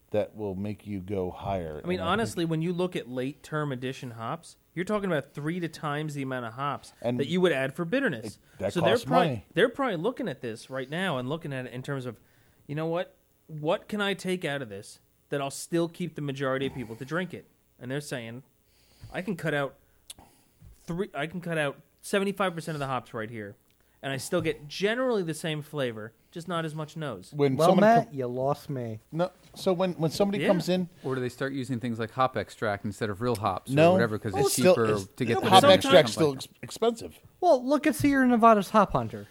[SPEAKER 2] that will make you go higher.
[SPEAKER 3] I mean,
[SPEAKER 2] And
[SPEAKER 3] honestly, when you look at late term addition hops, you're talking about three to times the amount of hops
[SPEAKER 2] And
[SPEAKER 3] that you would add for bitterness.
[SPEAKER 2] It- that
[SPEAKER 3] so
[SPEAKER 2] costs
[SPEAKER 3] they're probably
[SPEAKER 2] money.
[SPEAKER 3] they're probably looking at this right now and looking at it in terms of, you know what, what can I take out of this that I'll still keep the majority of people to drink it? And they're saying, I can cut out three. I can cut out seventy five percent of the hops right here, and I still get generally the same flavor, just not as much nose.
[SPEAKER 2] when
[SPEAKER 4] Well,
[SPEAKER 2] someone
[SPEAKER 4] Matt,
[SPEAKER 2] com-
[SPEAKER 4] you lost me.
[SPEAKER 2] no, so when when somebody
[SPEAKER 3] Yeah.
[SPEAKER 2] comes in,
[SPEAKER 1] Or do they start using things like hop extract instead of real hops
[SPEAKER 2] no,
[SPEAKER 1] or whatever because it's
[SPEAKER 2] still-
[SPEAKER 1] cheaper to get
[SPEAKER 2] no,
[SPEAKER 1] the
[SPEAKER 2] hop
[SPEAKER 1] bitterness or
[SPEAKER 2] extract's
[SPEAKER 1] something
[SPEAKER 2] still
[SPEAKER 1] like
[SPEAKER 2] ex- expensive.
[SPEAKER 4] Well, look at Sierra Nevada's Hop Hunter.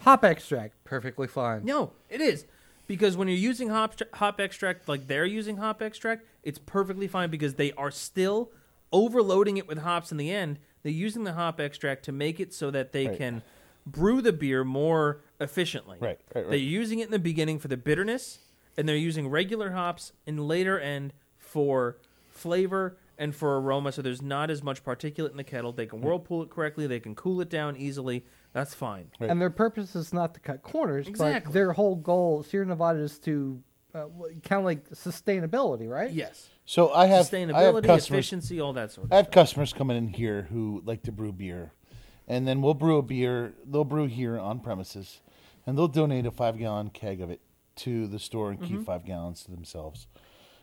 [SPEAKER 4] Hop extract, perfectly fine.
[SPEAKER 3] No, it is. Because when you're using hop, hop extract like they're using hop extract, it's perfectly fine because they are still overloading it with hops in the end. They're using the hop extract to make it so that they
[SPEAKER 2] Right.
[SPEAKER 3] can brew the beer more efficiently.
[SPEAKER 2] Right, right, right.
[SPEAKER 3] They're using it in the beginning for the bitterness, and they're using regular hops in later end for flavor and for aroma. So there's not as much particulate in the kettle. They
[SPEAKER 2] Hmm.
[SPEAKER 3] can whirlpool it correctly. They can cool it down easily. That's fine.
[SPEAKER 4] And their purpose is not to cut corners,
[SPEAKER 3] Exactly.
[SPEAKER 4] but their whole goal, Sierra Nevada, is to uh, kind of like sustainability, right?
[SPEAKER 3] Yes.
[SPEAKER 2] So I have I have
[SPEAKER 3] Sustainability,
[SPEAKER 2] customers
[SPEAKER 3] efficiency, all that sort of
[SPEAKER 2] I have customers coming in here who like to brew beer, and then we'll brew a beer. They'll brew here on premises, and they'll donate a five gallon keg of it to the store and
[SPEAKER 3] Mm-hmm.
[SPEAKER 2] keep five gallons to themselves.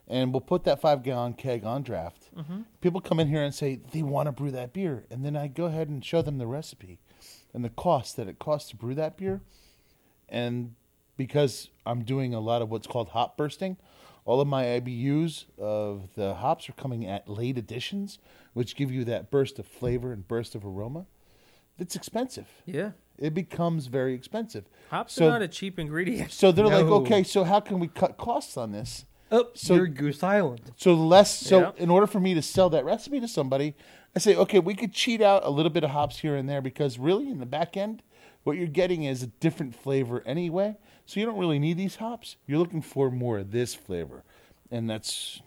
[SPEAKER 2] And we'll put that five gallon keg on draft.
[SPEAKER 3] Mm-hmm.
[SPEAKER 2] People come in here and say they want to brew that beer, and then I go ahead and show them the recipe and the cost that it costs to brew that beer. And because I'm doing a lot of what's called hop bursting, all of my IBUs of the hops are coming at late additions, which give you that burst of flavor and burst of aroma. It's expensive.
[SPEAKER 3] Yeah.
[SPEAKER 2] It becomes very expensive.
[SPEAKER 3] Hops
[SPEAKER 2] so,
[SPEAKER 3] are not a cheap ingredient.
[SPEAKER 2] so they're like,
[SPEAKER 4] No.
[SPEAKER 2] okay, so how can we cut costs on this?
[SPEAKER 4] Oh,
[SPEAKER 2] So-
[SPEAKER 4] you're Goose Island.
[SPEAKER 2] So less so
[SPEAKER 3] Yeah.
[SPEAKER 2] in order for me to sell that recipe to somebody, I say, okay, we could cheat out a little bit of hops here and there because really in the back end, what you're getting is a different flavor anyway. So you don't really need these hops. You're looking for more of this flavor. And that's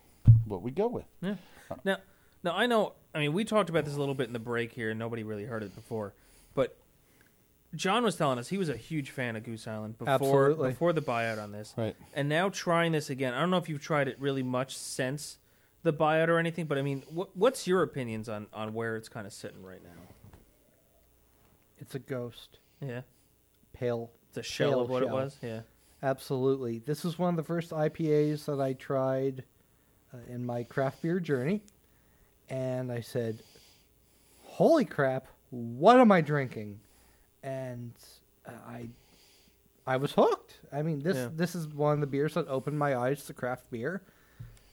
[SPEAKER 2] what we go with.
[SPEAKER 3] Yeah. Now, now I know. I mean, we talked about this a little bit in the break here, and nobody really heard it before. But John was telling us he was a huge fan of Goose Island before
[SPEAKER 4] Absolutely.
[SPEAKER 3] before the buyout on this,
[SPEAKER 2] Right.
[SPEAKER 3] And now trying this again. I don't know if you've tried it really much since the buyout or anything, but I mean, what, what's your opinions on on where it's kind of sitting right now?
[SPEAKER 4] It's a ghost.
[SPEAKER 3] Yeah,
[SPEAKER 4] Pale.
[SPEAKER 3] it's a shell
[SPEAKER 4] Pale
[SPEAKER 3] of what it
[SPEAKER 4] shell.
[SPEAKER 3] was. Yeah,
[SPEAKER 4] Absolutely. This is one of the first IPAs that I tried uh, in my craft beer journey. And I said, Holy crap, what am I drinking? And uh, I. I was hooked. I mean, this
[SPEAKER 3] Yeah.
[SPEAKER 4] this is one of the beers that opened my eyes to craft beer.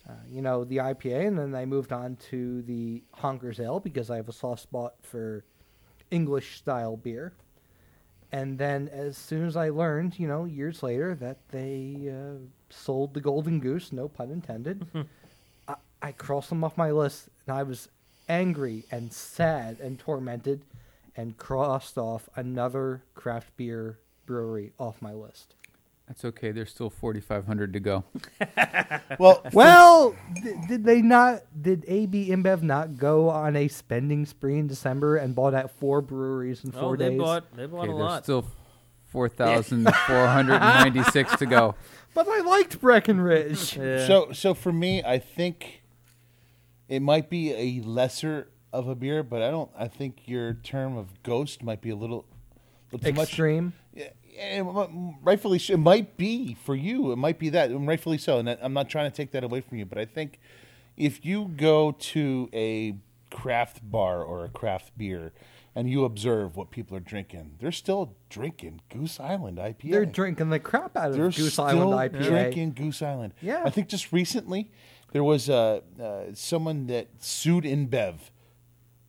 [SPEAKER 4] Uh, you know, the IPA, and then I moved on to the Honker's Ale because I have a soft spot for English style beer. And then, as soon as I learned, you know, years later, that they uh, sold the Golden Goose, no pun intended, I, I crossed them off my list, and I was angry and sad and tormented, and crossed off another craft beer brewery off my list.
[SPEAKER 1] that. That's okay. There's still 4,500 to go.
[SPEAKER 2] Well,
[SPEAKER 4] Well, d- did they not? Did AB InBev not go on a spending spree in December and bought out four breweries in
[SPEAKER 3] Oh,
[SPEAKER 4] four
[SPEAKER 3] they
[SPEAKER 4] days?
[SPEAKER 3] bought they bought
[SPEAKER 1] Okay,
[SPEAKER 3] a
[SPEAKER 1] there's
[SPEAKER 3] lot.
[SPEAKER 1] still 4,496 to go.
[SPEAKER 4] But I liked Breckenridge.
[SPEAKER 3] yeah.
[SPEAKER 2] So so for me, I think it might be a lesser of a beer, but I don't I think your term of ghost might be a little, little too much.
[SPEAKER 4] Extreme.
[SPEAKER 2] Yeah, and m- rightfully so. It might be for you. It might be that, and rightfully so. And I- I'm not trying to take that away from you, but I think if you go to a craft bar or a craft beer and you observe what people are drinking, they're still drinking Goose Island IPA.
[SPEAKER 4] They're drinking the crap out of
[SPEAKER 2] They're
[SPEAKER 4] Goose
[SPEAKER 2] still
[SPEAKER 4] Island IPA.
[SPEAKER 2] drinking Goose Island.
[SPEAKER 4] Yeah.
[SPEAKER 2] I think just recently there was uh, uh, someone that sued InBev.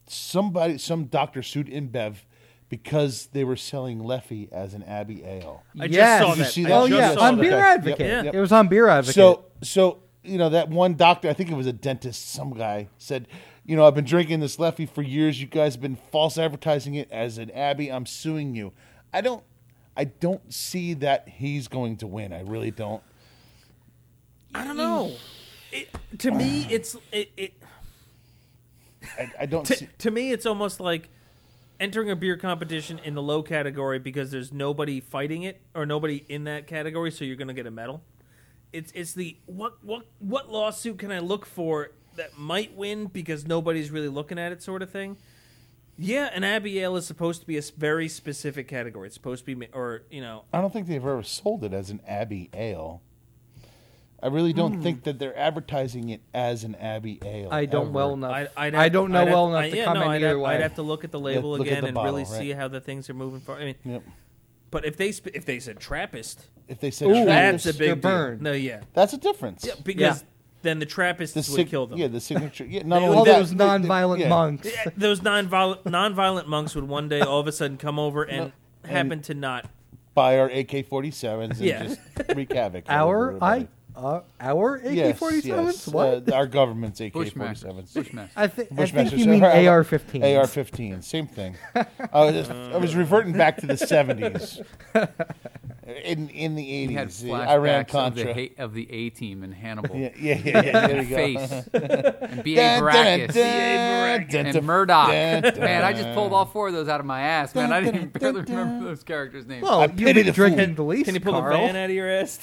[SPEAKER 2] Somebody, some doctor sued InBev because they were selling Leffe as an Abbey ale.
[SPEAKER 3] I
[SPEAKER 4] Yes.
[SPEAKER 3] just saw
[SPEAKER 4] Did you
[SPEAKER 3] that.
[SPEAKER 2] see
[SPEAKER 3] I
[SPEAKER 2] that?
[SPEAKER 4] Oh
[SPEAKER 3] just
[SPEAKER 4] yeah,
[SPEAKER 3] saw
[SPEAKER 4] on
[SPEAKER 3] that.
[SPEAKER 4] Beer
[SPEAKER 2] Okay.
[SPEAKER 4] Advocate.
[SPEAKER 2] Yep, yep.
[SPEAKER 4] It was on Beer Advocate.
[SPEAKER 2] So, so you know that one doctor, I think it was a dentist, some guy said, you know, I've been drinking this Leffe for years. You guys have been false advertising it as an Abbey. I'm suing you. I don't, I don't see that he's going to win. I really don't.
[SPEAKER 3] I don't know. It, to me, it's it, it
[SPEAKER 2] I, I don't
[SPEAKER 3] to,
[SPEAKER 2] see.
[SPEAKER 3] to me it's almost like entering a beer competition in the low category because there's nobody fighting it or nobody in that category so you're going to get a medal it's it's the what what what lawsuit can i look for that might win because nobody's really looking at it sort of thing yeah an abbey ale is supposed to be a s- very specific category it's supposed to be ma- or you know
[SPEAKER 2] I don't think they've ever sold it as an Abbey Ale. I really don't think that they're advertising it as an Abbey Ale.
[SPEAKER 4] Hmm. I don't
[SPEAKER 2] ever.
[SPEAKER 4] well enough.
[SPEAKER 3] I'd,
[SPEAKER 4] Uh, i
[SPEAKER 3] I'd have-
[SPEAKER 4] don't know
[SPEAKER 3] I'd have-
[SPEAKER 4] well enough
[SPEAKER 3] I-
[SPEAKER 4] to
[SPEAKER 3] yeah,
[SPEAKER 4] comment
[SPEAKER 3] no, I'd
[SPEAKER 4] either
[SPEAKER 3] have,
[SPEAKER 4] way.
[SPEAKER 3] I'd have to look at the label
[SPEAKER 2] look at
[SPEAKER 3] again
[SPEAKER 2] the
[SPEAKER 3] and
[SPEAKER 2] bottle,
[SPEAKER 3] really
[SPEAKER 2] right.
[SPEAKER 3] see how the things are moving forward. I mean,
[SPEAKER 2] Yep.
[SPEAKER 3] but if they sp- if they said Trappist,
[SPEAKER 2] If they said
[SPEAKER 4] Ooh,
[SPEAKER 2] Trappist,
[SPEAKER 3] That's a big
[SPEAKER 4] They're burned.
[SPEAKER 3] deal. No, yeah,
[SPEAKER 2] that's a difference.
[SPEAKER 3] yeah because then the Trappists
[SPEAKER 2] the
[SPEAKER 3] would
[SPEAKER 2] sig-
[SPEAKER 3] kill them.
[SPEAKER 2] Yeah, the signature. Yeah, not
[SPEAKER 3] They
[SPEAKER 2] only
[SPEAKER 4] All
[SPEAKER 2] that,
[SPEAKER 4] those
[SPEAKER 2] they- they-
[SPEAKER 4] non-violent
[SPEAKER 2] yeah.
[SPEAKER 4] monks.
[SPEAKER 3] Yeah, Those non-violent, non-violent monks would one day all of a sudden come over and
[SPEAKER 2] and-
[SPEAKER 3] happen to not.
[SPEAKER 2] buy our AK-47s and
[SPEAKER 3] Yeah.
[SPEAKER 2] just wreak havoc. all over
[SPEAKER 4] Our I,
[SPEAKER 2] everybody.
[SPEAKER 4] uh, our
[SPEAKER 2] Yes,
[SPEAKER 4] AK-47s.
[SPEAKER 2] yes,
[SPEAKER 4] What?
[SPEAKER 2] Uh, our government's AK-47s.
[SPEAKER 1] Bushmasters. Bushmasters.
[SPEAKER 4] I, thi- I think
[SPEAKER 2] Bushmasters.
[SPEAKER 4] you mean AR-15.
[SPEAKER 2] AR-15, same thing. I was, I was reverting back to the 70s. In in the 80s,
[SPEAKER 1] He had
[SPEAKER 2] the Iran
[SPEAKER 1] flashbacks of the,
[SPEAKER 2] Contra.
[SPEAKER 1] ha- of the A team in Hannibal.
[SPEAKER 2] Yeah, yeah, yeah, yeah, there you go.
[SPEAKER 1] Face and B.A.
[SPEAKER 2] Dun, dun,
[SPEAKER 1] Baracus
[SPEAKER 2] dun, dun,
[SPEAKER 1] and
[SPEAKER 2] dun,
[SPEAKER 1] Murdoch.
[SPEAKER 2] dun, dun.
[SPEAKER 1] Man, I just pulled all four of those out of my ass, man. I
[SPEAKER 2] Dun,
[SPEAKER 1] didn't
[SPEAKER 2] dun,
[SPEAKER 1] barely
[SPEAKER 2] dun,
[SPEAKER 1] remember
[SPEAKER 2] dun.
[SPEAKER 1] those characters' names.
[SPEAKER 4] Well,
[SPEAKER 2] I
[SPEAKER 4] you've
[SPEAKER 2] pity
[SPEAKER 4] been
[SPEAKER 2] the
[SPEAKER 4] drinking
[SPEAKER 2] fool.
[SPEAKER 4] the least,
[SPEAKER 3] Can you pull
[SPEAKER 4] Carl.
[SPEAKER 3] the van out of your ass?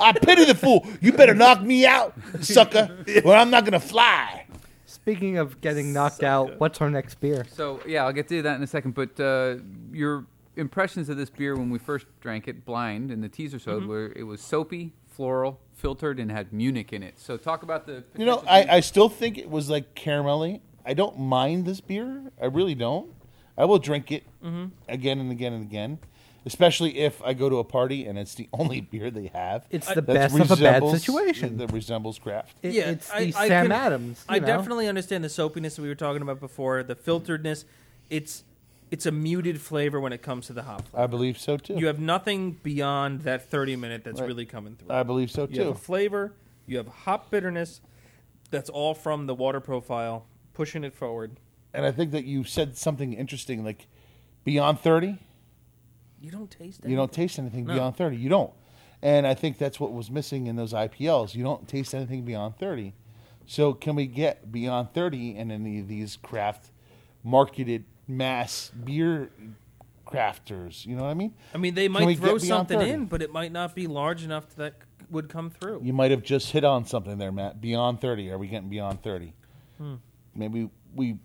[SPEAKER 2] I pity the fool. You better knock me out, sucker, or I'm not going to fly.
[SPEAKER 4] Speaking of getting knocked out, what's our next beer?
[SPEAKER 1] So yeah, I'll get to that in a second. But uh, your impressions of this beer when we first drank it blind in the teaser showed
[SPEAKER 2] Mm-hmm.
[SPEAKER 1] where it was soapy, floral, filtered, and had Munich in it. So talk about the
[SPEAKER 2] You know, I, I still think it was like caramelly. I don't mind this beer. I really don't. I will drink it
[SPEAKER 4] Mm-hmm.
[SPEAKER 2] again and again and again, especially if I go to a party and it's the only beer they have.
[SPEAKER 4] It's the best
[SPEAKER 2] that's
[SPEAKER 4] of a bad
[SPEAKER 2] resembles-
[SPEAKER 4] situation.
[SPEAKER 2] That resembles craft.
[SPEAKER 4] It- it's the
[SPEAKER 3] I- I
[SPEAKER 4] Sam
[SPEAKER 3] can-
[SPEAKER 4] Adams. you
[SPEAKER 3] I
[SPEAKER 4] know?
[SPEAKER 3] definitely understand the soapiness that we were talking about before, the filteredness. It's it's a muted flavor when it comes to the hop.
[SPEAKER 2] I believe so too.
[SPEAKER 3] You have nothing beyond that thirty minute that's
[SPEAKER 2] Right.
[SPEAKER 3] really coming through.
[SPEAKER 2] I believe so
[SPEAKER 3] You have
[SPEAKER 2] too.
[SPEAKER 3] a flavor. You have hop bitterness. That's all from the water profile, pushing it forward.
[SPEAKER 2] And I think that you said something interesting like beyond 30,
[SPEAKER 3] You don't taste it.
[SPEAKER 2] you don't taste anything beyond 30. You don't. And I think that's what was missing in those IPLs. You don't taste anything beyond 30. So can we get beyond 30 in any of these craft marketed mass beer crafters? You know what I mean?
[SPEAKER 3] I mean, they
[SPEAKER 2] Can we
[SPEAKER 3] might throw
[SPEAKER 2] get beyond
[SPEAKER 3] something
[SPEAKER 2] 30?
[SPEAKER 3] in, but it might not be large enough that c- would come through.
[SPEAKER 2] You might have just hit on something there, Matt. Beyond 30. Are we getting beyond 30?
[SPEAKER 3] Hmm.
[SPEAKER 2] Maybe we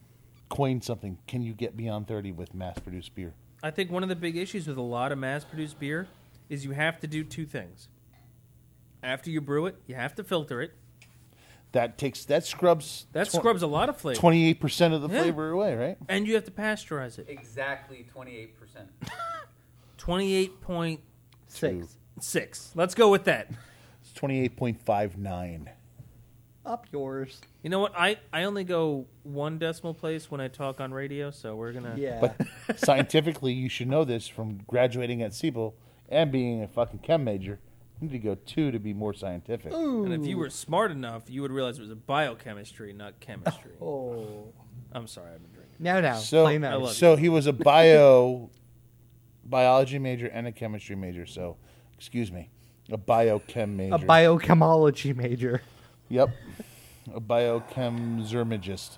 [SPEAKER 2] coined something. Can you get beyond 30 with mass produced beer?
[SPEAKER 3] I think one of the big issues with a lot of mass-produced beer is you have to do two things. After you brew it, you have to filter it.
[SPEAKER 2] That takes that scrubs
[SPEAKER 3] That scrubs a lot of flavor,
[SPEAKER 2] 28% of the
[SPEAKER 3] Yeah.
[SPEAKER 2] flavor away, right?
[SPEAKER 3] and you have to pasteurize it.
[SPEAKER 1] exactly twenty eight percent.
[SPEAKER 3] Twenty-eight point
[SPEAKER 4] six
[SPEAKER 3] six. Let's go with that.
[SPEAKER 2] It's 28.59.
[SPEAKER 4] up yours.
[SPEAKER 3] You know what? I, I only go one decimal place when I talk on radio, so we're gonna.
[SPEAKER 4] Yeah,
[SPEAKER 2] But scientifically, you should know this from graduating at Siebel and being a fucking chem major. You need to go two to be more scientific.
[SPEAKER 3] And if you were smart enough, you would realize it was a biochemistry, not chemistry.
[SPEAKER 4] oh,
[SPEAKER 3] I'm sorry, I've been drinking.
[SPEAKER 4] now now,
[SPEAKER 2] So,
[SPEAKER 4] play nice.
[SPEAKER 3] I love
[SPEAKER 2] so he was a bio biology major and a chemistry major. So, excuse me, a biochem major.
[SPEAKER 4] a biochemology major.
[SPEAKER 2] Yep, a biochem zermagist.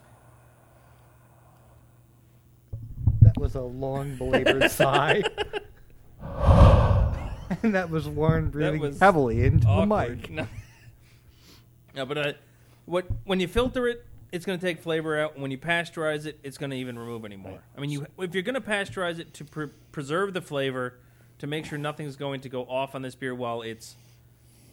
[SPEAKER 4] That was a long belabored sigh. And that was Warren breathing
[SPEAKER 3] was
[SPEAKER 4] heavily into the
[SPEAKER 3] Awkward.
[SPEAKER 4] mic.
[SPEAKER 3] No. No, but I, what when you filter it, it's going to take flavor out. And when you pasteurize it, it's going to even remove anymore. I mean, you if you're going to pasteurize it to pre- preserve the flavor, to make sure nothing's going to go off on this beer while it's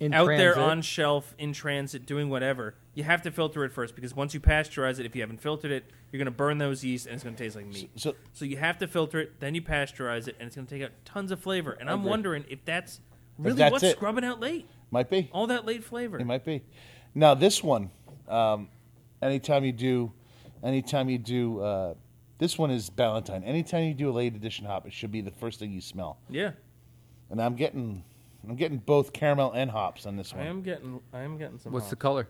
[SPEAKER 4] In
[SPEAKER 3] out there
[SPEAKER 4] transit.
[SPEAKER 3] on shelf in transit doing whatever, you have to filter it first because once you pasteurize it, if you haven't filtered it, you're going to burn those yeast and it's going to taste like meat.
[SPEAKER 2] So,
[SPEAKER 3] So you have to filter it, then you pasteurize it, and it's going to take out tons of flavor. And I'm
[SPEAKER 2] agree.
[SPEAKER 3] wondering if that's really
[SPEAKER 2] that's
[SPEAKER 3] what's
[SPEAKER 2] it.
[SPEAKER 3] scrubbing out late.
[SPEAKER 2] might be.
[SPEAKER 3] All that late flavor.
[SPEAKER 2] It might be. Now this one, um, anytime you do, anytime you do, uh, this one is Ballantine. Anytime you do a late edition hop, it should be the first thing you smell.
[SPEAKER 3] yeah,
[SPEAKER 2] And I'm getting, I'm getting both caramel and hops on this
[SPEAKER 3] I
[SPEAKER 2] one.
[SPEAKER 3] am getting, I am getting some.
[SPEAKER 1] What's the
[SPEAKER 3] hops.
[SPEAKER 1] color?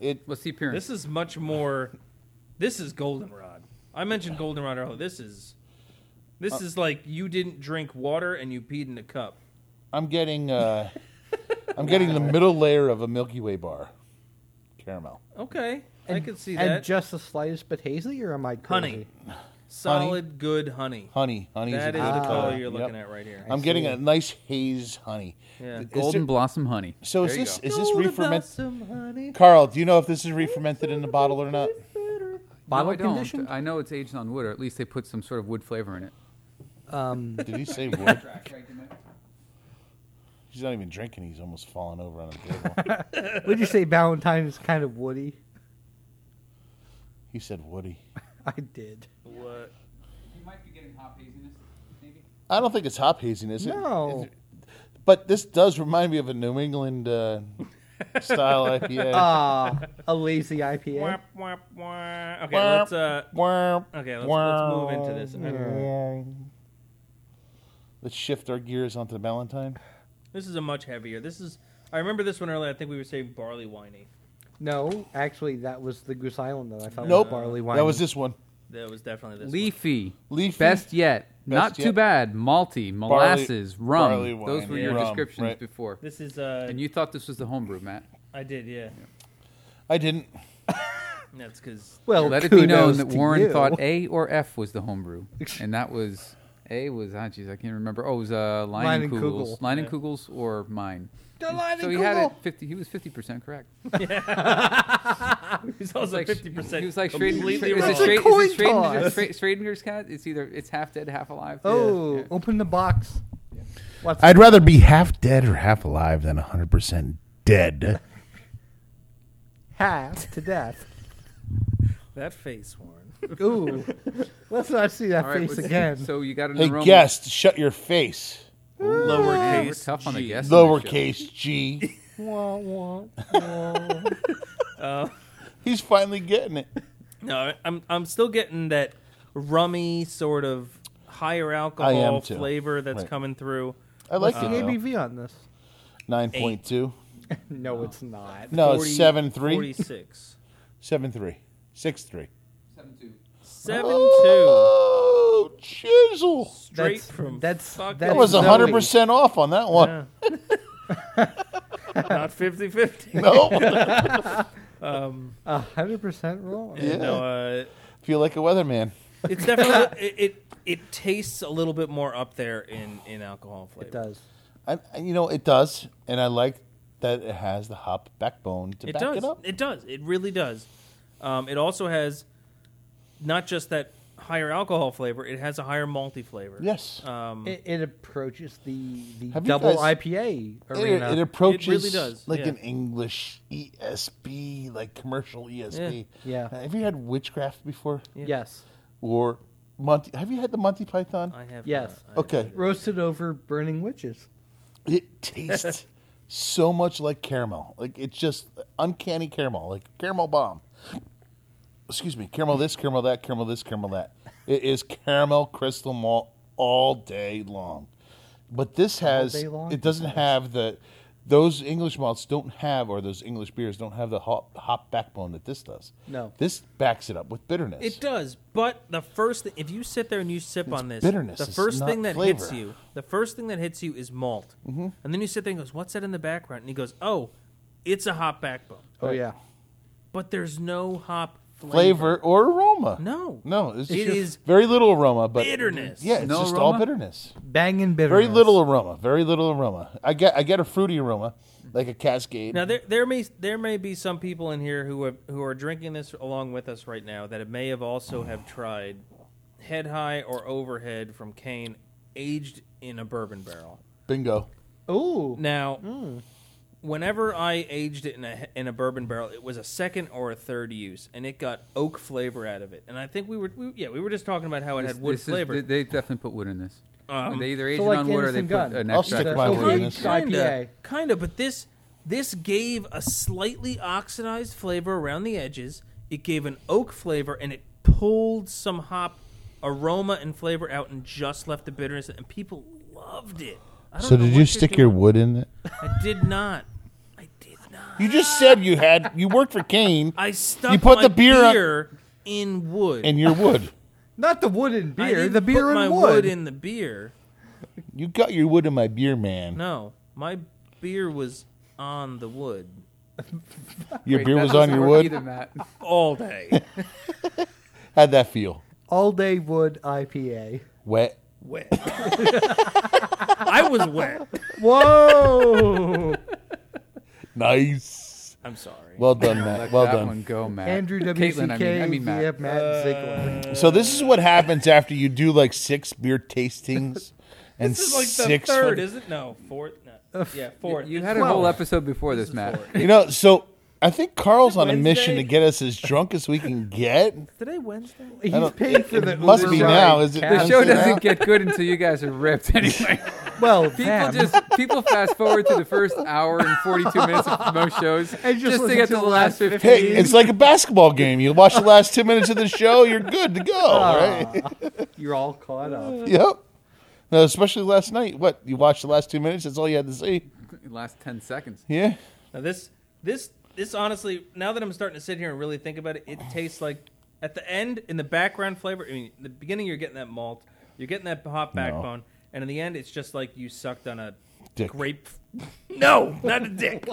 [SPEAKER 2] It
[SPEAKER 1] What's the appearance?
[SPEAKER 3] This is much more. This is goldenrod. I mentioned goldenrod earlier. This is This is like you didn't drink water and you peed in a cup.
[SPEAKER 2] I'm getting uh, I'm getting the middle layer of a Milky Way bar, caramel.
[SPEAKER 3] Okay, I can see
[SPEAKER 4] and
[SPEAKER 3] that.
[SPEAKER 4] just the slightest bit hazy, or am I crazy?
[SPEAKER 3] honey, solid good honey.
[SPEAKER 2] Honey, honey.
[SPEAKER 3] That
[SPEAKER 2] a
[SPEAKER 3] is
[SPEAKER 2] good
[SPEAKER 3] the
[SPEAKER 2] color.
[SPEAKER 3] color you're looking
[SPEAKER 2] Yep.
[SPEAKER 3] at right here.
[SPEAKER 2] I'm getting a nice haze honey.
[SPEAKER 3] Yeah.
[SPEAKER 2] Is
[SPEAKER 1] Golden
[SPEAKER 2] there-
[SPEAKER 1] blossom honey.
[SPEAKER 2] so is
[SPEAKER 3] There you
[SPEAKER 2] this
[SPEAKER 3] go.
[SPEAKER 2] is this
[SPEAKER 3] Know about
[SPEAKER 2] refermented?
[SPEAKER 3] some honey.
[SPEAKER 2] Carl, do you know if this is refermented in the bottle or not?
[SPEAKER 4] Bottle
[SPEAKER 1] no, I don't.
[SPEAKER 4] conditioned?
[SPEAKER 1] I know it's aged on wood, or at least they put some sort of wood flavor in it.
[SPEAKER 4] Um,
[SPEAKER 2] Did he say wood? He's not even drinking. He's almost falling over on the table.
[SPEAKER 4] would you say Valentine is kind of woody?
[SPEAKER 2] he said Woody.
[SPEAKER 4] I did.
[SPEAKER 3] What?
[SPEAKER 1] You might be getting hop haziness, maybe.
[SPEAKER 2] I don't think it's hop haziness. It-
[SPEAKER 4] No.
[SPEAKER 2] it- but this does remind me of a New England uh, style IPA.
[SPEAKER 4] Ah, a lazy IPA.
[SPEAKER 3] Wah, wah, wah. Okay, let's uh,
[SPEAKER 2] okay,
[SPEAKER 3] okay, let's, let's move into this.
[SPEAKER 2] Let's shift our gears onto the Valentine.
[SPEAKER 3] This is a much heavier. This is. I remember this one earlier. I think we were saying barley winey.
[SPEAKER 4] No, actually, that was the Goose Island that I found.
[SPEAKER 2] Nope.
[SPEAKER 4] with barley wine.
[SPEAKER 2] That was this one.
[SPEAKER 3] That was definitely this. one.
[SPEAKER 1] Leafy.
[SPEAKER 2] Leafy.
[SPEAKER 1] Best yet. Not too
[SPEAKER 2] yet.
[SPEAKER 1] bad. Malty, molasses, rum.
[SPEAKER 2] barley wine,
[SPEAKER 1] Those were
[SPEAKER 2] yeah.
[SPEAKER 1] your
[SPEAKER 2] Rum,
[SPEAKER 1] descriptions
[SPEAKER 2] right.
[SPEAKER 1] before.
[SPEAKER 3] This is. Uh,
[SPEAKER 1] And you thought this was the homebrew, Matt.
[SPEAKER 3] I did, yeah.
[SPEAKER 2] I didn't.
[SPEAKER 3] That's because
[SPEAKER 4] well.
[SPEAKER 1] Let it be known
[SPEAKER 4] Oh, kudos
[SPEAKER 1] that
[SPEAKER 4] to
[SPEAKER 1] Warren
[SPEAKER 4] you.
[SPEAKER 1] thought A or F was the homebrew. And that was A was ah jeez, I can't remember. Oh, it was uh Line and
[SPEAKER 4] Line and
[SPEAKER 1] Kugels.
[SPEAKER 4] Kugel.
[SPEAKER 1] Line and Kugels or mine.
[SPEAKER 4] The Line
[SPEAKER 1] so
[SPEAKER 4] and
[SPEAKER 1] he had it
[SPEAKER 4] Kugel.
[SPEAKER 1] fifty he was fifty percent correct.
[SPEAKER 3] he's also
[SPEAKER 1] like-
[SPEAKER 3] fifty percent.
[SPEAKER 1] He was like
[SPEAKER 3] completely
[SPEAKER 1] Schradinger's is
[SPEAKER 3] wrong.
[SPEAKER 1] it Schra-
[SPEAKER 4] It's a coin
[SPEAKER 1] is it Schradinger's, Schra-
[SPEAKER 4] toss.
[SPEAKER 1] Schradinger's cat? It's either it's half dead, half alive.
[SPEAKER 4] Oh,
[SPEAKER 1] Yeah.
[SPEAKER 4] open the box. What's
[SPEAKER 2] I'd rather be half dead or half alive than 100% dead.
[SPEAKER 4] half to death?
[SPEAKER 3] that face, Warren.
[SPEAKER 4] Ooh, let's not see that
[SPEAKER 1] All right,
[SPEAKER 4] face
[SPEAKER 1] what's-
[SPEAKER 4] again.
[SPEAKER 1] So you got an
[SPEAKER 2] Hey,
[SPEAKER 1] aroma.
[SPEAKER 2] guest, shut your face.
[SPEAKER 1] Yeah,
[SPEAKER 3] Lowercase.
[SPEAKER 1] we're tough on the
[SPEAKER 3] g.
[SPEAKER 1] guests. on the show.
[SPEAKER 2] Lowercase g.
[SPEAKER 4] Wah, wah, wah.
[SPEAKER 2] He's finally getting it.
[SPEAKER 3] No, I'm I'm still getting that rummy sort of higher alcohol
[SPEAKER 2] too.
[SPEAKER 3] flavor that's
[SPEAKER 2] Right.
[SPEAKER 3] coming through.
[SPEAKER 2] I like
[SPEAKER 4] What's the
[SPEAKER 2] it. though.
[SPEAKER 4] ABV on this?
[SPEAKER 2] 9.2.
[SPEAKER 4] No, it's not.
[SPEAKER 2] No,
[SPEAKER 3] 40
[SPEAKER 2] it's 7 3.
[SPEAKER 3] 46.
[SPEAKER 2] 7 3. 6 3.
[SPEAKER 3] Seven two.
[SPEAKER 2] Oh, chisel.
[SPEAKER 3] Straight
[SPEAKER 4] That's-
[SPEAKER 3] from
[SPEAKER 4] that's-
[SPEAKER 3] fucking
[SPEAKER 4] that
[SPEAKER 2] That was
[SPEAKER 4] Zoe.
[SPEAKER 2] 100% off on that one.
[SPEAKER 3] Yeah. not 50 50.
[SPEAKER 2] No.
[SPEAKER 4] A hundred percent wrong.
[SPEAKER 2] Yeah.
[SPEAKER 3] Um, No, uh,
[SPEAKER 2] Feel like a weatherman.
[SPEAKER 3] it's definitely, it, it, it tastes a little bit more up there in, in alcohol flavor.
[SPEAKER 4] It does.
[SPEAKER 2] I, I- you know, it does, and I like that it has the hop backbone to
[SPEAKER 3] It
[SPEAKER 2] back
[SPEAKER 3] does.
[SPEAKER 2] it up.
[SPEAKER 3] does. It really does. Um, it also has not just that higher alcohol flavor, it has a higher malty flavor.
[SPEAKER 2] Yes.
[SPEAKER 3] Um,
[SPEAKER 4] It, it approaches the the
[SPEAKER 2] Have you
[SPEAKER 4] double
[SPEAKER 2] guys-
[SPEAKER 4] IPA
[SPEAKER 2] It-
[SPEAKER 4] arena.
[SPEAKER 2] it, approaches
[SPEAKER 3] does,
[SPEAKER 2] like
[SPEAKER 3] yeah.
[SPEAKER 2] an English ESB, like commercial ESB.
[SPEAKER 4] Yeah. Yeah.
[SPEAKER 2] Uh, Have you had witchcraft before?
[SPEAKER 4] yes,
[SPEAKER 2] Or Monty? Have you had the Monty Python?
[SPEAKER 3] I have. uh,
[SPEAKER 4] Yes.
[SPEAKER 3] not. I have
[SPEAKER 2] okay.
[SPEAKER 4] roasted over burning witches.
[SPEAKER 2] It tastes so much like caramel. Like it's just uncanny caramel, like caramel bomb. Excuse me, caramel this, caramel that, caramel this, caramel that. It is caramel crystal malt all day long. But this has
[SPEAKER 4] day long?
[SPEAKER 2] it doesn't have the those English malts don't have or those English beers don't have the hop, hop backbone that this does.
[SPEAKER 4] No.
[SPEAKER 2] This backs it up with bitterness.
[SPEAKER 3] It does, but the first thing, if you sit there and you sip on this,
[SPEAKER 2] bitterness,
[SPEAKER 3] the
[SPEAKER 2] it's
[SPEAKER 3] first
[SPEAKER 2] not
[SPEAKER 3] thing that hits
[SPEAKER 2] flavor.
[SPEAKER 3] you, the first thing that hits you is malt. Mm-hmm. And then you sit there and goes, "What's that in the background?" And he goes, "Oh, it's a hop backbone."
[SPEAKER 4] Oh yeah,
[SPEAKER 3] But there's no hop flavor.
[SPEAKER 2] flavor or aroma.
[SPEAKER 3] No.
[SPEAKER 2] No, it's
[SPEAKER 3] It
[SPEAKER 2] just
[SPEAKER 3] is
[SPEAKER 2] very little aroma, but
[SPEAKER 3] bitterness.
[SPEAKER 2] Yeah, it's
[SPEAKER 1] No
[SPEAKER 2] just all
[SPEAKER 1] aroma?
[SPEAKER 2] bitterness.
[SPEAKER 4] banging bitter.
[SPEAKER 2] Very little aroma. Very little aroma. I get I get a fruity aroma, like a Cascade.
[SPEAKER 3] Now there there may there may be some people in here who have, who are drinking this along with us right now that may have also have tried head high or overhead from Kane aged in a bourbon barrel.
[SPEAKER 2] Bingo.
[SPEAKER 4] Ooh,
[SPEAKER 3] Now, whenever I aged it in a in a bourbon barrel, it was a second or a third use, and it got oak flavor out of it. And I think we were we, yeah we were just talking about how it had wood
[SPEAKER 1] is-
[SPEAKER 3] flavor.
[SPEAKER 1] they- they definitely put wood in this.
[SPEAKER 3] Um,
[SPEAKER 1] they either age
[SPEAKER 4] so
[SPEAKER 1] it
[SPEAKER 4] like
[SPEAKER 1] on wood or they
[SPEAKER 4] Innocent
[SPEAKER 1] put
[SPEAKER 4] Gun.
[SPEAKER 1] an
[SPEAKER 2] I'll
[SPEAKER 1] extract.
[SPEAKER 2] stick
[SPEAKER 1] of
[SPEAKER 2] my
[SPEAKER 1] wood
[SPEAKER 2] word
[SPEAKER 1] in
[SPEAKER 2] in
[SPEAKER 1] it.
[SPEAKER 2] this.
[SPEAKER 4] IPA.
[SPEAKER 3] kinda, kind of, but this this gave a slightly oxidized flavor around the edges. It gave an oak flavor, and it pulled some hop aroma and flavor out, and just left the bitterness. And people loved it. I don't
[SPEAKER 2] So
[SPEAKER 3] know
[SPEAKER 2] did
[SPEAKER 3] what
[SPEAKER 2] you
[SPEAKER 3] you're
[SPEAKER 2] stick your
[SPEAKER 3] doing.
[SPEAKER 2] wood in it?
[SPEAKER 3] I did not. I did not.
[SPEAKER 2] You just said you had you worked for Kane
[SPEAKER 3] I stuck
[SPEAKER 2] You put
[SPEAKER 3] my
[SPEAKER 2] the beer on-
[SPEAKER 3] beer in wood.
[SPEAKER 2] and your wood.
[SPEAKER 4] Not the wood and
[SPEAKER 3] I
[SPEAKER 4] beer.
[SPEAKER 3] didn't
[SPEAKER 4] The beer
[SPEAKER 3] put
[SPEAKER 4] and
[SPEAKER 3] my
[SPEAKER 4] wood.
[SPEAKER 3] in the beer.
[SPEAKER 2] You got your wood in my beer, man.
[SPEAKER 3] No, my beer was on the wood
[SPEAKER 2] Your
[SPEAKER 1] Wait,
[SPEAKER 2] beer
[SPEAKER 1] that
[SPEAKER 2] was on
[SPEAKER 1] doesn't
[SPEAKER 2] your
[SPEAKER 1] work
[SPEAKER 2] wood.
[SPEAKER 1] Either, Matt.
[SPEAKER 3] all day.
[SPEAKER 2] How'd that feel?
[SPEAKER 4] All day wood IPA.
[SPEAKER 2] Wet.
[SPEAKER 3] wet. I was wet.
[SPEAKER 4] Whoa!
[SPEAKER 2] Nice.
[SPEAKER 3] I'm sorry.
[SPEAKER 2] Well done,
[SPEAKER 1] Let
[SPEAKER 2] Matt. Well
[SPEAKER 1] that
[SPEAKER 2] done.
[SPEAKER 1] one go, Matt.
[SPEAKER 4] Andrew WCK,
[SPEAKER 1] Caitlin, I mean, I mean Matt.
[SPEAKER 4] VF Matt Ziegler.
[SPEAKER 2] So this is what happens after you do like six beer tastings, and
[SPEAKER 3] this is like the
[SPEAKER 2] six.
[SPEAKER 3] third,
[SPEAKER 2] fucking-
[SPEAKER 3] is it? No, fourth. No. Yeah, fourth.
[SPEAKER 1] You had a whole episode before this, Matt.
[SPEAKER 2] you know, so I think Carl's on a
[SPEAKER 3] Wednesday?
[SPEAKER 2] mission to get us as drunk as we can get.
[SPEAKER 3] Today Wednesday.
[SPEAKER 4] He's paid for the
[SPEAKER 2] It must
[SPEAKER 4] Uber
[SPEAKER 2] be
[SPEAKER 4] ride.
[SPEAKER 2] now. Is it
[SPEAKER 4] Cab-
[SPEAKER 1] The
[SPEAKER 2] Wednesday
[SPEAKER 1] show
[SPEAKER 2] now?
[SPEAKER 1] doesn't get good until you guys are ripped anyway.
[SPEAKER 4] Well,
[SPEAKER 1] People
[SPEAKER 4] damn.
[SPEAKER 1] just people fast forward to the first hour and 42 minutes of most shows
[SPEAKER 4] And just
[SPEAKER 1] to
[SPEAKER 4] listen
[SPEAKER 1] get to
[SPEAKER 4] to
[SPEAKER 1] the
[SPEAKER 4] the
[SPEAKER 1] last 15.
[SPEAKER 4] last
[SPEAKER 2] Hey, it's like a basketball game. You watch the last two minutes of the show, you're good to go. Right?
[SPEAKER 4] You're all caught up.
[SPEAKER 2] Yep. No, especially last night. What you watched the last two minutes? That's all you had to see.
[SPEAKER 1] last 10 seconds.
[SPEAKER 2] Yeah.
[SPEAKER 3] Now this this this honestly, now that I'm starting to sit here and really think about it, it tastes like at the end in the background flavor. I mean, the beginning you're getting that malt, you're getting that hop backbone, and in the end it's just like you sucked on a
[SPEAKER 2] Dick.
[SPEAKER 3] grape. No, not a dick.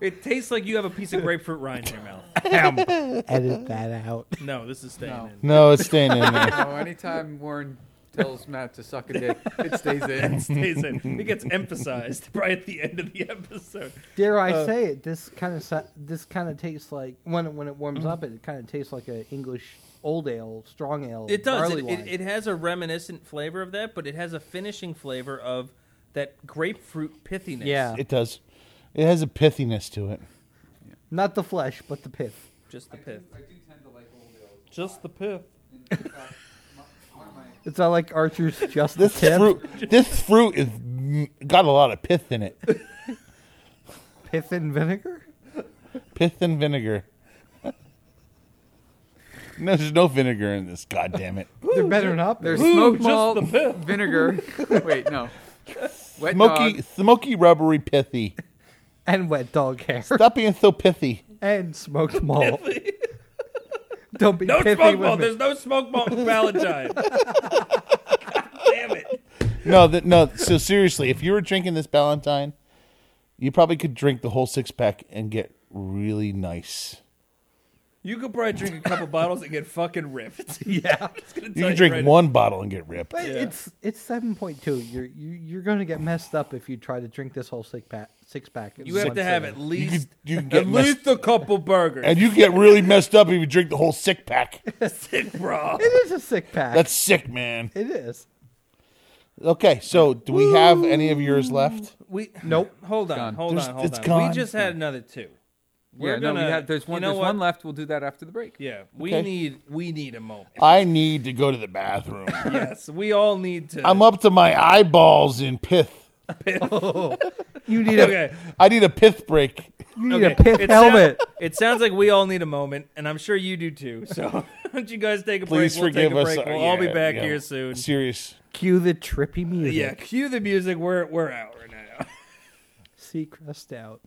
[SPEAKER 3] It tastes like you have a piece of grapefruit rind in your mouth.
[SPEAKER 4] Edit that out.
[SPEAKER 3] No, this is staying in.
[SPEAKER 2] No, it's staying in there.
[SPEAKER 1] Oh, anytime Warren tells Matt to suck a dick, it stays in.
[SPEAKER 3] Stays in. It gets emphasized right at the end of the episode.
[SPEAKER 4] Dare I say it? This kind of this kind of tastes like when it, when it warms up, it kind of tastes like an English old ale, strong ale.
[SPEAKER 3] It does.
[SPEAKER 4] barley
[SPEAKER 3] It,
[SPEAKER 4] wine.
[SPEAKER 3] it, it has a reminiscent flavor of that, but it has a finishing flavor of that grapefruit pithiness.
[SPEAKER 4] Yeah.
[SPEAKER 2] It does. It has a pithiness to it.
[SPEAKER 4] Not the flesh, but the pith.
[SPEAKER 3] Just the pith.
[SPEAKER 1] tend to like old ales.
[SPEAKER 3] Just the pith.
[SPEAKER 4] It's not like Archer's just the
[SPEAKER 2] This
[SPEAKER 4] tip.
[SPEAKER 2] fruit, this fruit is got a lot of pith in it.
[SPEAKER 4] Pith and vinegar.
[SPEAKER 2] Pith and vinegar. No, there's no vinegar in this. God damn it.
[SPEAKER 4] They're better not.
[SPEAKER 1] There's
[SPEAKER 4] be.
[SPEAKER 1] smoked
[SPEAKER 3] just
[SPEAKER 1] malt,
[SPEAKER 3] the pith.
[SPEAKER 1] vinegar. Wait, no. Wet
[SPEAKER 2] Smoky,
[SPEAKER 1] dog.
[SPEAKER 2] smoky, rubbery, pithy.
[SPEAKER 4] and wet dog hair
[SPEAKER 2] Stop being so pithy.
[SPEAKER 4] and smoked malt. Don't be
[SPEAKER 3] No
[SPEAKER 4] pithy
[SPEAKER 3] smoke
[SPEAKER 4] with
[SPEAKER 3] malt.
[SPEAKER 4] me.
[SPEAKER 3] There's no smoke malt in Valentine. God damn it.
[SPEAKER 2] No, that no. So seriously, if you were drinking this Ballantine, you probably could drink the whole six pack and get really nice.
[SPEAKER 3] You could probably drink a couple bottles and get fucking ripped.
[SPEAKER 4] Yeah,
[SPEAKER 2] You can drink one bottle and get ripped.
[SPEAKER 4] but it's it's seven point two. You're you, you're going to get messed up if you try to drink this whole six pack. Six pack. in
[SPEAKER 3] You have
[SPEAKER 4] one
[SPEAKER 3] to have
[SPEAKER 4] sitting.
[SPEAKER 3] at least
[SPEAKER 2] could- you could
[SPEAKER 3] at
[SPEAKER 2] get messed-
[SPEAKER 3] least a couple burgers.
[SPEAKER 2] And you get really messed up if you drink the whole sick pack.
[SPEAKER 3] sick, bro.
[SPEAKER 4] It is a sick pack.
[SPEAKER 2] That's sick, man.
[SPEAKER 4] it is.
[SPEAKER 2] Okay, so do we have any of yours left?
[SPEAKER 3] We
[SPEAKER 4] Nope.
[SPEAKER 3] Hold on,
[SPEAKER 1] Gone.
[SPEAKER 3] hold
[SPEAKER 2] There's-
[SPEAKER 3] on, hold
[SPEAKER 2] it's
[SPEAKER 3] on.
[SPEAKER 2] gone.
[SPEAKER 3] We just had another two.
[SPEAKER 1] Yeah,
[SPEAKER 3] We're
[SPEAKER 1] no, we
[SPEAKER 3] gonna-
[SPEAKER 1] had, there's
[SPEAKER 3] you
[SPEAKER 1] one.
[SPEAKER 3] know
[SPEAKER 1] there's one
[SPEAKER 3] what?
[SPEAKER 1] left. We'll do that after the break.
[SPEAKER 3] Yeah, we
[SPEAKER 2] Okay.
[SPEAKER 3] need we need a moment.
[SPEAKER 2] I need to go to the bathroom.
[SPEAKER 3] yes, we all need to.
[SPEAKER 2] I'm up to my eyeballs in pith.
[SPEAKER 4] You need a
[SPEAKER 3] okay.
[SPEAKER 2] I need a pith break.
[SPEAKER 4] you need
[SPEAKER 3] okay.
[SPEAKER 4] a pith
[SPEAKER 3] It sound-
[SPEAKER 4] helmet.
[SPEAKER 3] it sounds like we all need a moment, and I'm sure you do too. So why don't you guys take a
[SPEAKER 2] Please
[SPEAKER 3] break?
[SPEAKER 2] forgive
[SPEAKER 3] we'll
[SPEAKER 2] us.
[SPEAKER 3] take a break.
[SPEAKER 2] Uh,
[SPEAKER 3] We'll all be
[SPEAKER 2] yeah,
[SPEAKER 3] back
[SPEAKER 2] yeah.
[SPEAKER 3] here soon.
[SPEAKER 2] Serious.
[SPEAKER 4] Cue the trippy music.
[SPEAKER 3] Yeah, cue the music. We're we're out right now.
[SPEAKER 4] Seacrest out.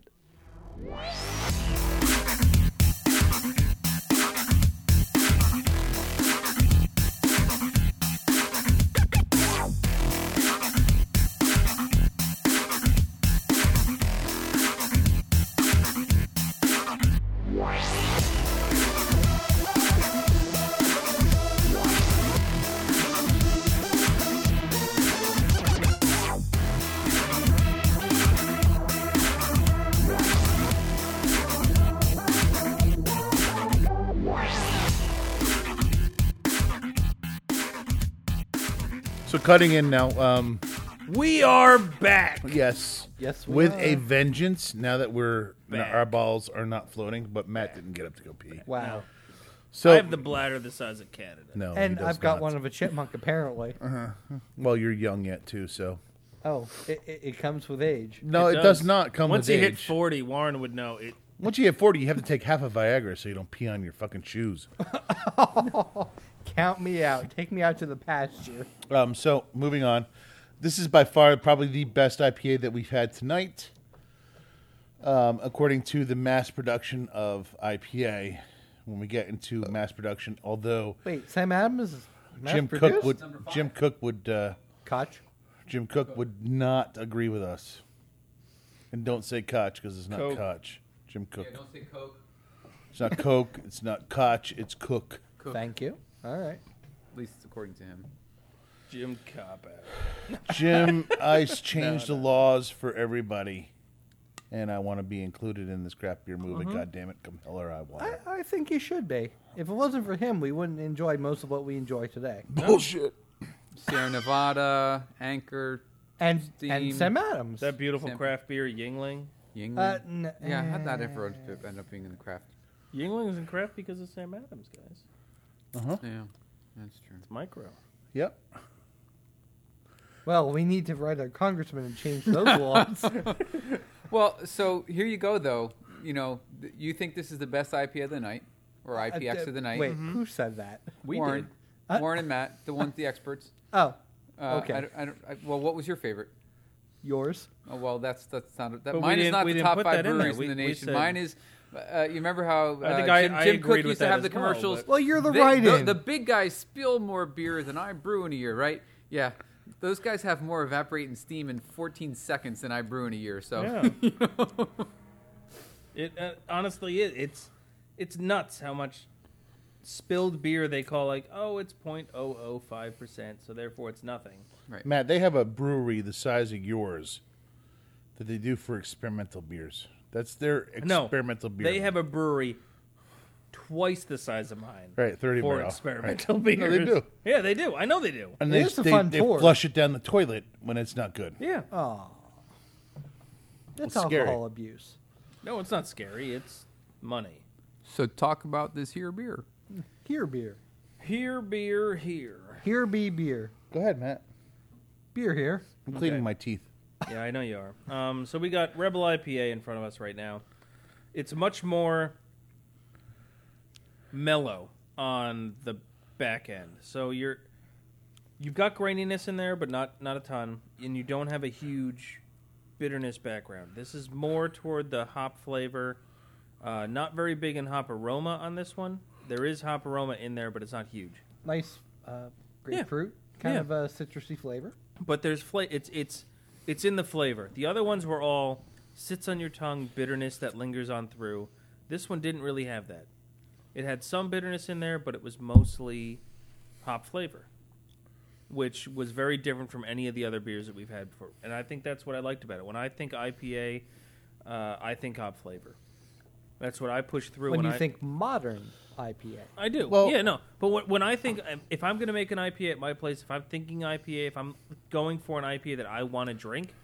[SPEAKER 2] So cutting in now. Um,
[SPEAKER 3] We are back.
[SPEAKER 2] yes.
[SPEAKER 4] Yes, we
[SPEAKER 2] With
[SPEAKER 4] are.
[SPEAKER 2] a vengeance. Now that we're
[SPEAKER 3] Back.
[SPEAKER 2] our balls are not floating, but Matt didn't get up to go pee.
[SPEAKER 4] Wow.
[SPEAKER 2] So
[SPEAKER 3] I have the bladder the size of Canada.
[SPEAKER 2] no, he
[SPEAKER 4] and
[SPEAKER 2] does
[SPEAKER 4] I've got
[SPEAKER 2] not. Uh-huh.
[SPEAKER 4] one of a chipmunk apparently.
[SPEAKER 2] Well, you're young yet too, so
[SPEAKER 4] Oh, it, it, it comes with age.
[SPEAKER 2] no, it, does. not come
[SPEAKER 3] Once
[SPEAKER 2] with
[SPEAKER 3] you hit
[SPEAKER 2] age.
[SPEAKER 3] 40, Warren would know it.
[SPEAKER 2] Once you hit forty, you have to take half a Viagra so you don't pee on your fucking shoes.
[SPEAKER 4] Count me out. Take me out to the pasture.
[SPEAKER 2] Um, so moving on, this is by far probably the best IPA that we've had tonight, um, according to the mass production of IPA. When we get into mass production, although
[SPEAKER 4] Wait, Sam Adams is
[SPEAKER 2] Jim Cook
[SPEAKER 4] Mass-produced?
[SPEAKER 2] would Jim Cook would uh,
[SPEAKER 4] Koch.
[SPEAKER 2] Jim Cook would not agree with us. And don't say Koch because it's not
[SPEAKER 3] Coke.
[SPEAKER 2] Koch. Jim Cook.
[SPEAKER 1] Yeah, don't say Coke.
[SPEAKER 2] It's not Coke. It's not Koch. It's Cook.
[SPEAKER 1] Cook.
[SPEAKER 4] Thank you. All right.
[SPEAKER 1] At least according to him.
[SPEAKER 3] Jim Cop out.
[SPEAKER 2] Jim Ice changed the laws for everybody, and I want to be included in this crap beer movement. God damn it, come hell or I want.
[SPEAKER 4] Mm-hmm. I,
[SPEAKER 2] it.
[SPEAKER 4] I think he should be. If it wasn't for him, we wouldn't enjoy most of what we enjoy today.
[SPEAKER 3] Oh,
[SPEAKER 2] Bullshit.
[SPEAKER 1] Sierra Nevada, Anchor,
[SPEAKER 4] And
[SPEAKER 1] Steam.
[SPEAKER 4] and Sam Adams.
[SPEAKER 3] That beautiful
[SPEAKER 1] Sam-
[SPEAKER 3] craft beer, Yingling.
[SPEAKER 1] Yingling.
[SPEAKER 4] Uh, n-
[SPEAKER 1] yeah, I had that
[SPEAKER 3] eh.
[SPEAKER 1] ever end up being in the craft.
[SPEAKER 3] Yingling's in craft because of Sam Adams, guys.
[SPEAKER 1] Yeah, that's true.
[SPEAKER 3] It's micro.
[SPEAKER 2] Yep.
[SPEAKER 4] Well, we need to write our congressman and change those laws.
[SPEAKER 1] Well, so here you go, though. You know, th- you think this is the best IPA of the night, or IPX
[SPEAKER 4] Uh,
[SPEAKER 1] of the night. Mm-hmm.
[SPEAKER 4] Wait, who said that?
[SPEAKER 1] we Warren,
[SPEAKER 4] Uh,
[SPEAKER 1] Warren and Matt, the ones, the experts.
[SPEAKER 4] Oh,
[SPEAKER 1] Uh,
[SPEAKER 4] Okay.
[SPEAKER 1] I don't, I don't, I, well, what was your favorite?
[SPEAKER 4] yours.
[SPEAKER 1] Oh, well, that's that's not that.
[SPEAKER 3] But we
[SPEAKER 1] Mine is
[SPEAKER 3] didn't-
[SPEAKER 1] not
[SPEAKER 3] we
[SPEAKER 1] the
[SPEAKER 3] didn't
[SPEAKER 1] top
[SPEAKER 3] put
[SPEAKER 1] five
[SPEAKER 3] that in there.
[SPEAKER 1] breweries in,
[SPEAKER 3] We-
[SPEAKER 1] the
[SPEAKER 3] we
[SPEAKER 1] nation.
[SPEAKER 3] said-
[SPEAKER 1] Mine is. Uh, you remember how uh,
[SPEAKER 3] I think I-
[SPEAKER 1] Jim,
[SPEAKER 3] I
[SPEAKER 1] Jim
[SPEAKER 3] agreed
[SPEAKER 1] Cook
[SPEAKER 3] with
[SPEAKER 1] used to
[SPEAKER 3] that
[SPEAKER 1] have the
[SPEAKER 3] as well,
[SPEAKER 1] commercials?
[SPEAKER 3] but-
[SPEAKER 4] Well, you're the
[SPEAKER 1] They-
[SPEAKER 4] write-in.
[SPEAKER 1] The, big guys spill more beer than I brew in a year, right? Yeah. Those guys have more evaporating steam in 14 seconds than I brew in a year. So
[SPEAKER 3] Yeah. It uh, honestly, it, it's it's nuts how much spilled beer they call like, oh, it's 0.005 percent, so therefore it's nothing.
[SPEAKER 2] Matt, they have a brewery the size of yours that they do for experimental beers. That's their
[SPEAKER 3] No,
[SPEAKER 2] experimental beer.
[SPEAKER 3] They have a brewery twice the size of mine.
[SPEAKER 2] Right, 30
[SPEAKER 3] for
[SPEAKER 2] barrel.
[SPEAKER 3] experimental
[SPEAKER 2] Right.
[SPEAKER 3] beers.
[SPEAKER 2] No, they do.
[SPEAKER 3] Yeah, they do. I know they do.
[SPEAKER 2] and
[SPEAKER 4] It
[SPEAKER 2] they,
[SPEAKER 4] is a
[SPEAKER 2] they,
[SPEAKER 4] fun
[SPEAKER 2] they
[SPEAKER 4] pour.
[SPEAKER 2] flush it down the toilet when it's not good.
[SPEAKER 3] Yeah.
[SPEAKER 4] Oh, that's
[SPEAKER 2] Well, scary.
[SPEAKER 4] alcohol abuse.
[SPEAKER 3] No, it's not scary. It's money.
[SPEAKER 1] so talk about this here beer.
[SPEAKER 4] Here beer.
[SPEAKER 3] Here, beer, here.
[SPEAKER 4] Here be beer.
[SPEAKER 2] Go ahead, Matt.
[SPEAKER 4] Beer here.
[SPEAKER 2] I'm cleaning my teeth.
[SPEAKER 3] yeah, I know you are. Um, so we got Rebel IPA in front of us right now. It's much more mellow on the back end. So you're you've got graininess in there, but not not a ton, and you don't have a huge bitterness background. This is more toward the hop flavor. Uh, not very big in hop aroma on this one. There is hop aroma in there, but it's not huge.
[SPEAKER 4] Nice uh, grapefruit. Kind
[SPEAKER 3] Yeah.
[SPEAKER 4] of a citrusy flavor.
[SPEAKER 3] but there's fla- it's it's it's in the flavor. The other ones were all sits on your tongue bitterness that lingers on through. This one didn't really have that. It had some bitterness in there, but it was mostly hop flavor, which was very different from any of the other beers that we've had before. And I think that's what I liked about it. When I think IPA, uh, I think hop flavor. That's what I push through
[SPEAKER 4] When, you
[SPEAKER 3] I,
[SPEAKER 4] think modern IPA.
[SPEAKER 3] I do.
[SPEAKER 2] Well-
[SPEAKER 3] yeah, no. But when, when I think um, if I'm going to make an IPA at my place, if I'm thinking IPA, if I'm going for an IPA that I want to drink,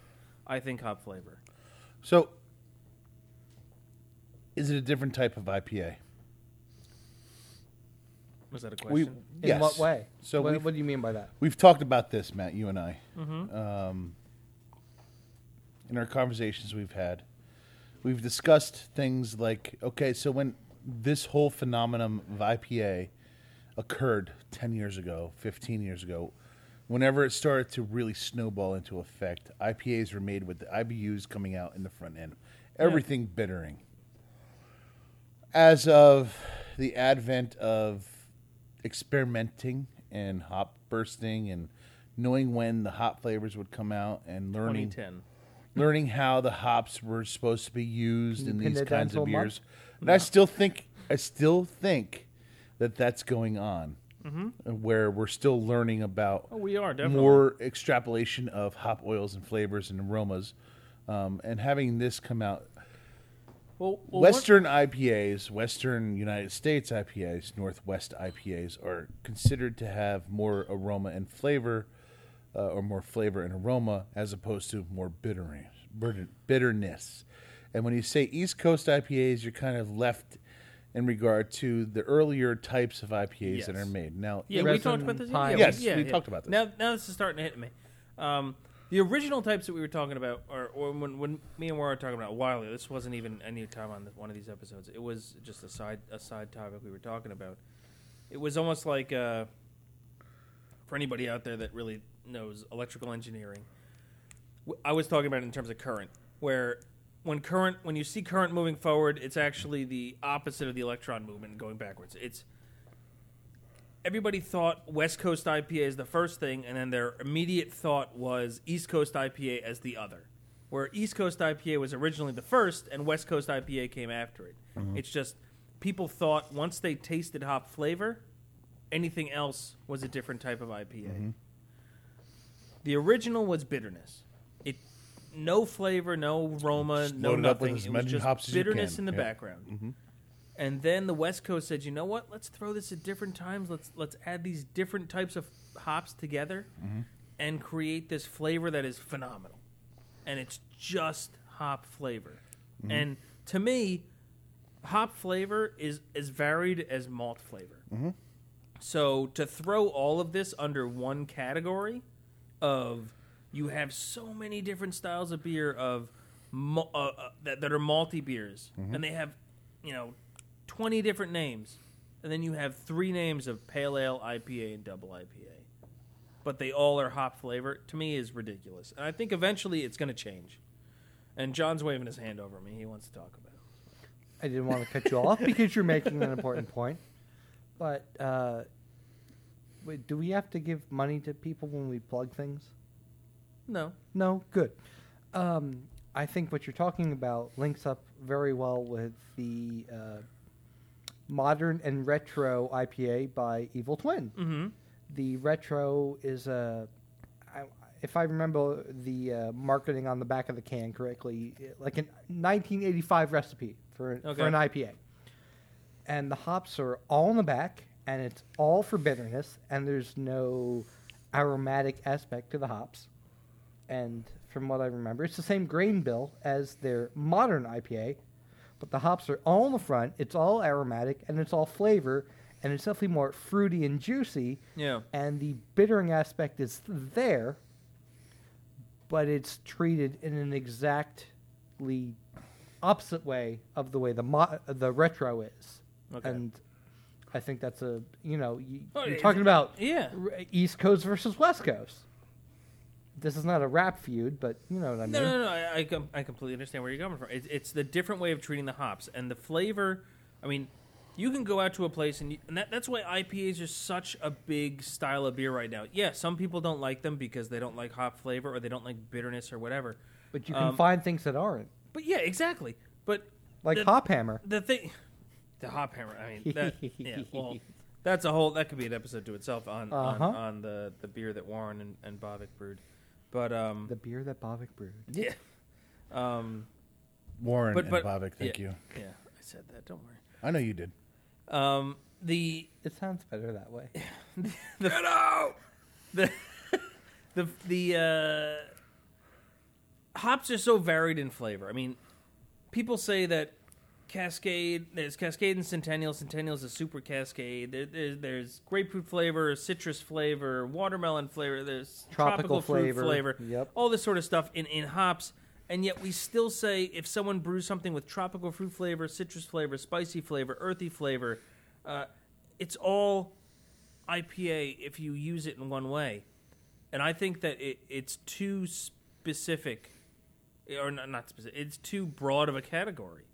[SPEAKER 3] I think hop flavor.
[SPEAKER 2] So, is it a different type of IPA?
[SPEAKER 3] Was that a
[SPEAKER 2] We,
[SPEAKER 3] question?
[SPEAKER 4] In
[SPEAKER 2] yes.
[SPEAKER 4] what way?
[SPEAKER 2] So
[SPEAKER 4] what,
[SPEAKER 2] we've,
[SPEAKER 4] what do you mean by that?
[SPEAKER 2] we've talked about this, Matt, you and I, um, in our conversations we've had. We've discussed things like, okay, so when this whole phenomenon of IPA occurred 10 years ago, 15 years ago, whenever it started to really snowball into effect, IPAs were made with the IBUs coming out in the front end, everything bittering. as of the advent of experimenting and hop bursting and knowing when the hop flavors would come out and learning
[SPEAKER 3] 2010.
[SPEAKER 2] learning how the hops were supposed to be used
[SPEAKER 4] Can
[SPEAKER 2] in
[SPEAKER 4] you pin
[SPEAKER 2] these
[SPEAKER 4] it down
[SPEAKER 2] kinds
[SPEAKER 4] to
[SPEAKER 2] of
[SPEAKER 4] a month?
[SPEAKER 2] beers. And I still think I still think that that's going on. Mm-hmm. Where we're still learning about
[SPEAKER 3] Oh, we are, definitely.
[SPEAKER 2] more extrapolation of hop oils and flavors and aromas, um, and having this come out
[SPEAKER 3] Well, well, what-
[SPEAKER 2] Western IPAs, Western United States IPAs, Northwest IPAs are considered to have more aroma and flavor, uh, or more flavor and aroma, as opposed to more bitterness. bitter- Bitterness. And when you say East Coast IPAs, you're kind of left in regard to the earlier types of IPAs that
[SPEAKER 3] Yes.
[SPEAKER 2] are made. Now,
[SPEAKER 3] Yeah, we
[SPEAKER 4] Resin
[SPEAKER 3] talked about this.
[SPEAKER 4] pine.
[SPEAKER 3] Yeah,
[SPEAKER 2] Yes,
[SPEAKER 3] we, yeah,
[SPEAKER 2] we
[SPEAKER 3] yeah.
[SPEAKER 2] talked about this.
[SPEAKER 3] Now, now this is starting to hit me. Um, the original types that we were talking about, or, or when, when me and Warren were talking about a while ago, this wasn't even any time on the, one of these episodes. It was just a side a side topic we were talking about. It was almost like uh, for anybody out there that really knows electrical engineering, w- I was talking about it in terms of current, where when current when you see current moving forward, it's actually the opposite of the electron movement going backwards. It's everybody thought West Coast IPA is the first thing, and then their immediate thought was East Coast IPA as the other. Where East Coast IPA was originally the first, and West Coast IPA came after it. It's just people thought once they tasted hop flavor, anything else was a different type of IPA.
[SPEAKER 2] Mm-hmm.
[SPEAKER 3] The original was bitterness. It no flavor, no aroma,
[SPEAKER 2] Just
[SPEAKER 3] no
[SPEAKER 2] load it up with
[SPEAKER 3] nothing.
[SPEAKER 2] as
[SPEAKER 3] It was
[SPEAKER 2] many
[SPEAKER 3] just
[SPEAKER 2] hops as you
[SPEAKER 3] bitterness
[SPEAKER 2] can.
[SPEAKER 3] in the
[SPEAKER 2] Yeah. Mm-hmm.
[SPEAKER 3] background. And then the West Coast said, "You know what? Let's throw this at different times. Let's let's add these different types of hops together
[SPEAKER 2] Mm-hmm.
[SPEAKER 3] and create this flavor that is phenomenal. And it's just hop flavor.
[SPEAKER 2] Mm-hmm.
[SPEAKER 3] And to me, hop flavor is as varied as malt flavor. So to throw all of this under one category of you have so many different styles of beer of mal- uh, uh, that, that are malty beers
[SPEAKER 4] Mm-hmm.
[SPEAKER 3] and they have you know 20 different names and then you have three names of pale ale, IPA and double IPA. But they all are hop flavor to me is ridiculous. And I think eventually it's going to change. And John's waving his hand over me. He wants to talk about it.
[SPEAKER 4] I didn't want to cut you off because you're making an important point. But uh, wait, do we have to give money to people when we plug things?
[SPEAKER 3] No.
[SPEAKER 4] No, good. Um, I think what you're talking about links up very well with the uh, modern and retro IPA by Evil Twin.
[SPEAKER 3] Mm-hmm.
[SPEAKER 4] The retro is a, I, if I remember the uh, marketing on the back of the can correctly, like a 1985 recipe for an,
[SPEAKER 3] Okay.
[SPEAKER 4] for an IPA. And the hops are all in the back, and it's all for bitterness, and there's no aromatic aspect to the hops and from what I remember, it's the same grain bill as their modern IPA, but the hops are all in the front. It's all aromatic and it's all flavor, and it's definitely more fruity and juicy.
[SPEAKER 3] Yeah.
[SPEAKER 4] And the bittering aspect is there, but it's treated in an exactly opposite way of the way the mo- the retro is.
[SPEAKER 3] Okay.
[SPEAKER 4] And I think that's a you know you,
[SPEAKER 3] Oh,
[SPEAKER 4] you're
[SPEAKER 3] it-
[SPEAKER 4] talking about
[SPEAKER 3] yeah.
[SPEAKER 4] r- East Coast versus West Coast. This is not a rap feud, but you know what I mean.
[SPEAKER 3] No, no, no. I, I, com- I completely understand where you're coming from. It's, it's the different way of treating the hops and the flavor. I mean, you can go out to a place and, you, and that, that's why IPAs are such a big style of beer right now. Yeah, some people don't like them because they don't like hop flavor or they don't like bitterness or whatever.
[SPEAKER 4] But you can
[SPEAKER 3] Um,
[SPEAKER 4] find things that aren't,
[SPEAKER 3] But yeah, exactly. But
[SPEAKER 4] like
[SPEAKER 3] the-
[SPEAKER 4] Hop Hammer.
[SPEAKER 3] the thing, the hop hammer. I mean, that, yeah. Well, that's a whole. That could be an episode to itself on
[SPEAKER 4] Uh-huh.
[SPEAKER 3] on, on the the beer that Warren and, and Bavik brewed. But um,
[SPEAKER 4] The beer that Bobbick brewed.
[SPEAKER 3] yeah, um,
[SPEAKER 2] Warren
[SPEAKER 3] But- but-
[SPEAKER 2] and Bavik, thank
[SPEAKER 3] yeah.
[SPEAKER 2] you.
[SPEAKER 3] yeah. I said that. Don't worry.
[SPEAKER 2] I know you did.
[SPEAKER 3] Um, the
[SPEAKER 4] It sounds better that way.
[SPEAKER 3] the the the, the uh, hops are so varied in flavor. I mean, people say that Cascade, there's Cascade and Centennial. Centennial's a super Cascade. There, there, there's grapefruit flavor, citrus flavor, watermelon flavor. There's tropical,
[SPEAKER 4] Tropical
[SPEAKER 3] flavor,
[SPEAKER 4] flavor.
[SPEAKER 3] fruit flavor.
[SPEAKER 4] Yep.
[SPEAKER 3] All this sort of stuff in in hops. And yet, we still say if someone brews something with tropical fruit flavor, citrus flavor, spicy flavor, earthy flavor, uh, it's all IPA if you use it in one way. And I think that it, it's too specific, or not, not specific, it's too broad of a category.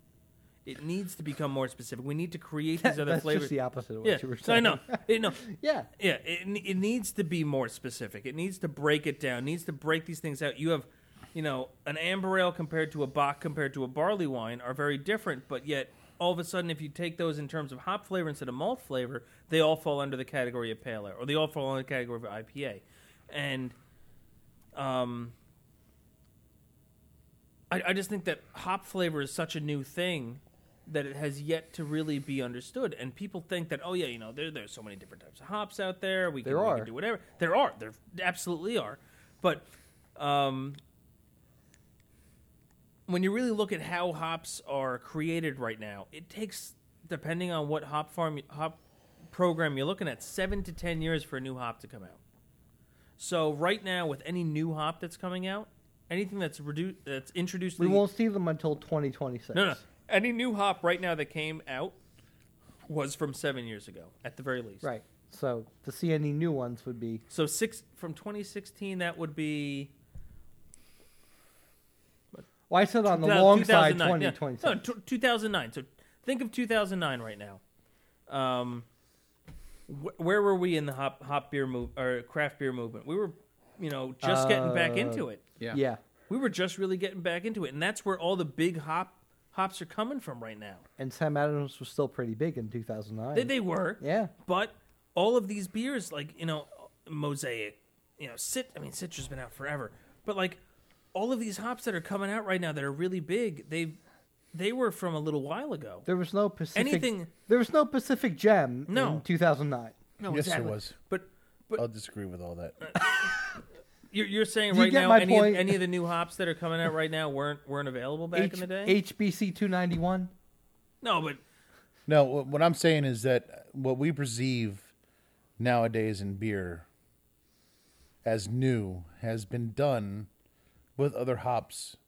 [SPEAKER 3] It needs to become more specific. We need to create these other
[SPEAKER 4] That's
[SPEAKER 3] flavors.
[SPEAKER 4] just the opposite of what
[SPEAKER 3] yeah,
[SPEAKER 4] you were
[SPEAKER 3] I
[SPEAKER 4] saying.
[SPEAKER 3] know. It- no,
[SPEAKER 4] yeah,
[SPEAKER 3] yeah, it, ne- it needs to be more specific. It needs to break it down. It needs to break these things out. You have, you know, an amber ale compared to a Bach compared to a barley wine are very different, but yet all of a sudden, if you take those in terms of hop flavor instead of malt flavor, they all fall under the category of pale ale, or they all fall under the category of IPA. And um, I, I just think that hop flavor is such a new thing that it has yet to really be understood. And people think that, oh yeah, you know, there there's so many different types of hops out there. We can,
[SPEAKER 4] There
[SPEAKER 3] we
[SPEAKER 4] are.
[SPEAKER 3] can do whatever. There are. There absolutely are. But um, when you really look at how hops are created right now, it takes depending on what hop farm hop program you're looking at, seven to ten years for a new hop to come out. So right now, with any new hop that's coming out, anything that's reduced that's introduced, to
[SPEAKER 4] we
[SPEAKER 3] the-
[SPEAKER 4] won't see them until 2026.
[SPEAKER 3] No, no. Any new hop right now that came out was from seven years ago, at the very least.
[SPEAKER 4] Right. So to see any new ones would be
[SPEAKER 3] So six from 2016, that would be
[SPEAKER 4] well, I said on the
[SPEAKER 3] No,
[SPEAKER 4] long side
[SPEAKER 3] 2009, yeah.
[SPEAKER 4] 2026.
[SPEAKER 3] No, tw- 2009. So think of 2009 right now. Um, wh- where were we in the hop hop beer move or craft beer movement? We were, you know, just getting back
[SPEAKER 4] Uh,
[SPEAKER 3] into it.
[SPEAKER 1] Yeah.
[SPEAKER 4] yeah.
[SPEAKER 3] We were just really getting back into it, and that's where all the big hop hops are coming from right now.
[SPEAKER 4] And Sam Adams was still pretty big in 2009.
[SPEAKER 3] They, they were,
[SPEAKER 4] Yeah.
[SPEAKER 3] but all of these beers, like you know, Mosaic, you know, Cit. I mean, Citra's been out forever, but like all of these hops that are coming out right now that are really big, they they were from a little while ago.
[SPEAKER 4] There was no Pacific.
[SPEAKER 3] Anything-
[SPEAKER 4] There was no Pacific Gem
[SPEAKER 3] No.
[SPEAKER 4] in 2009.
[SPEAKER 3] No,
[SPEAKER 2] Yes, there was.
[SPEAKER 3] But but
[SPEAKER 2] I'll disagree with all that.
[SPEAKER 3] you're, you're saying
[SPEAKER 4] Uh, You
[SPEAKER 3] right
[SPEAKER 4] get
[SPEAKER 3] now
[SPEAKER 4] my
[SPEAKER 3] any of,
[SPEAKER 4] point.
[SPEAKER 3] any of the new hops that are coming out right now weren't weren't available back in the day.
[SPEAKER 4] HBC 291.
[SPEAKER 3] no, but
[SPEAKER 2] No, wh- what I'm saying is that what we perceive nowadays in beer as new has been done with other hops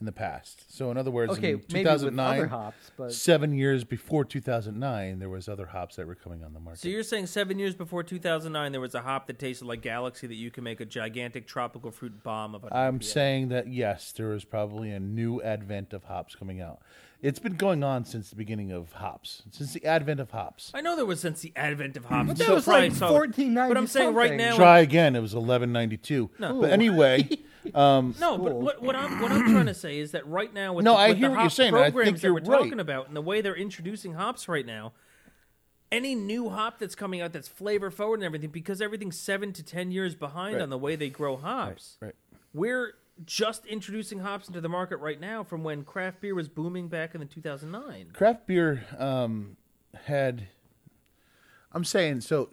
[SPEAKER 2] in the past. So, in other words,
[SPEAKER 4] Okay,
[SPEAKER 2] in
[SPEAKER 4] maybe with
[SPEAKER 2] 2009,
[SPEAKER 4] other hops, but
[SPEAKER 2] seven years before 2009, there was other hops that were coming on the market.
[SPEAKER 3] so you're saying seven years before 2009 there was a hop that tasted like Galaxy that you can make a gigantic tropical fruit bomb of. A,
[SPEAKER 4] Um,
[SPEAKER 2] I'm saying that yes, there is probably a new advent of hops coming out. It's been going on since the beginning of hops, since the advent of hops.
[SPEAKER 3] I know there was since the advent of hops.
[SPEAKER 4] that
[SPEAKER 3] so
[SPEAKER 4] was like
[SPEAKER 3] probably so-
[SPEAKER 4] 1490
[SPEAKER 3] But I'm saying right
[SPEAKER 4] something.
[SPEAKER 3] now
[SPEAKER 2] Try again. It was 1192. But anyway,
[SPEAKER 3] No, but
[SPEAKER 4] Cool.
[SPEAKER 3] what, what I'm what I'm trying to say is that right now with
[SPEAKER 2] No,
[SPEAKER 3] the,
[SPEAKER 2] I
[SPEAKER 3] with
[SPEAKER 2] hear
[SPEAKER 3] the
[SPEAKER 2] what
[SPEAKER 3] hop
[SPEAKER 2] you're saying, and I
[SPEAKER 3] programs
[SPEAKER 2] think
[SPEAKER 3] that
[SPEAKER 2] you're
[SPEAKER 3] we're
[SPEAKER 2] right.
[SPEAKER 3] talking about and the way they're introducing hops right now, any new hop that's coming out that's flavor forward and everything, because everything's seven to ten years behind
[SPEAKER 2] Right.
[SPEAKER 3] on the way they grow hops.
[SPEAKER 2] right.
[SPEAKER 3] We're just introducing hops into the market right now from when craft beer was booming back in the 2009.
[SPEAKER 2] craft beer um, had i'm saying so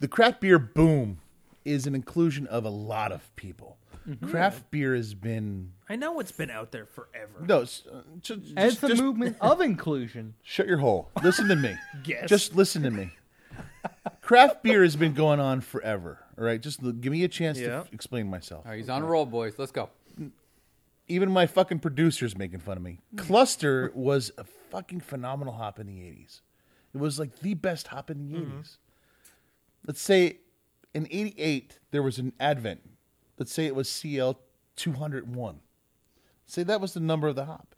[SPEAKER 2] the craft beer boom is an inclusion of a lot of people
[SPEAKER 4] Mm-hmm.
[SPEAKER 2] craft beer has been
[SPEAKER 3] I know it's been out there forever.
[SPEAKER 2] no s- uh, ju-
[SPEAKER 4] and
[SPEAKER 2] just,
[SPEAKER 4] it's the
[SPEAKER 2] just
[SPEAKER 4] movement of inclusion.
[SPEAKER 2] shut your hole listen to me
[SPEAKER 3] Yes.
[SPEAKER 2] just listen to me craft beer has been going on forever all right just l- give me a chance to
[SPEAKER 3] Yeah.
[SPEAKER 2] f- explain myself
[SPEAKER 1] All right, he's on a roll, boys. Let's go.
[SPEAKER 2] even my fucking producer's making fun of me. Cluster was a fucking phenomenal hop in the 80s. It was like the best hop in the 80s. Let's say in 88, there was an advent. Let's say it was CL 201. Say that was the number of the hop.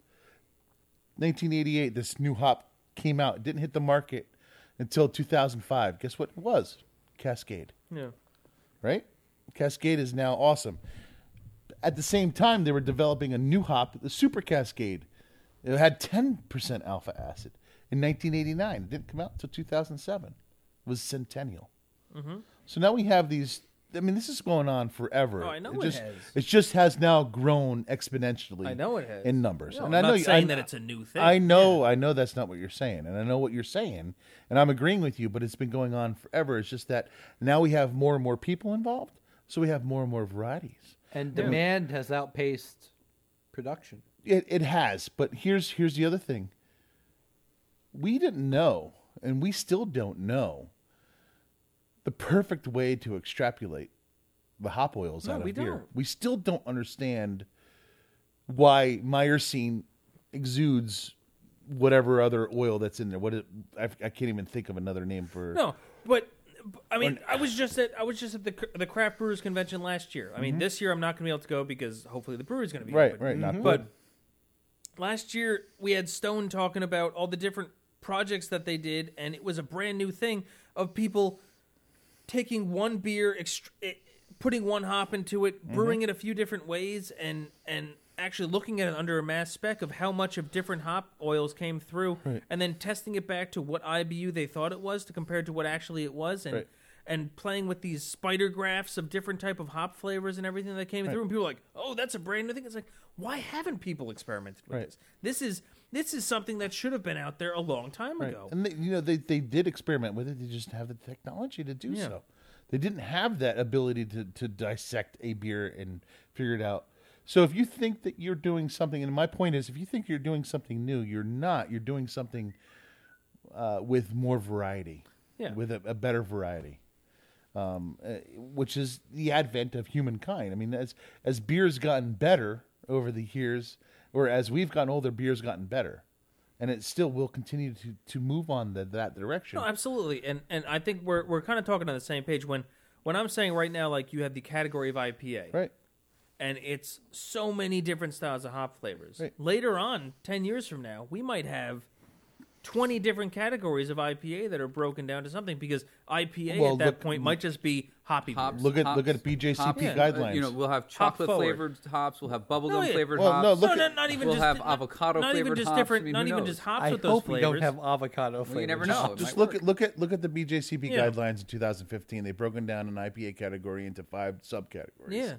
[SPEAKER 2] 1988, this new hop came out. It didn't hit the market until 2005. Guess what it was? Cascade
[SPEAKER 3] Yeah.
[SPEAKER 2] right? Cascade is now awesome. At the same time, they were developing a new hop, the Super Cascade. It had 10% alpha acid in 1989. It didn't come out until 2007. It was centennial.
[SPEAKER 3] Mm-hmm.
[SPEAKER 2] So now we have these. I mean, this is going on forever.
[SPEAKER 3] Oh, I know it
[SPEAKER 2] just,
[SPEAKER 3] has.
[SPEAKER 2] It just has now grown exponentially.
[SPEAKER 3] I know it has.
[SPEAKER 2] in numbers.
[SPEAKER 3] No,
[SPEAKER 2] and
[SPEAKER 3] I'm
[SPEAKER 2] I know
[SPEAKER 3] not
[SPEAKER 2] you-
[SPEAKER 3] saying
[SPEAKER 2] I-
[SPEAKER 3] that it's a new thing.
[SPEAKER 2] I know, I know that's not what you're saying, and I know what you're saying, and I'm agreeing with you. But it's been going on forever. It's just that now we have more and more people involved, so we have more and more varieties.
[SPEAKER 4] And demand has outpaced production.
[SPEAKER 2] It it has, but here's here's the other thing. We didn't know, and we still don't know, the perfect way to extrapolate the hop oils
[SPEAKER 3] No,
[SPEAKER 2] out of
[SPEAKER 3] we
[SPEAKER 2] beer.
[SPEAKER 3] don't.
[SPEAKER 2] We still don't understand why myrcene exudes whatever other oil that's in there. What it, I, I can't even think of another name for.
[SPEAKER 3] No, but I mean, I was just at I was just at the the craft brewers convention last year. I mean, this year I'm not going to be able to go because hopefully the brewery's going to be
[SPEAKER 2] Mm-hmm. Right,
[SPEAKER 3] open.
[SPEAKER 2] right, not
[SPEAKER 3] Mm-hmm. But last year we had Stone talking about all the different projects that they did, and it was a brand new thing of people taking one beer, ext- it, putting one hop into it,
[SPEAKER 2] Mm-hmm.
[SPEAKER 3] brewing it a few different ways, and and actually looking at it under a mass spec of how much of different hop oils came through, and then testing it back to what IBU they thought it was to compare to what actually it was, and.
[SPEAKER 2] Right.
[SPEAKER 3] And playing with these spider graphs of different type of hop flavors and everything that came through, and people were like, "Oh, that's a brand new thing." It's like, why haven't people experimented with
[SPEAKER 2] Right.
[SPEAKER 3] this? This is this is something that should have been out there a long time
[SPEAKER 2] Right.
[SPEAKER 3] ago.
[SPEAKER 2] And they, you know, they, they did experiment with it. They just didn't have the technology to do
[SPEAKER 3] Yeah.
[SPEAKER 2] so. They didn't have that ability to, to dissect a beer and figure it out. So if you think that you're doing something, and my point is, if you think you're doing something new, you're not. You're doing something uh, with more variety,
[SPEAKER 3] Yeah.
[SPEAKER 2] with a, a better variety, um, uh, which is the advent of humankind. I mean, as as beer's gotten better over the years, or as we've gotten older, beer's gotten better, and it still will continue to to move on the, that direction.
[SPEAKER 3] No, absolutely, and and I think we're we're kind of talking on the same page when when I'm saying right now, like you have the category of IPA,
[SPEAKER 2] right?
[SPEAKER 3] and it's so many different styles of hop flavors.
[SPEAKER 2] Right.
[SPEAKER 3] Later on, ten years from now, we might have 20 different categories of IPA that are broken down to something because IPA
[SPEAKER 2] Well,
[SPEAKER 3] at that
[SPEAKER 2] look-
[SPEAKER 3] point might just be hoppy
[SPEAKER 1] Hops,
[SPEAKER 3] beers.
[SPEAKER 2] Look at-
[SPEAKER 1] hops,
[SPEAKER 2] look at BJCP
[SPEAKER 1] hops, uh,
[SPEAKER 2] guidelines.
[SPEAKER 1] You know, we'll have chocolate flavored hops. We'll have bubblegum
[SPEAKER 3] No, yeah.
[SPEAKER 1] flavored
[SPEAKER 2] Well,
[SPEAKER 1] hops.
[SPEAKER 2] no, look
[SPEAKER 3] no, no,
[SPEAKER 2] at-
[SPEAKER 3] not even
[SPEAKER 1] We'll
[SPEAKER 3] just
[SPEAKER 1] have
[SPEAKER 3] not-
[SPEAKER 1] avocado
[SPEAKER 3] not even
[SPEAKER 1] flavored
[SPEAKER 3] just
[SPEAKER 1] hops.
[SPEAKER 3] different,
[SPEAKER 1] I mean,
[SPEAKER 3] not
[SPEAKER 1] who
[SPEAKER 3] even
[SPEAKER 1] knows?
[SPEAKER 3] just hops
[SPEAKER 4] I
[SPEAKER 3] with those
[SPEAKER 4] hope we
[SPEAKER 3] flavors.
[SPEAKER 4] don't have avocado flavors.
[SPEAKER 1] never
[SPEAKER 4] Just-
[SPEAKER 1] know. Oh, it
[SPEAKER 2] just
[SPEAKER 1] might
[SPEAKER 2] look
[SPEAKER 1] work.
[SPEAKER 2] at look at look at the BJCP
[SPEAKER 3] Yeah.
[SPEAKER 2] guidelines in 2015. They've broken down an IPA category into five subcategories.
[SPEAKER 3] Yeah.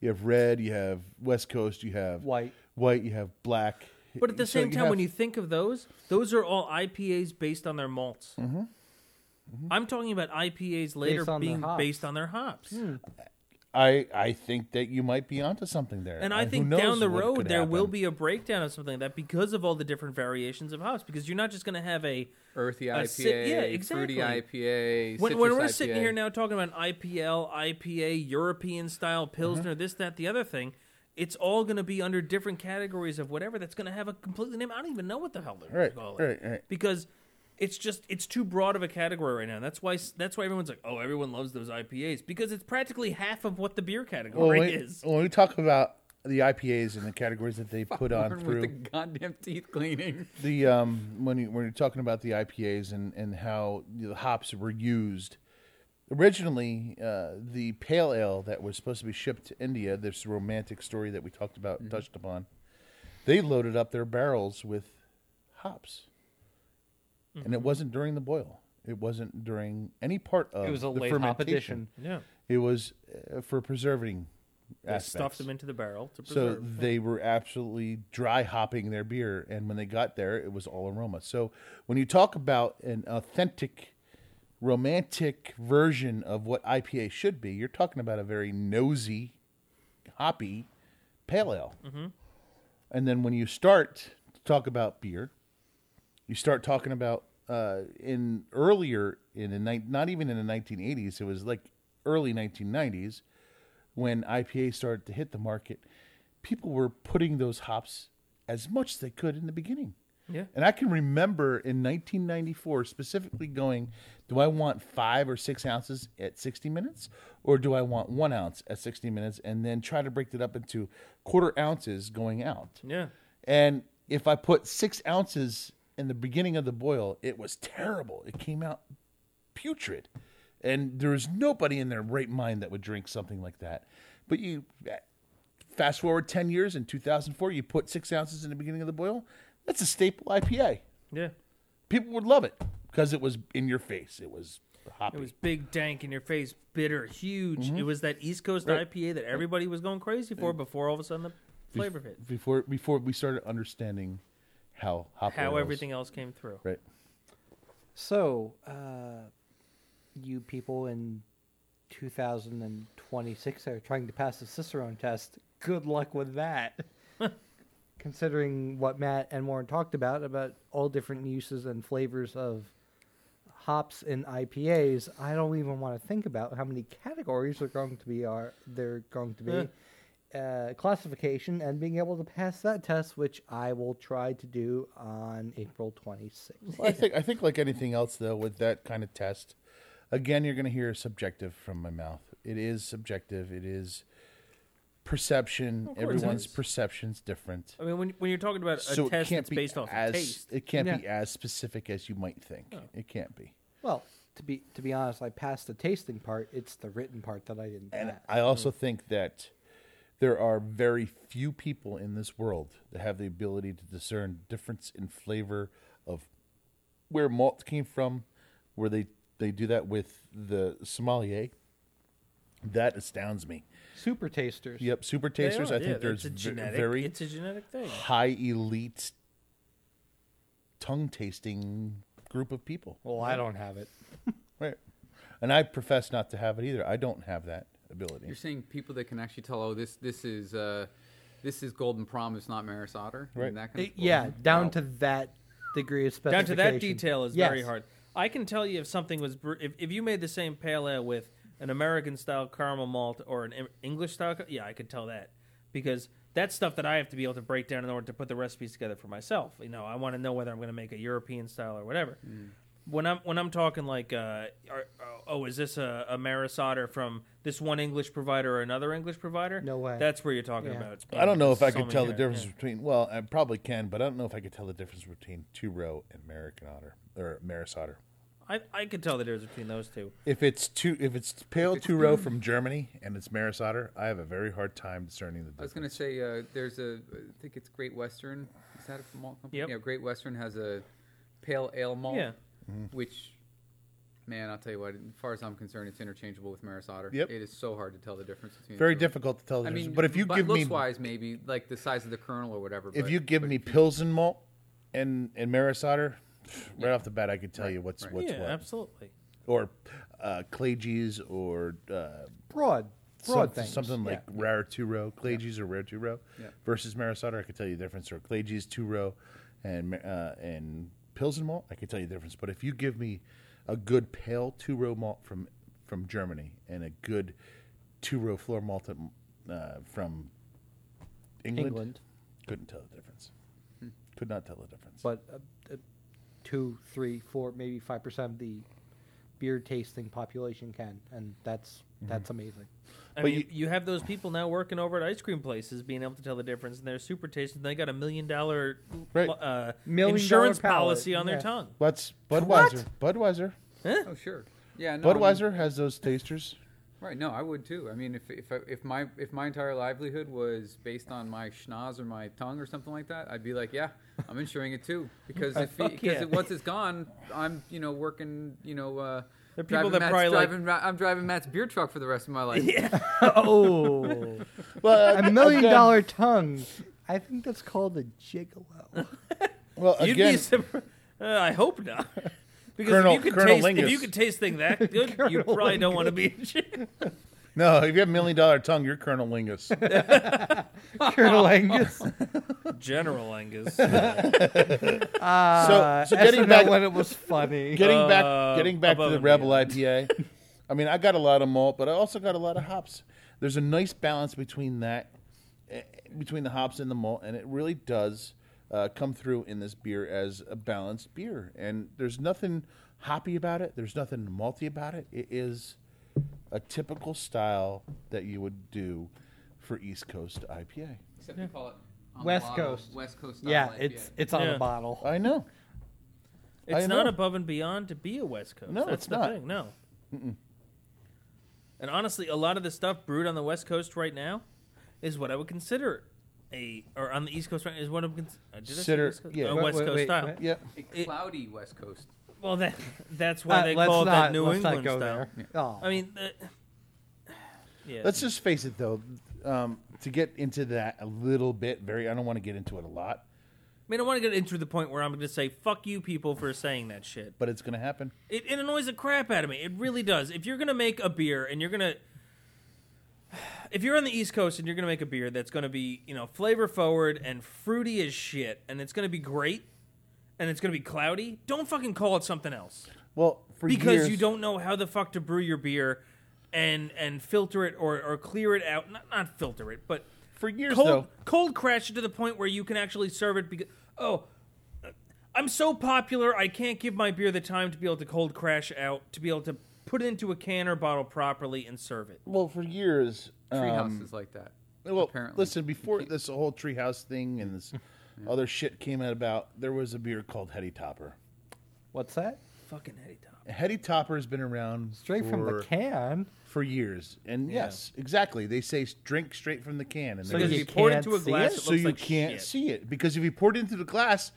[SPEAKER 2] you have red, you have West Coast, you have
[SPEAKER 4] White.
[SPEAKER 2] white, you have black.
[SPEAKER 3] But at the
[SPEAKER 2] So
[SPEAKER 3] same time,
[SPEAKER 2] have-
[SPEAKER 3] when you think of those, those are all IPAs based on their malts.
[SPEAKER 2] Mm-hmm.
[SPEAKER 3] I'm talking about IPAs later
[SPEAKER 4] Based on their
[SPEAKER 3] being
[SPEAKER 4] hops.
[SPEAKER 3] based on their hops.
[SPEAKER 2] Hmm. I I think that you might be onto something there.
[SPEAKER 3] And I
[SPEAKER 2] who
[SPEAKER 3] think
[SPEAKER 2] knows
[SPEAKER 3] down the
[SPEAKER 2] what
[SPEAKER 3] road
[SPEAKER 2] could
[SPEAKER 3] there will
[SPEAKER 2] happen.
[SPEAKER 3] be a breakdown of something like that because of all the different variations of hops. Because you're not just going to have a
[SPEAKER 1] Earthy
[SPEAKER 3] A
[SPEAKER 1] IPA,
[SPEAKER 3] si- yeah, exactly.
[SPEAKER 1] fruity IPA.
[SPEAKER 3] when,
[SPEAKER 1] citrus
[SPEAKER 3] when we're
[SPEAKER 1] IPA.
[SPEAKER 3] sitting here now talking about an IPL, IPA, European style pilsner,
[SPEAKER 2] Mm-hmm.
[SPEAKER 3] this, that, the other thing. It's all going to be under different categories of whatever. That's going to have a completely name. I don't even know what the hell they're going
[SPEAKER 2] Right,
[SPEAKER 3] to call it
[SPEAKER 2] right, right.
[SPEAKER 3] because it's just it's too broad of a category right now. That's why that's why everyone's like, oh, everyone loves those IPAs because it's practically half of what the beer
[SPEAKER 2] Well, Oh.
[SPEAKER 3] category
[SPEAKER 2] when,
[SPEAKER 3] is.
[SPEAKER 2] when we talk about the IPAs and the categories that they put on
[SPEAKER 1] with the
[SPEAKER 2] through
[SPEAKER 1] goddamn teeth cleaning.
[SPEAKER 2] the um, when you, when you're talking about the IPAs and and how the hops were used originally, uh, the pale ale that was supposed to be shipped to India, this romantic story that we talked about
[SPEAKER 4] Mm-hmm.
[SPEAKER 2] touched upon, they loaded up their barrels with hops, and it
[SPEAKER 4] Mm-hmm.
[SPEAKER 2] wasn't during the boil. It wasn't during any part of
[SPEAKER 4] It was a
[SPEAKER 2] the
[SPEAKER 4] late hop
[SPEAKER 2] fermentation.
[SPEAKER 4] addition.
[SPEAKER 3] Yeah,
[SPEAKER 2] It was uh, for preserving.
[SPEAKER 3] they
[SPEAKER 2] aspects.
[SPEAKER 3] stuffed them into the barrel to
[SPEAKER 2] So
[SPEAKER 3] preserve.
[SPEAKER 2] they were absolutely dry hopping their beer, and when they got there, it was all aroma. So when you talk about an authentic, romantic version of what IPA should be, you're talking about a very nosy, hoppy pale ale.
[SPEAKER 3] Mm-hmm.
[SPEAKER 2] And then when you start to talk about beer, you start talking about uh, in earlier in the ni- not even in the 1980s, it was like early 1990s when IPA started to hit the market, people were putting those hops as much as they could in the beginning.
[SPEAKER 3] Yeah.
[SPEAKER 2] And I can remember in 1994 specifically going, do I want five or six ounces at 60 minutes? Or do I want one ounce at 60 minutes? And then try to break it up into quarter ounces going out.
[SPEAKER 3] yeah,
[SPEAKER 2] And if I put six ounces in the beginning of the boil, it was terrible. It came out putrid. And there was nobody in their right mind that would drink something like that. But you uh, fast forward 10 years in 2004, you put six ounces in the beginning of the boil. That's a staple IPA.
[SPEAKER 3] yeah.
[SPEAKER 2] People would love it because it was in your face. It was hoppy.
[SPEAKER 3] It was big, dank in your face, bitter, huge.
[SPEAKER 2] Mm-hmm.
[SPEAKER 3] It was that East Coast IPA that everybody was going crazy for before all of a sudden the flavor hit.
[SPEAKER 2] before before we started understanding how hop
[SPEAKER 3] How
[SPEAKER 2] oils-
[SPEAKER 3] everything else came through.
[SPEAKER 2] right
[SPEAKER 4] So, uh, you people in 2026 are trying to pass the Cicerone test. Good luck with that. Considering what Matt and Warren talked about, about all different uses and flavors of hops in IPAs, I don't even want to think about how many categories are going to be are they're going to be. Uh, classification and being able to pass that test, which I will try to do on April 26th.
[SPEAKER 2] Well, I think I think like anything else though, with that kind of test, again you're going to hear subjective from my mouth. It is subjective. It is perception.
[SPEAKER 3] course it
[SPEAKER 2] Everyone's
[SPEAKER 3] is.
[SPEAKER 2] perception's different.
[SPEAKER 3] I mean, when, when you're talking about a
[SPEAKER 2] So it
[SPEAKER 3] test
[SPEAKER 2] can't
[SPEAKER 3] that's
[SPEAKER 2] be
[SPEAKER 3] based off
[SPEAKER 2] as
[SPEAKER 3] of taste,
[SPEAKER 2] it can't be
[SPEAKER 4] Yeah.
[SPEAKER 2] as specific as you might think. It can't be.
[SPEAKER 4] Well, to be to be honest, I passed the tasting part. It's the written part that I didn't
[SPEAKER 2] And
[SPEAKER 4] pass.
[SPEAKER 2] I also
[SPEAKER 3] Mm.
[SPEAKER 2] think that there are very few people in this world that have the ability to discern difference in flavor of where malt came from, where they they do that with the sommelier. That astounds me.
[SPEAKER 4] Super tasters.
[SPEAKER 2] Yep, super
[SPEAKER 3] They
[SPEAKER 2] tasters.
[SPEAKER 3] are,
[SPEAKER 2] I
[SPEAKER 3] yeah,
[SPEAKER 2] think there's
[SPEAKER 3] it's a
[SPEAKER 2] ve-
[SPEAKER 3] genetic,
[SPEAKER 2] very
[SPEAKER 3] it's a genetic thing.
[SPEAKER 2] high elite tongue tasting group of people.
[SPEAKER 4] Well, I don't have it.
[SPEAKER 2] Right. And I profess not to have it either. I don't have that ability.
[SPEAKER 1] You're saying people that can actually tell, oh, this this is uh, this is Golden Promise, not Maris Otter,
[SPEAKER 2] Right.
[SPEAKER 1] and that kind of
[SPEAKER 4] yeah, down
[SPEAKER 1] Wow.
[SPEAKER 4] to that degree of
[SPEAKER 3] Down
[SPEAKER 4] specification.
[SPEAKER 3] to that detail is
[SPEAKER 4] Yes.
[SPEAKER 3] very hard. I can tell you if something was bre- if, if you made the same pale ale with an American style caramel malt or an Em- English style, ca- yeah, I could tell that because that's stuff that I have to be able to break
[SPEAKER 4] Mm.
[SPEAKER 3] down in order to put the recipes together for myself. You know, I want to know whether I'm going to make a European style or whatever. when I'm when I'm talking like, uh, are, oh, is this a, a Maris Otter from this one English provider or another English provider?
[SPEAKER 4] No way.
[SPEAKER 3] That's where you're talking
[SPEAKER 4] Yeah.
[SPEAKER 3] about. It's
[SPEAKER 2] I don't know if I
[SPEAKER 3] so
[SPEAKER 2] could
[SPEAKER 3] many
[SPEAKER 2] tell the
[SPEAKER 3] hair.
[SPEAKER 2] difference
[SPEAKER 3] Yeah.
[SPEAKER 2] between. Well, I probably can, but I don't know if I could tell the difference between two row and American otter or Maris otter.
[SPEAKER 3] I I could tell the difference between those two.
[SPEAKER 2] If it's two, if it's pale two row from Germany and it's Maris otter, I have a very hard time discerning the
[SPEAKER 1] I was
[SPEAKER 2] difference.
[SPEAKER 1] going to say uh, there's a I think it's Great Western. Is that a malt company?
[SPEAKER 3] Yep.
[SPEAKER 1] Yeah, Great Western has a pale ale malt.
[SPEAKER 3] Yeah.
[SPEAKER 2] Mm-hmm.
[SPEAKER 1] Which, man, I'll tell you what. As far as I'm concerned, it's interchangeable with Maris Otter.
[SPEAKER 2] Yep.
[SPEAKER 1] It is so hard to tell the difference between. the
[SPEAKER 2] very
[SPEAKER 1] two.
[SPEAKER 2] difficult to tell the
[SPEAKER 1] uh, I
[SPEAKER 2] difference.
[SPEAKER 1] mean,
[SPEAKER 2] but if you give me
[SPEAKER 1] looks wise, maybe like the size of the kernel or whatever.
[SPEAKER 2] if
[SPEAKER 1] but-
[SPEAKER 2] you give
[SPEAKER 1] but
[SPEAKER 2] me
[SPEAKER 1] if you-
[SPEAKER 2] Pilsen malt and and Maris otter, pff, right off the bat, I could tell you what's
[SPEAKER 1] right.
[SPEAKER 2] what's
[SPEAKER 3] yeah,
[SPEAKER 2] what.
[SPEAKER 3] absolutely.
[SPEAKER 2] Or uh, Clages or uh,
[SPEAKER 4] Broad,
[SPEAKER 2] some-
[SPEAKER 4] broad things.
[SPEAKER 2] something like
[SPEAKER 4] Yeah.
[SPEAKER 2] rare two row Clages or rare two row
[SPEAKER 1] Yeah.
[SPEAKER 2] versus Maris otter, I could tell you the difference. Or Clages two row and Ma- uh, and Pilsen malt, I could tell you the difference. But if you give me a good pale two row malt from from Germany and a good two row floor malt uh, from
[SPEAKER 4] England, Hmm.
[SPEAKER 2] Couldn't tell the difference. Could not tell the difference.
[SPEAKER 4] but uh, uh, two, three, four, maybe five percent of the beer tasting population can, and that's
[SPEAKER 2] Mm-hmm.
[SPEAKER 4] that's amazing.
[SPEAKER 3] I
[SPEAKER 2] But
[SPEAKER 3] mean,
[SPEAKER 2] you-
[SPEAKER 3] you, have those people now working over at ice cream places being able to tell the difference, and they're super tasty. and They got a million dollar
[SPEAKER 2] Right.
[SPEAKER 3] uh,
[SPEAKER 4] Million
[SPEAKER 3] insurance
[SPEAKER 4] dollar palate,
[SPEAKER 3] policy on their
[SPEAKER 4] yeah.
[SPEAKER 3] tongue.
[SPEAKER 2] But Budweiser. Budweiser.
[SPEAKER 1] Oh sure. Yeah. No, I mean-
[SPEAKER 2] Budweiser has those tasters.
[SPEAKER 1] Right. No, I would too. I mean, if if I, if my if my entire livelihood was based on my schnoz or my tongue or something like that, I'd be like, yeah, I'm insuring it too because if
[SPEAKER 3] fuck
[SPEAKER 1] because
[SPEAKER 3] yeah.
[SPEAKER 1] it, once it's gone, I'm you know working you know. Uh,
[SPEAKER 3] There are people
[SPEAKER 1] driving
[SPEAKER 3] that
[SPEAKER 1] Matt's,
[SPEAKER 3] probably like-
[SPEAKER 1] driving, Ma- I'm driving Matt's beer truck for the rest of my life.
[SPEAKER 4] oh,
[SPEAKER 2] Well,
[SPEAKER 4] a million dollar tongue. I think that's called a gigolo.
[SPEAKER 2] Well,
[SPEAKER 3] You'd
[SPEAKER 2] again,
[SPEAKER 3] be surprised. Uh, I hope not. Because
[SPEAKER 2] Colonel-
[SPEAKER 3] if you could
[SPEAKER 2] Colonel
[SPEAKER 3] taste if
[SPEAKER 2] Lingus.
[SPEAKER 3] you could taste thing that good, you probably don't want to be in shit.
[SPEAKER 2] no. If you have a million dollar tongue, you're Colonel Lingus.
[SPEAKER 4] Colonel Angus.
[SPEAKER 3] General Angus.
[SPEAKER 4] Uh,
[SPEAKER 2] so getting
[SPEAKER 4] SNL
[SPEAKER 2] back-
[SPEAKER 4] when it was funny.
[SPEAKER 2] getting
[SPEAKER 3] Uh,
[SPEAKER 2] back, getting back to
[SPEAKER 3] above
[SPEAKER 2] the
[SPEAKER 3] and
[SPEAKER 2] Rebel IPA. I mean, I got a lot of malt, but I also got a lot of hops. There's a nice balance between that, eh, between the hops and the malt, and it really does uh, come through in this beer as a balanced beer. And there's nothing hoppy about it. There's nothing malty about it. It is a typical style that you would do for East Coast IPA.
[SPEAKER 1] Except you call it on the
[SPEAKER 4] West
[SPEAKER 1] bottle,
[SPEAKER 4] Coast.
[SPEAKER 1] West Coast. style
[SPEAKER 4] Yeah,
[SPEAKER 1] IPA.
[SPEAKER 4] it's it's on
[SPEAKER 3] Yeah.
[SPEAKER 4] the bottle. Uh,
[SPEAKER 2] I know.
[SPEAKER 3] It's
[SPEAKER 2] I
[SPEAKER 3] not
[SPEAKER 2] know.
[SPEAKER 3] above and beyond to be a West Coast.
[SPEAKER 2] No,
[SPEAKER 3] That's
[SPEAKER 2] it's
[SPEAKER 3] the
[SPEAKER 2] not.
[SPEAKER 3] thing. No. And honestly, a lot of the stuff brewed on the West Coast right now is what I would consider a or on the East Coast right is what I'm cons- uh, did I say
[SPEAKER 2] Consider-
[SPEAKER 3] West Coast?
[SPEAKER 2] yeah.
[SPEAKER 3] Uh,
[SPEAKER 4] Wait,
[SPEAKER 3] West
[SPEAKER 4] wait,
[SPEAKER 3] Coast
[SPEAKER 4] wait,
[SPEAKER 3] style.
[SPEAKER 4] wait.
[SPEAKER 2] Yep.
[SPEAKER 1] a cloudy West Coast.
[SPEAKER 3] Well, that that's why
[SPEAKER 4] Uh,
[SPEAKER 3] they
[SPEAKER 4] let's
[SPEAKER 3] call it
[SPEAKER 4] not-
[SPEAKER 3] that New
[SPEAKER 4] let's not
[SPEAKER 3] England
[SPEAKER 4] go
[SPEAKER 3] style.
[SPEAKER 4] there. Oh.
[SPEAKER 3] I mean, the, yeah.
[SPEAKER 2] Let's just face it, though. Um, to get into that a little bit, very. I don't want to get into it a lot,
[SPEAKER 3] I mean, I want to get into the point where I'm going to say "fuck you" people for saying that shit.
[SPEAKER 2] but it's going to happen.
[SPEAKER 3] It, it annoys the crap out of me. It really does. If you're gonna make a beer and you're gonna, if you're on the East Coast and you're gonna make a beer that's gonna be you know flavor forward and fruity as shit and it's gonna be great and it's gonna be cloudy, don't fucking call it something else
[SPEAKER 2] Well, for
[SPEAKER 3] because
[SPEAKER 2] years,
[SPEAKER 3] you don't know how the fuck to brew your beer and and filter it or or clear it out. Not not filter it, but
[SPEAKER 2] For years,
[SPEAKER 3] cold
[SPEAKER 2] though.
[SPEAKER 3] cold crash it to the point where you can actually serve it because oh I'm so popular, I can't give my beer the time to be able to cold crash out, to be able to put it into a can or bottle properly and serve it.
[SPEAKER 2] Well, for years.
[SPEAKER 1] Treehouse
[SPEAKER 2] Um,
[SPEAKER 1] is like that.
[SPEAKER 2] well,
[SPEAKER 1] apparently.
[SPEAKER 2] listen. Before this whole treehouse thing and this other shit came out about, there was a beer called Hetty Topper.
[SPEAKER 4] What's that?
[SPEAKER 3] Fucking Eddie Top.
[SPEAKER 2] Hetty Topper has been around
[SPEAKER 4] Straight from the
[SPEAKER 2] for-
[SPEAKER 4] can.
[SPEAKER 2] for years, and
[SPEAKER 3] Yeah.
[SPEAKER 2] yes, exactly. They say drink straight from the can, and
[SPEAKER 3] So
[SPEAKER 2] so,
[SPEAKER 3] because
[SPEAKER 4] you
[SPEAKER 3] if you pour it
[SPEAKER 4] can't
[SPEAKER 3] into a
[SPEAKER 4] see
[SPEAKER 3] glass,
[SPEAKER 4] it?
[SPEAKER 3] it,
[SPEAKER 2] so
[SPEAKER 3] looks
[SPEAKER 2] you
[SPEAKER 3] like
[SPEAKER 2] can't
[SPEAKER 3] shit.
[SPEAKER 2] see it because if you poured it into the glass.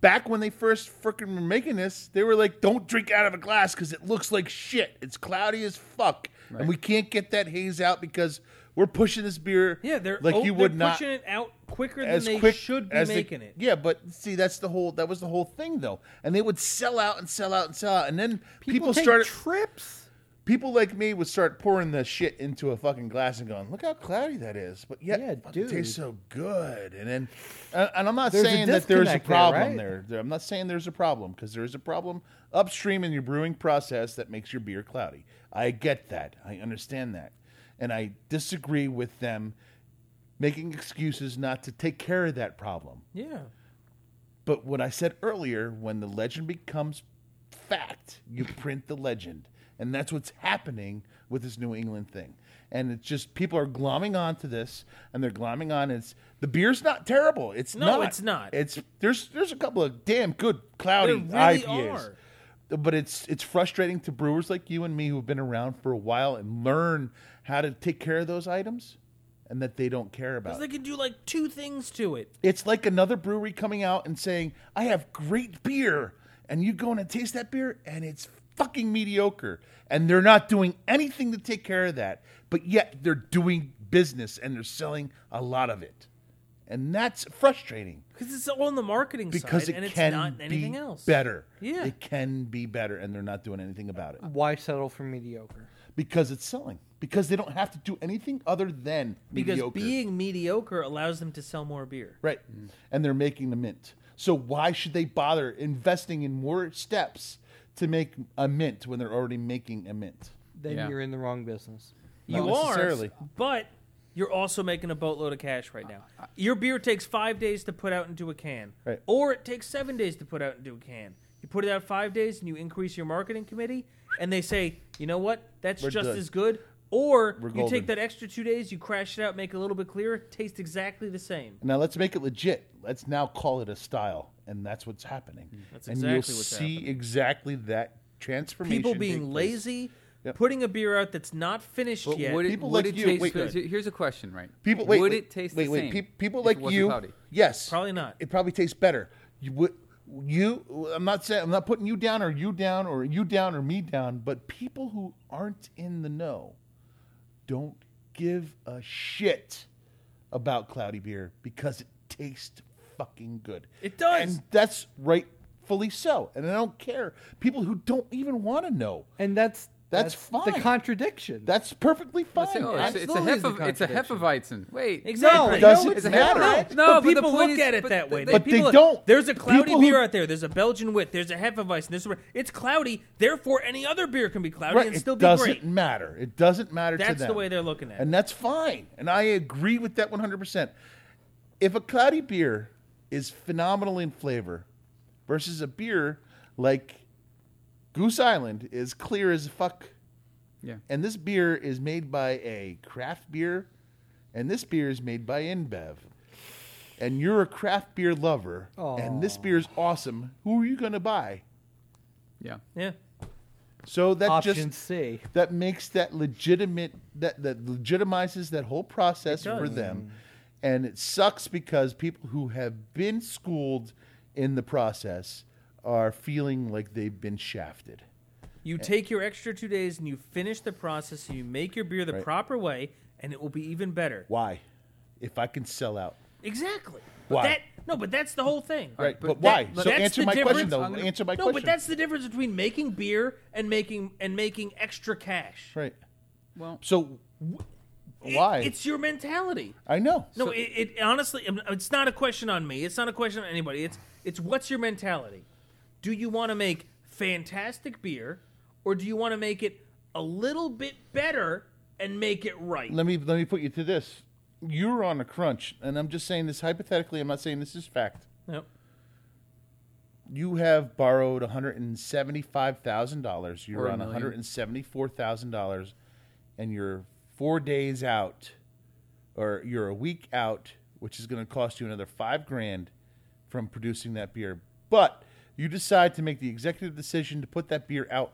[SPEAKER 2] Back when they first frickin' were making this, they were like, "Don't drink out of a glass because it looks like shit. It's cloudy as fuck, and we can't get that haze out because we're pushing this beer
[SPEAKER 3] Yeah, they're
[SPEAKER 2] like you would not
[SPEAKER 3] pushing it out quicker than
[SPEAKER 2] as
[SPEAKER 3] they
[SPEAKER 2] quick
[SPEAKER 3] should be
[SPEAKER 2] as they-
[SPEAKER 3] making it.
[SPEAKER 2] Yeah, but see, that's the whole. That was the whole thing, though. And they would sell out and sell out and sell out, and then people,
[SPEAKER 4] take
[SPEAKER 2] started.
[SPEAKER 4] trips.
[SPEAKER 2] people like me would start pouring the shit into a fucking glass and going, "Look how cloudy that is!" But yet,
[SPEAKER 4] Yeah,
[SPEAKER 2] it fucking tastes
[SPEAKER 4] dude.
[SPEAKER 2] so good. And then, and, and I'm not
[SPEAKER 4] There's a
[SPEAKER 2] saying that there's a
[SPEAKER 4] disconnect there,
[SPEAKER 2] problem
[SPEAKER 4] right?
[SPEAKER 2] there, I'm not saying there's a problem because there is a problem upstream in your brewing process that makes your beer cloudy. I get that. I understand that, and I disagree with them making excuses not to take care of that problem.
[SPEAKER 3] Yeah.
[SPEAKER 2] But what I said earlier, when the legend becomes fact, you print the legend. And that's what's happening with this New England thing. And it's just people are glomming onto this, and they're glomming on. It's the beer's not terrible. It's
[SPEAKER 3] No,
[SPEAKER 2] not.
[SPEAKER 3] it's not.
[SPEAKER 2] It's there's there's a couple of damn good cloudy
[SPEAKER 3] There really
[SPEAKER 2] IPAs,
[SPEAKER 3] are.
[SPEAKER 2] but it's it's frustrating to brewers like you and me who've been around for a while and learn how to take care of those items, and that they don't care about. it.
[SPEAKER 3] They can do like two things to it.
[SPEAKER 2] It's like another brewery coming out and saying, I have great beer. And you go in and taste that beer, and it's fucking mediocre. And they're not doing anything to take care of that. But yet they're doing business and they're selling a lot of it. And that's frustrating
[SPEAKER 3] Because it's all on the marketing
[SPEAKER 2] because
[SPEAKER 3] side,
[SPEAKER 2] it
[SPEAKER 3] and it's
[SPEAKER 2] can
[SPEAKER 3] not anything
[SPEAKER 2] be
[SPEAKER 3] else.
[SPEAKER 2] better.
[SPEAKER 3] Yeah.
[SPEAKER 2] It can be better, and they're not doing anything about it
[SPEAKER 4] Why settle for mediocre?
[SPEAKER 2] because it's selling. Because they don't have to do anything other than
[SPEAKER 3] Because
[SPEAKER 2] mediocre.
[SPEAKER 3] being mediocre allows them to sell more beer.
[SPEAKER 2] Right.
[SPEAKER 1] Mm.
[SPEAKER 2] And they're making the mint. So why should they bother investing in more steps to make a mint when they're already making a mint?
[SPEAKER 4] Then
[SPEAKER 1] Yeah.
[SPEAKER 4] you're in the wrong business.
[SPEAKER 3] You
[SPEAKER 2] Not
[SPEAKER 3] are,
[SPEAKER 2] necessarily.
[SPEAKER 3] but you're also making a boatload of cash right now. Your beer takes five days to put out into a can,
[SPEAKER 2] Right.
[SPEAKER 3] or it takes seven days to put out into a can. You put it out five days, and you increase your marketing committee, and they say, you know what, that's
[SPEAKER 2] We're
[SPEAKER 3] just
[SPEAKER 2] done.
[SPEAKER 3] as good. Or
[SPEAKER 2] We're
[SPEAKER 3] you
[SPEAKER 2] golden.
[SPEAKER 3] take that extra two days, you crash it out, make it a little bit clearer, tastes exactly the same.
[SPEAKER 2] Now let's make it legit. Let's now call it a style, and that's what's happening.
[SPEAKER 1] Mm.
[SPEAKER 3] That's
[SPEAKER 2] and
[SPEAKER 3] exactly
[SPEAKER 2] you'll
[SPEAKER 3] what's
[SPEAKER 2] see
[SPEAKER 3] happening.
[SPEAKER 2] exactly that transformation.
[SPEAKER 3] People
[SPEAKER 2] take
[SPEAKER 3] being
[SPEAKER 2] place.
[SPEAKER 3] lazy,
[SPEAKER 2] Yep.
[SPEAKER 3] putting a beer out that's not finished
[SPEAKER 1] But
[SPEAKER 3] yet.
[SPEAKER 1] would it,
[SPEAKER 2] People
[SPEAKER 1] would
[SPEAKER 2] like
[SPEAKER 1] it
[SPEAKER 2] you-
[SPEAKER 1] taste?
[SPEAKER 2] wait,
[SPEAKER 1] good? here's a question, right?
[SPEAKER 2] People wait.
[SPEAKER 1] would
[SPEAKER 2] wait,
[SPEAKER 1] it taste
[SPEAKER 2] wait,
[SPEAKER 1] the same?
[SPEAKER 2] wait. Pe- people
[SPEAKER 1] if it
[SPEAKER 2] like
[SPEAKER 1] wasn't
[SPEAKER 2] you.
[SPEAKER 1] cloudy?
[SPEAKER 2] Yes.
[SPEAKER 3] Probably not.
[SPEAKER 2] It probably tastes better. You would. You, I'm not saying I'm not putting you down or you down or you down or me down, but people who aren't in the know don't give a shit about cloudy beer because it tastes fucking good.
[SPEAKER 3] It does.
[SPEAKER 2] and that's rightfully so. And I don't care people who don't even want to know.
[SPEAKER 4] And that's
[SPEAKER 2] That's
[SPEAKER 4] The
[SPEAKER 2] fine.
[SPEAKER 4] contradiction.
[SPEAKER 2] That's perfectly fine.
[SPEAKER 1] Let's say, oh, it's, it's a
[SPEAKER 4] Absolutely is a
[SPEAKER 1] Hefewe- it's a
[SPEAKER 4] contradiction.
[SPEAKER 1] Hefeweizen. Wait,
[SPEAKER 3] Exactly.
[SPEAKER 4] No,
[SPEAKER 2] Doesn't
[SPEAKER 4] no, it's
[SPEAKER 2] matter.
[SPEAKER 1] No,
[SPEAKER 4] not.
[SPEAKER 3] but
[SPEAKER 1] but the
[SPEAKER 3] people
[SPEAKER 1] point
[SPEAKER 3] look
[SPEAKER 1] is-
[SPEAKER 3] at it
[SPEAKER 1] but
[SPEAKER 3] that way.
[SPEAKER 1] they-
[SPEAKER 2] But
[SPEAKER 3] people
[SPEAKER 2] they
[SPEAKER 3] are-
[SPEAKER 2] don't.
[SPEAKER 3] There's a cloudy
[SPEAKER 2] People who-
[SPEAKER 3] beer out there. There's a Belgian wit. There's a Hefeweizen. There's a, it's cloudy. Therefore, any other beer can be cloudy
[SPEAKER 2] Right,
[SPEAKER 3] and
[SPEAKER 2] it
[SPEAKER 3] still be
[SPEAKER 2] doesn't
[SPEAKER 3] great.
[SPEAKER 2] matter. It doesn't matter to
[SPEAKER 3] That's
[SPEAKER 2] them.
[SPEAKER 3] the way they're looking at it.
[SPEAKER 2] And that's fine. And I agree with that 100%. If a cloudy beer is phenomenal in flavor versus a beer like Goose Island is clear as fuck,
[SPEAKER 1] Yeah.
[SPEAKER 2] and this beer is made by a craft beer, and this beer is made by InBev, and you're a craft beer lover, and this beer is awesome, who are you going to buy?
[SPEAKER 1] Yeah.
[SPEAKER 3] Yeah.
[SPEAKER 2] So that
[SPEAKER 4] Option
[SPEAKER 2] just
[SPEAKER 4] C.
[SPEAKER 2] that makes that legitimate that that legitimizes that whole process
[SPEAKER 3] It does. Mm-hmm.
[SPEAKER 2] for them and it sucks because people who have been schooled in the process are feeling like they've been shafted Eh.
[SPEAKER 3] You take your extra two days and you finish the process and you make your beer the
[SPEAKER 2] Right.
[SPEAKER 3] proper way and it will be even better.
[SPEAKER 2] why if i can sell out
[SPEAKER 3] Exactly.
[SPEAKER 2] Why?
[SPEAKER 3] That, no, but that's the whole thing.
[SPEAKER 2] right
[SPEAKER 1] but
[SPEAKER 2] but, why
[SPEAKER 1] that-
[SPEAKER 2] so
[SPEAKER 3] that's
[SPEAKER 2] answer
[SPEAKER 3] the
[SPEAKER 2] my question
[SPEAKER 3] difference.
[SPEAKER 2] though
[SPEAKER 1] I'm gonna-
[SPEAKER 2] answer my
[SPEAKER 3] No,
[SPEAKER 2] question
[SPEAKER 3] but that's the difference between making beer and making and making extra cash.
[SPEAKER 2] right
[SPEAKER 1] Well-
[SPEAKER 2] so
[SPEAKER 3] It-
[SPEAKER 2] why
[SPEAKER 3] it's your mentality.
[SPEAKER 2] i know
[SPEAKER 3] No, it, it honestly, I'm- it's not a question on me. It's not a question on anybody. It's it's what's your mentality? Do you want to make fantastic beer, or do you want to make it a little bit better and make it right?
[SPEAKER 2] let me let me put you to this you're on a crunch and i'm just saying this hypothetically i'm not saying this is fact
[SPEAKER 3] Yep.
[SPEAKER 2] you have borrowed one hundred and seventy-five thousand dollars. You're
[SPEAKER 1] Or a
[SPEAKER 2] on one
[SPEAKER 1] million.
[SPEAKER 2] hundred and seventy-four thousand dollars, and you're four days out, or you're a week out, which is going to cost you another five grand from producing that beer. But you decide to make the executive decision to put that beer out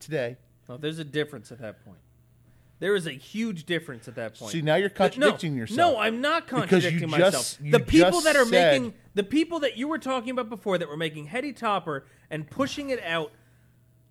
[SPEAKER 2] today.
[SPEAKER 3] No, there's a difference at that point. There is a huge difference at that point.
[SPEAKER 2] See, now you're contradicting
[SPEAKER 3] no,
[SPEAKER 2] yourself.
[SPEAKER 3] No, I'm not
[SPEAKER 2] Because you
[SPEAKER 3] contradicting myself.
[SPEAKER 2] just- you
[SPEAKER 3] the people
[SPEAKER 2] just
[SPEAKER 3] that are
[SPEAKER 2] said-
[SPEAKER 3] making the people that you were talking about before that were making heady topper and pushing it out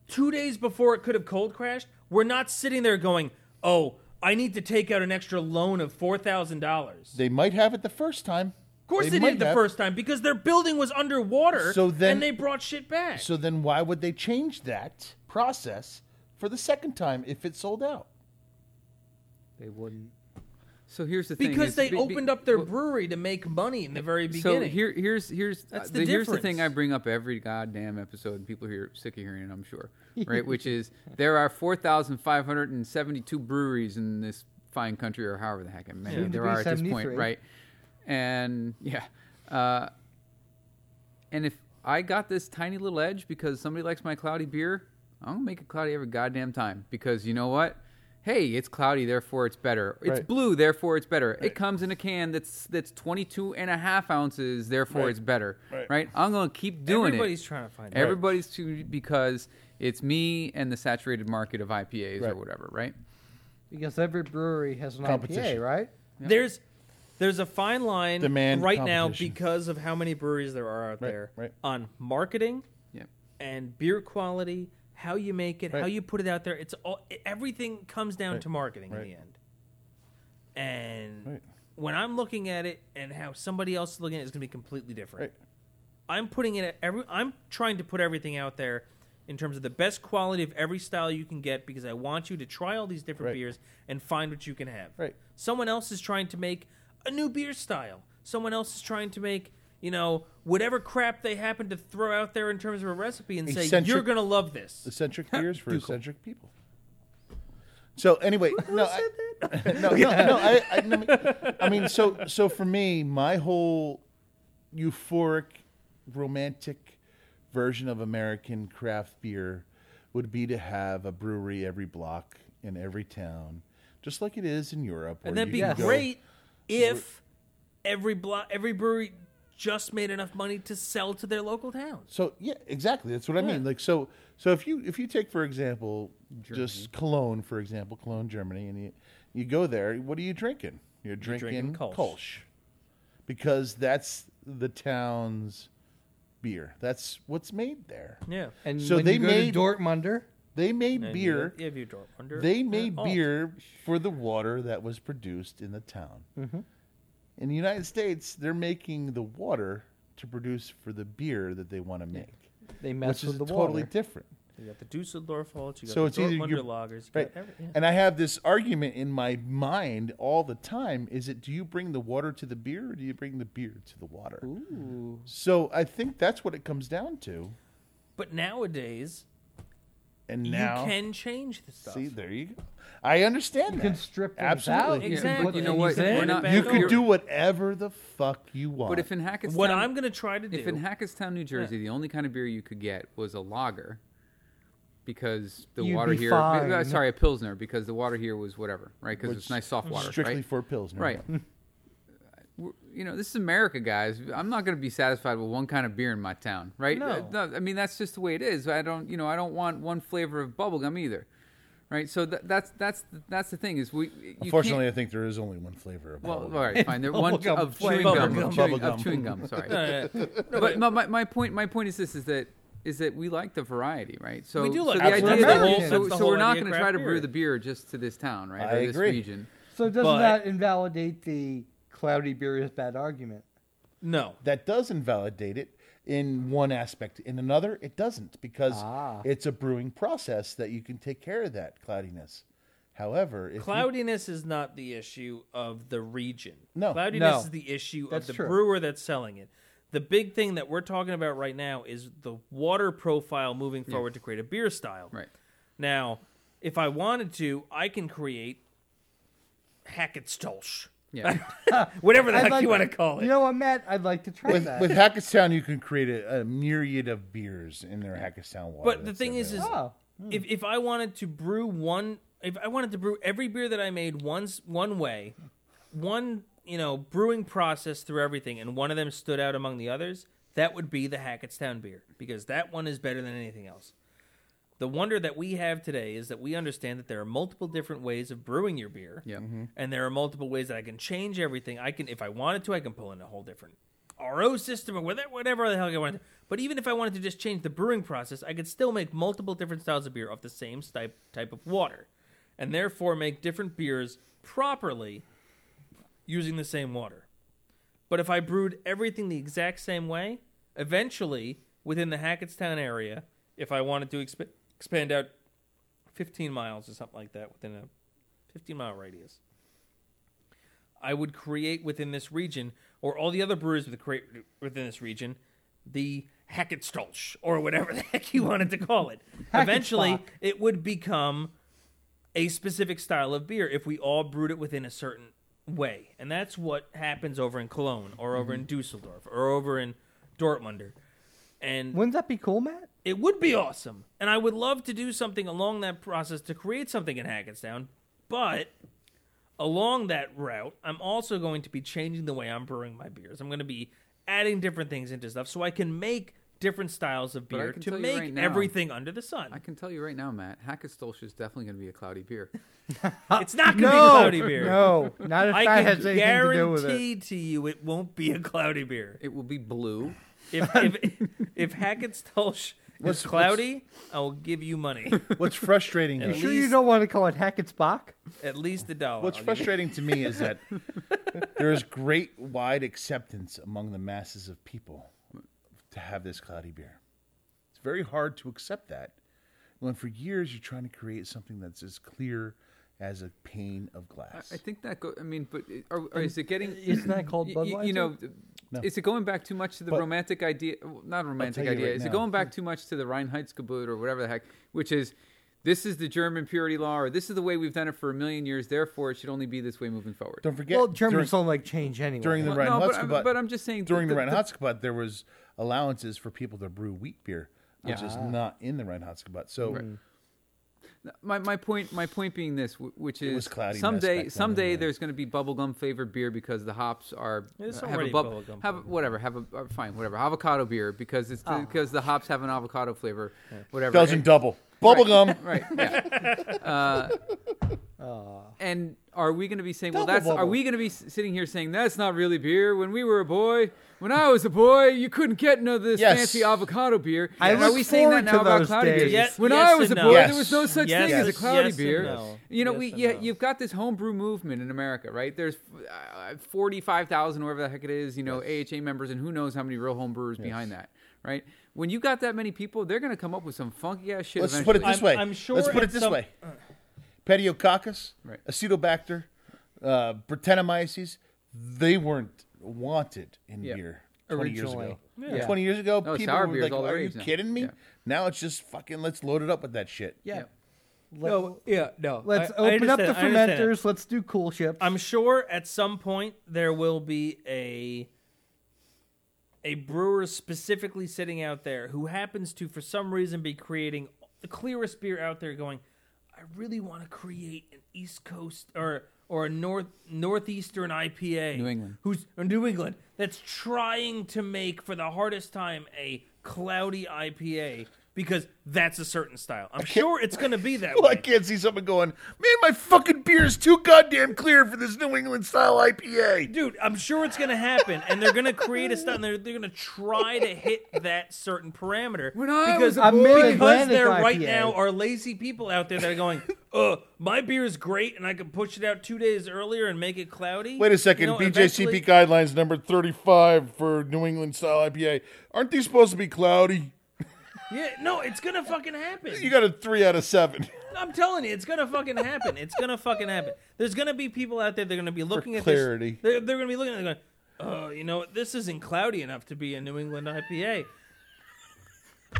[SPEAKER 3] two days before it could have cold crashed were not sitting there going, "Oh, I need to take out an extra loan of four thousand dollars."
[SPEAKER 2] They might have it the first time.
[SPEAKER 3] Of course, they,
[SPEAKER 2] might
[SPEAKER 3] did the
[SPEAKER 2] have.
[SPEAKER 3] first time because their building was underwater.
[SPEAKER 2] So then-
[SPEAKER 3] and they brought shit back.
[SPEAKER 2] So then, why would they change that process for the second time if it sold out?
[SPEAKER 4] They wouldn't.
[SPEAKER 1] So here's the thing.
[SPEAKER 3] because
[SPEAKER 1] is
[SPEAKER 3] they
[SPEAKER 1] be- be-
[SPEAKER 3] opened up their
[SPEAKER 1] well,
[SPEAKER 3] brewery to make money in the very
[SPEAKER 1] So
[SPEAKER 3] beginning.
[SPEAKER 1] here, here's here's
[SPEAKER 3] That's
[SPEAKER 1] uh,
[SPEAKER 3] the
[SPEAKER 1] here's the
[SPEAKER 3] difference.
[SPEAKER 1] thing I bring up every goddamn episode, and people here sick of hearing it, I'm sure, right? Which is there are 4,572 breweries in this fine country, or however the heck it may
[SPEAKER 4] Soon to
[SPEAKER 1] there
[SPEAKER 4] be
[SPEAKER 1] are at this point,
[SPEAKER 4] 73.
[SPEAKER 1] right? And yeah, uh, and if I got this tiny little edge because somebody likes my cloudy beer. I'm gonna make it cloudy every goddamn time because you know what? Hey, it's cloudy, therefore it's better. It's
[SPEAKER 2] Right.
[SPEAKER 1] blue, therefore it's better. It comes in a can that's that's 22 and a half ounces, therefore
[SPEAKER 2] Right.
[SPEAKER 1] it's better.
[SPEAKER 2] Right.
[SPEAKER 1] I'm gonna keep doing
[SPEAKER 3] Everybody's
[SPEAKER 1] it.
[SPEAKER 3] trying to find it.
[SPEAKER 1] Everybody's too because it's me and the saturated market of IPAs or
[SPEAKER 2] Right.
[SPEAKER 1] whatever, right?
[SPEAKER 4] Because every brewery has an IPA,
[SPEAKER 2] Competition.
[SPEAKER 4] right?
[SPEAKER 3] There's there's a fine line
[SPEAKER 2] Demand
[SPEAKER 3] right now
[SPEAKER 2] competition.
[SPEAKER 3] because of how many breweries there are out
[SPEAKER 2] Right,
[SPEAKER 3] there
[SPEAKER 2] right.
[SPEAKER 3] on marketing
[SPEAKER 1] Yeah.
[SPEAKER 3] and beer quality, how you make it, how
[SPEAKER 2] Right.
[SPEAKER 3] you put it out there. It's all everything comes down
[SPEAKER 2] Right,
[SPEAKER 3] to marketing
[SPEAKER 2] right.
[SPEAKER 3] in the end. And
[SPEAKER 2] Right.
[SPEAKER 3] when I'm looking at it and how somebody else is looking at it is going to be completely different.
[SPEAKER 2] Right.
[SPEAKER 3] I'm putting it at every I'm trying to put everything out there in terms of the best quality of every style you can get because I want you to try all these different
[SPEAKER 2] Right.
[SPEAKER 3] beers and find what you can have.
[SPEAKER 2] Right.
[SPEAKER 3] Someone else is trying to make a new beer style. Someone else is trying to make, you know, whatever crap they happen to throw out there in terms of a recipe and say,
[SPEAKER 2] Eccentric-
[SPEAKER 3] you're going to love this.
[SPEAKER 2] Eccentric beers for eccentric people. So anyway, no, I, no, no, no, I, I, no, I mean- I mean, so so for me, my whole euphoric, romantic version of American craft beer would be to have a brewery every block in every town, just like it is in Europe.
[SPEAKER 3] And
[SPEAKER 2] where
[SPEAKER 3] that'd
[SPEAKER 2] you
[SPEAKER 3] be
[SPEAKER 2] can go-
[SPEAKER 3] great if every blo- every brewery just made enough money to sell to their local towns.
[SPEAKER 2] So yeah, exactly. That's what I mean. Like so, so if you if you take for example just Cologne, for example, Cologne, Germany, and you you go there, what are you drinking? You're drinking,
[SPEAKER 3] drinking Kolsch.
[SPEAKER 2] Kolsch. because that's the town's beer. That's what's made there.
[SPEAKER 3] Yeah.
[SPEAKER 4] And
[SPEAKER 2] So
[SPEAKER 4] when
[SPEAKER 2] they
[SPEAKER 4] you go
[SPEAKER 2] made-
[SPEAKER 4] to Dortmunder,
[SPEAKER 2] They made
[SPEAKER 3] And you-
[SPEAKER 2] beer.
[SPEAKER 3] yeah, if you don't wonder,
[SPEAKER 2] They
[SPEAKER 3] yeah,
[SPEAKER 2] made
[SPEAKER 3] alt.
[SPEAKER 2] beer for the water that was produced in the town. In the United States, they're making the water to produce for the beer that they want to make,
[SPEAKER 4] they
[SPEAKER 2] which
[SPEAKER 4] mess
[SPEAKER 2] is
[SPEAKER 4] with the
[SPEAKER 2] totally
[SPEAKER 4] water.
[SPEAKER 2] different.
[SPEAKER 3] You got the Dusseldorf Alt, you got
[SPEAKER 2] So
[SPEAKER 3] the
[SPEAKER 2] it's either
[SPEAKER 3] Dortmunder
[SPEAKER 2] you're-
[SPEAKER 3] lagers, you
[SPEAKER 2] Right.
[SPEAKER 3] got every, yeah.
[SPEAKER 2] And I have this argument in my mind all the time is it do you bring the water to the beer or do you bring the beer to the water?
[SPEAKER 4] Ooh.
[SPEAKER 2] So I think that's what it comes down to.
[SPEAKER 3] But nowadays,
[SPEAKER 2] And now
[SPEAKER 3] you can change the stuff.
[SPEAKER 2] see there you go. I understand
[SPEAKER 4] You
[SPEAKER 2] that.
[SPEAKER 4] can strip things out.
[SPEAKER 2] Absolutely.
[SPEAKER 4] You
[SPEAKER 3] Exactly.
[SPEAKER 4] can put
[SPEAKER 1] But you know
[SPEAKER 4] things
[SPEAKER 1] what?
[SPEAKER 4] in.
[SPEAKER 3] Put
[SPEAKER 1] We're
[SPEAKER 3] it
[SPEAKER 1] not,
[SPEAKER 3] back
[SPEAKER 2] You
[SPEAKER 3] But
[SPEAKER 2] could
[SPEAKER 1] you're-
[SPEAKER 2] do whatever the fuck you want.
[SPEAKER 1] But if in Hackettstown,
[SPEAKER 3] what I'm going to try to do.
[SPEAKER 1] if in Hackettstown, New Jersey, the only kind of beer you could get was a lager because the
[SPEAKER 4] You'd
[SPEAKER 1] water
[SPEAKER 4] be
[SPEAKER 1] here,
[SPEAKER 4] fine.
[SPEAKER 1] uh, sorry, a pilsner because the water here was whatever, right? Because it's
[SPEAKER 2] Which-
[SPEAKER 1] nice soft water,
[SPEAKER 2] strictly
[SPEAKER 1] right?
[SPEAKER 2] for pills,
[SPEAKER 1] right. We're- You know, this is America, guys. I'm not going to be satisfied with one kind of beer in my town, right?
[SPEAKER 3] No.
[SPEAKER 1] Uh, I mean that's just the way it is. I don't, you know, I don't want one flavor of bubblegum either, right? So tha that's that's that's the thing is we. you can't-
[SPEAKER 2] Unfortunately, I think there is only one flavor of
[SPEAKER 1] well,
[SPEAKER 2] bubblegum.
[SPEAKER 1] all right, fine. There one
[SPEAKER 4] Bubblegum
[SPEAKER 1] of
[SPEAKER 4] flavor.
[SPEAKER 1] chewing gum,
[SPEAKER 2] Bubblegum.
[SPEAKER 1] of chewing,
[SPEAKER 2] Bubblegum.
[SPEAKER 1] of chewing gum. Sorry,
[SPEAKER 3] Yeah, yeah.
[SPEAKER 1] but my, my, my point my point is this is that is that we like the variety, right? So
[SPEAKER 3] We do like
[SPEAKER 1] so
[SPEAKER 4] it.
[SPEAKER 1] the
[SPEAKER 4] That's
[SPEAKER 1] idea
[SPEAKER 4] the
[SPEAKER 1] that
[SPEAKER 4] whole-
[SPEAKER 1] we- so,
[SPEAKER 3] that's the
[SPEAKER 1] so we're
[SPEAKER 3] whole
[SPEAKER 1] not
[SPEAKER 3] idea
[SPEAKER 1] going
[SPEAKER 3] of
[SPEAKER 1] to try
[SPEAKER 3] craft
[SPEAKER 1] to brew
[SPEAKER 3] beer.
[SPEAKER 1] the beer just to this town, right?
[SPEAKER 2] I
[SPEAKER 1] or this
[SPEAKER 2] agree.
[SPEAKER 1] region.
[SPEAKER 4] So doesn't
[SPEAKER 3] But-
[SPEAKER 4] that invalidate the cloudy beer is bad argument?
[SPEAKER 3] No.
[SPEAKER 2] that does invalidate it in one aspect. In another, it doesn't because
[SPEAKER 4] Ah.
[SPEAKER 2] it's a brewing process that you can take care of that cloudiness. However, if you-
[SPEAKER 3] Cloudiness is not the issue of the region.
[SPEAKER 2] No.
[SPEAKER 3] Cloudiness
[SPEAKER 4] No.
[SPEAKER 3] is the issue
[SPEAKER 4] That's
[SPEAKER 3] of the
[SPEAKER 4] true.
[SPEAKER 3] brewer that's selling it. The big thing that we're talking about right now is the water profile moving forward to create a beer style.
[SPEAKER 1] Right.
[SPEAKER 3] Now, if I wanted to, I can create Hackettstolsch.
[SPEAKER 1] Yeah.
[SPEAKER 3] Whatever the
[SPEAKER 4] I'd
[SPEAKER 3] heck
[SPEAKER 4] like-
[SPEAKER 3] you want to call it.
[SPEAKER 4] You know what, Matt? I'd like to try
[SPEAKER 2] with,
[SPEAKER 4] that.
[SPEAKER 2] with Hackettstown, you can create a, a myriad of beers in their Hackettstown water.
[SPEAKER 3] But the
[SPEAKER 2] that's
[SPEAKER 3] thing is, is
[SPEAKER 2] available.
[SPEAKER 4] oh,
[SPEAKER 3] if if I wanted to brew one, if I wanted to brew every beer that I made once one way, one you know brewing process through everything, and one of them stood out among the others, that would be the Hackettstown beer because that one is better than anything else. The wonder that we have today is that we understand that there are multiple different ways of brewing your beer,
[SPEAKER 1] Yeah.
[SPEAKER 3] and there are multiple ways that I can change everything. I can, if I wanted to, I can pull in a whole different RO system or whatever, whatever the hell I wanted. To. But even if I wanted to just change the brewing process, I could still make multiple different styles of beer off the same type type of water, and therefore make different beers properly using the same water. But if I brewed everything the exact same way, eventually within the Hackettstown area, if I wanted to exp- expand out 15 miles or something like that within a 15 mile radius, I would create within this region, or all the other breweries would create within this region, the Hackettstolch or whatever the heck you wanted to call it. Eventually,
[SPEAKER 4] Hackettstock.
[SPEAKER 3] it would become a specific style of beer if we all brewed it within a certain way. And that's what happens over in Cologne or over in Dusseldorf or over in Dortmunder. And
[SPEAKER 4] Wouldn't that be cool, Matt?
[SPEAKER 3] it would be awesome. And I would love to do something along that process to create something in Hackettstown. But along that route, I'm also going to be changing the way I'm brewing my beers. I'm going to be adding different things into stuff so I can make different styles of
[SPEAKER 1] I
[SPEAKER 3] beer
[SPEAKER 1] can
[SPEAKER 3] to
[SPEAKER 1] tell you
[SPEAKER 3] make
[SPEAKER 1] right now-
[SPEAKER 3] everything under the sun.
[SPEAKER 1] I can tell you right now, Matt, Hackestolsch is definitely going to be a cloudy beer.
[SPEAKER 3] it's not going to be cloudy beer.
[SPEAKER 4] no, not if
[SPEAKER 3] I
[SPEAKER 4] that
[SPEAKER 3] can
[SPEAKER 4] has anything to
[SPEAKER 3] guarantee
[SPEAKER 4] do with it.
[SPEAKER 3] to you it won't be a cloudy beer.
[SPEAKER 1] It will be blue.
[SPEAKER 3] If if, if Hackettstolsch was
[SPEAKER 2] What's-
[SPEAKER 3] cloudy, I will give you money.
[SPEAKER 2] What's frustrating?
[SPEAKER 4] You
[SPEAKER 2] to-
[SPEAKER 4] sure you
[SPEAKER 3] least-
[SPEAKER 4] don't want to call it Hackett's Bach?
[SPEAKER 3] At least a dollar.
[SPEAKER 2] What's
[SPEAKER 3] I'll give you.
[SPEAKER 2] frustrating to me is that there is great wide acceptance among the masses of people to have this cloudy beer. It's very hard to accept that when for years you're trying to create something that's as clear as a pane of glass.
[SPEAKER 1] I think that. Go, I mean, but it- are, are, is it getting?
[SPEAKER 4] Isn't that called
[SPEAKER 1] y- y- You,
[SPEAKER 4] Budweiser?
[SPEAKER 1] know, is it going back too much to the
[SPEAKER 2] But-
[SPEAKER 1] romantic idea? well, Not romantic
[SPEAKER 2] you
[SPEAKER 1] idea.
[SPEAKER 2] right
[SPEAKER 1] is it
[SPEAKER 2] now.
[SPEAKER 1] going back too much to the Reinheitsgebot or whatever the heck, which is this is the German purity law, or this is the way we've done it for a million years. Therefore, it should only be this way moving forward.
[SPEAKER 2] Don't forget
[SPEAKER 4] well,
[SPEAKER 2] during-
[SPEAKER 4] Germans don't like change anyway.
[SPEAKER 2] during the
[SPEAKER 1] Well, no, but
[SPEAKER 2] Rheinhotskabad.
[SPEAKER 1] I'm- but I'm just saying
[SPEAKER 2] during
[SPEAKER 1] the-
[SPEAKER 2] the,
[SPEAKER 1] the-
[SPEAKER 2] Rheinhotskabad there was allowances for people to brew wheat beer, which is not in the Rheinhotskabad. So
[SPEAKER 1] My, my point my point being this, wh- which is
[SPEAKER 2] was cloudy mess back
[SPEAKER 1] someday
[SPEAKER 2] then,
[SPEAKER 1] someday
[SPEAKER 2] anyway.
[SPEAKER 1] there's going to be bubblegum flavored beer because the hops are
[SPEAKER 3] It's
[SPEAKER 1] have a
[SPEAKER 3] already
[SPEAKER 1] bub-
[SPEAKER 3] bubblegum Ah.
[SPEAKER 1] have a- whatever have a uh, fine whatever avocado beer because it's because the hops have an avocado flavor whatever
[SPEAKER 2] Belgian
[SPEAKER 1] And-
[SPEAKER 2] double bubblegum.
[SPEAKER 1] right yeah uh, and are we going to be saying well
[SPEAKER 4] Double
[SPEAKER 1] that's are
[SPEAKER 4] bubble.
[SPEAKER 1] we going to be s- sitting here saying that's not really beer when we were a boy when I was a boy you couldn't get none of this
[SPEAKER 2] Yes.
[SPEAKER 1] fancy avocado beer
[SPEAKER 4] I
[SPEAKER 1] And are
[SPEAKER 4] look
[SPEAKER 1] we saying that
[SPEAKER 4] forward to
[SPEAKER 1] now about
[SPEAKER 4] those
[SPEAKER 1] cloudy beer
[SPEAKER 4] days. Yes-
[SPEAKER 1] when
[SPEAKER 3] yes
[SPEAKER 1] I was a
[SPEAKER 3] and
[SPEAKER 1] boy
[SPEAKER 3] no.
[SPEAKER 1] there was no such
[SPEAKER 3] Yes.
[SPEAKER 1] thing as a
[SPEAKER 3] Yes.
[SPEAKER 1] cloudy
[SPEAKER 3] Yes and
[SPEAKER 1] beer
[SPEAKER 3] no.
[SPEAKER 1] you know
[SPEAKER 3] Yes
[SPEAKER 1] we
[SPEAKER 3] and
[SPEAKER 1] yeah,
[SPEAKER 3] no.
[SPEAKER 1] you've got this homebrew movement in America right there's uh, 45,000 whatever the heck it is you know AHA members and who knows how many real homebrewers behind that right when you got that many people they're going to come up with some funky ass shit
[SPEAKER 2] Let's
[SPEAKER 1] eventually.
[SPEAKER 2] put it this
[SPEAKER 3] I'm-
[SPEAKER 2] way.
[SPEAKER 3] I'm sure
[SPEAKER 2] Let's
[SPEAKER 3] at
[SPEAKER 2] put it this
[SPEAKER 3] some-
[SPEAKER 2] way. Pediococcus,
[SPEAKER 1] Right.
[SPEAKER 2] acetobacter, uh, Brettanomyces, they weren't wanted in
[SPEAKER 1] Yeah.
[SPEAKER 2] beer. 20
[SPEAKER 4] Originally.
[SPEAKER 2] years ago.
[SPEAKER 4] Yeah.
[SPEAKER 2] 20 years ago,
[SPEAKER 1] No,
[SPEAKER 2] people
[SPEAKER 1] sour
[SPEAKER 2] were
[SPEAKER 1] beer's
[SPEAKER 2] like,
[SPEAKER 1] all the
[SPEAKER 2] are you
[SPEAKER 1] rage now."
[SPEAKER 2] kidding me?
[SPEAKER 1] Yeah.
[SPEAKER 2] Now it's just fucking, let's load it up with that shit.
[SPEAKER 4] yeah. Let,
[SPEAKER 3] No, yeah, no.
[SPEAKER 4] let's
[SPEAKER 3] I- I
[SPEAKER 4] open up the
[SPEAKER 3] understand- I understand.
[SPEAKER 4] fermenters. Let's do cool ships.
[SPEAKER 3] I'm sure at some point there will be a a brewer specifically sitting out there who happens to for some reason be creating the clearest beer out there going I really want to create an East Coast or or a north northeastern IPA
[SPEAKER 1] New England.
[SPEAKER 3] who's or New England that's trying to make for the hardest time a cloudy IPA because that's a certain style. I'm sure it's going to be that
[SPEAKER 2] Well, I
[SPEAKER 3] way.
[SPEAKER 2] can't see someone going, man, my fucking beer is too goddamn clear for this New England style IPA.
[SPEAKER 3] dude i'm sure it's gonna happen and they're gonna create a stuff and they're, they're gonna try to hit that certain parameter
[SPEAKER 1] When I was
[SPEAKER 3] because,
[SPEAKER 1] a boy-
[SPEAKER 4] mid-Atlantic
[SPEAKER 3] because there right
[SPEAKER 4] IPA.
[SPEAKER 3] now are lazy people out there that are going uh my beer is great and i can push it out two days earlier and make it cloudy
[SPEAKER 2] Wait a second.
[SPEAKER 3] You know, eventually-
[SPEAKER 2] BJCP guidelines number 35 for New England style IPA. Aren't these supposed to be cloudy?
[SPEAKER 3] yeah no it's gonna fucking happen
[SPEAKER 2] You got a three out of seven.
[SPEAKER 3] i'm telling you it's gonna fucking happen it's gonna fucking happen there's gonna be people out there they're gonna be looking at
[SPEAKER 2] clarity.
[SPEAKER 3] this they're, they're gonna be looking at it going oh you know what this isn't cloudy enough to be a new england ipa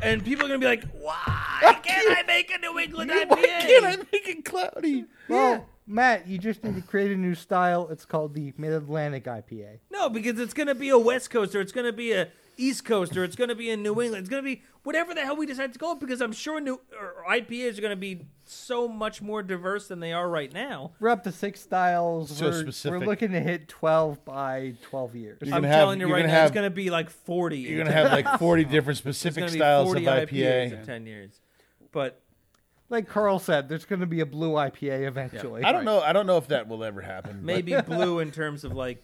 [SPEAKER 3] and people are gonna be like, "Why can't I make a New England IPA?"
[SPEAKER 2] Why can't I make it cloudy?
[SPEAKER 4] well, Matt, you just need to create a new style. It's called the Mid Atlantic IPA.
[SPEAKER 3] No, because it's gonna be a West Coast or it's gonna be a East Coast or it's gonna be in New England. It's gonna be whatever the hell we decide to call it. Because I'm sure new or IPAs are gonna be so much more diverse than they are right now.
[SPEAKER 4] We're up to six styles.
[SPEAKER 2] So
[SPEAKER 4] we're,
[SPEAKER 2] specific.
[SPEAKER 4] we're looking to hit 12 by 12 years.
[SPEAKER 2] You're
[SPEAKER 3] I'm
[SPEAKER 2] gonna have-
[SPEAKER 3] telling you
[SPEAKER 2] you're
[SPEAKER 3] right
[SPEAKER 2] gonna
[SPEAKER 3] now,
[SPEAKER 2] have-
[SPEAKER 3] it's gonna be like 40.
[SPEAKER 2] You're gonna have like 40 different specific styles of
[SPEAKER 3] IPAs
[SPEAKER 2] IPA.
[SPEAKER 3] in 10 years. But
[SPEAKER 4] Like Carl said, there's going to be a blue IPA eventually.
[SPEAKER 2] I don't know. I don't know if that will ever happen. but-
[SPEAKER 3] maybe blue in terms of like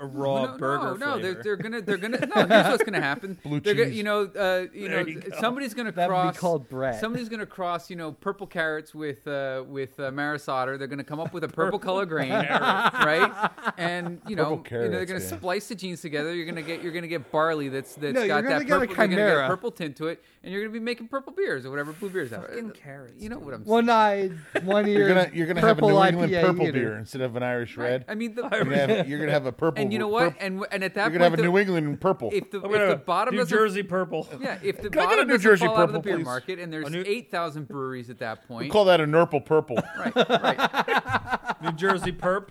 [SPEAKER 3] a raw
[SPEAKER 1] no, No,
[SPEAKER 3] burger
[SPEAKER 1] no,
[SPEAKER 3] flavor.
[SPEAKER 1] they're, they're gonna, they're gonna. No, here's what's gonna happen.
[SPEAKER 2] Blue
[SPEAKER 1] they're Gonna,
[SPEAKER 2] cheese.
[SPEAKER 1] you know, uh, you know,
[SPEAKER 3] There you go.
[SPEAKER 1] somebody's gonna
[SPEAKER 4] That would be
[SPEAKER 1] cross.
[SPEAKER 4] called bread.
[SPEAKER 1] Somebody's gonna cross. You know, purple carrots with uh, with uh, Maris Otter. They're gonna come up with a purple color grain, right? And you know,
[SPEAKER 2] Purple
[SPEAKER 1] you know, they're
[SPEAKER 2] carrots,
[SPEAKER 1] gonna
[SPEAKER 2] yeah.
[SPEAKER 1] splice the genes together. You're gonna get you're gonna get barley that's that's
[SPEAKER 4] No, you're
[SPEAKER 1] got
[SPEAKER 4] gonna
[SPEAKER 1] that
[SPEAKER 4] get a
[SPEAKER 1] purple, you're gonna get
[SPEAKER 4] chimera.
[SPEAKER 1] purple tint to it, and you're gonna be making purple beers or whatever blue beers are.
[SPEAKER 3] Fucking carrots,
[SPEAKER 1] You know what I'm saying?
[SPEAKER 4] One eyed, one ear.
[SPEAKER 2] You're gonna you're gonna have a New England
[SPEAKER 4] IPA
[SPEAKER 2] purple
[SPEAKER 4] eater.
[SPEAKER 2] beer instead of an Irish red.
[SPEAKER 1] I mean, the,
[SPEAKER 2] You're gonna have, you're gonna have a purple.
[SPEAKER 1] and you know what?
[SPEAKER 2] purp-
[SPEAKER 1] And w- and at that
[SPEAKER 2] you're
[SPEAKER 1] point,
[SPEAKER 2] gonna have a
[SPEAKER 1] the-
[SPEAKER 2] New England purple.
[SPEAKER 1] if the,
[SPEAKER 3] I'm
[SPEAKER 1] if
[SPEAKER 3] gonna-
[SPEAKER 1] the bottom
[SPEAKER 3] New
[SPEAKER 1] doesn't
[SPEAKER 3] Jersey purple.
[SPEAKER 1] Yeah, if the
[SPEAKER 2] Can I get
[SPEAKER 1] bottom
[SPEAKER 2] a New
[SPEAKER 1] doesn't
[SPEAKER 2] Jersey
[SPEAKER 1] fall out of the
[SPEAKER 2] purple,
[SPEAKER 1] beer
[SPEAKER 2] please?
[SPEAKER 1] market, and there's
[SPEAKER 3] A new-
[SPEAKER 1] eight thousand breweries at that point.
[SPEAKER 2] we call that a nurple purple.
[SPEAKER 1] right, right.
[SPEAKER 3] New Jersey perp.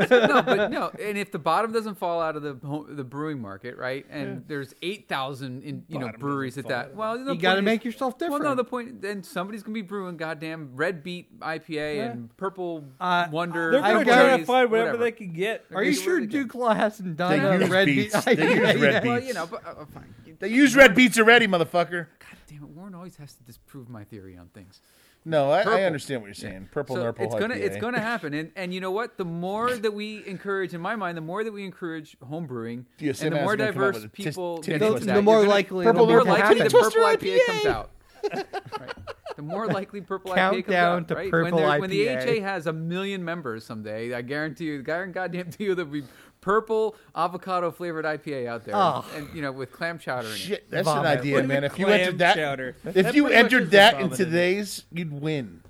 [SPEAKER 1] no, but no, and if the bottom doesn't fall out of the ho- the brewing market, right? And there's eight thousand in you know
[SPEAKER 3] Bottom
[SPEAKER 1] breweries at
[SPEAKER 3] doesn't
[SPEAKER 1] that. Well, the
[SPEAKER 4] You gotta
[SPEAKER 1] point is-
[SPEAKER 4] make yourself
[SPEAKER 1] Well, no,
[SPEAKER 4] different.
[SPEAKER 1] the point then somebody's gonna be brewing goddamn red beet IPA and purple
[SPEAKER 4] Uh,
[SPEAKER 1] wonder.
[SPEAKER 3] They're
[SPEAKER 4] I
[SPEAKER 3] going to
[SPEAKER 4] got-
[SPEAKER 3] try
[SPEAKER 1] berries,
[SPEAKER 3] to find whatever,
[SPEAKER 1] whatever.
[SPEAKER 3] they can get.
[SPEAKER 4] Are you
[SPEAKER 1] They-
[SPEAKER 4] sure
[SPEAKER 1] they-
[SPEAKER 4] Duke Law hasn't done
[SPEAKER 2] They
[SPEAKER 4] a
[SPEAKER 2] use
[SPEAKER 4] red beet?
[SPEAKER 2] beets. They use red
[SPEAKER 4] IPA?
[SPEAKER 2] beets.
[SPEAKER 1] Well, you know, but uh, uh, fine. You-
[SPEAKER 2] They use red beets already, motherfucker.
[SPEAKER 1] God damn it, Warren always has to disprove my theory on things.
[SPEAKER 2] No, I, I
[SPEAKER 1] Purple.
[SPEAKER 2] understand what you're saying. Purple,
[SPEAKER 1] So
[SPEAKER 2] purple.
[SPEAKER 1] it's gonna it's gonna happen, and and you know what? The more that we encourage, in my mind, the more that we encourage home brewing,
[SPEAKER 2] Yeah,
[SPEAKER 1] and
[SPEAKER 2] Sam
[SPEAKER 1] the more
[SPEAKER 2] Asman come up
[SPEAKER 1] diverse
[SPEAKER 2] with a tis-
[SPEAKER 1] people
[SPEAKER 2] tis-
[SPEAKER 1] get
[SPEAKER 2] The-
[SPEAKER 1] into
[SPEAKER 2] the
[SPEAKER 1] that,
[SPEAKER 4] more
[SPEAKER 1] you're gonna-
[SPEAKER 4] likely
[SPEAKER 1] the
[SPEAKER 4] it'll
[SPEAKER 1] more
[SPEAKER 4] be happen.
[SPEAKER 1] likely the
[SPEAKER 2] Twister
[SPEAKER 1] purple IPA
[SPEAKER 2] IPA.
[SPEAKER 1] comes out. Right. The more likely purple IPA comes
[SPEAKER 4] Countdown
[SPEAKER 1] out.
[SPEAKER 4] to
[SPEAKER 1] right? when,
[SPEAKER 4] purple
[SPEAKER 1] they're- when the
[SPEAKER 4] IPA.
[SPEAKER 1] AHA has a million members someday, I guarantee you, guarantee goddamn to you, there'll be purple avocado flavored IPA out there,
[SPEAKER 4] Oh.
[SPEAKER 1] and you know with clam chowder in it.
[SPEAKER 2] Shit, that's
[SPEAKER 4] Vomit.
[SPEAKER 2] an idea,
[SPEAKER 3] What do
[SPEAKER 2] man.
[SPEAKER 3] mean
[SPEAKER 2] If you
[SPEAKER 3] clam
[SPEAKER 2] entered that,
[SPEAKER 3] chowder?
[SPEAKER 2] if you
[SPEAKER 1] pretty much
[SPEAKER 2] entered
[SPEAKER 1] is
[SPEAKER 2] that
[SPEAKER 3] just
[SPEAKER 2] in
[SPEAKER 3] vomiting.
[SPEAKER 2] today's, you'd win.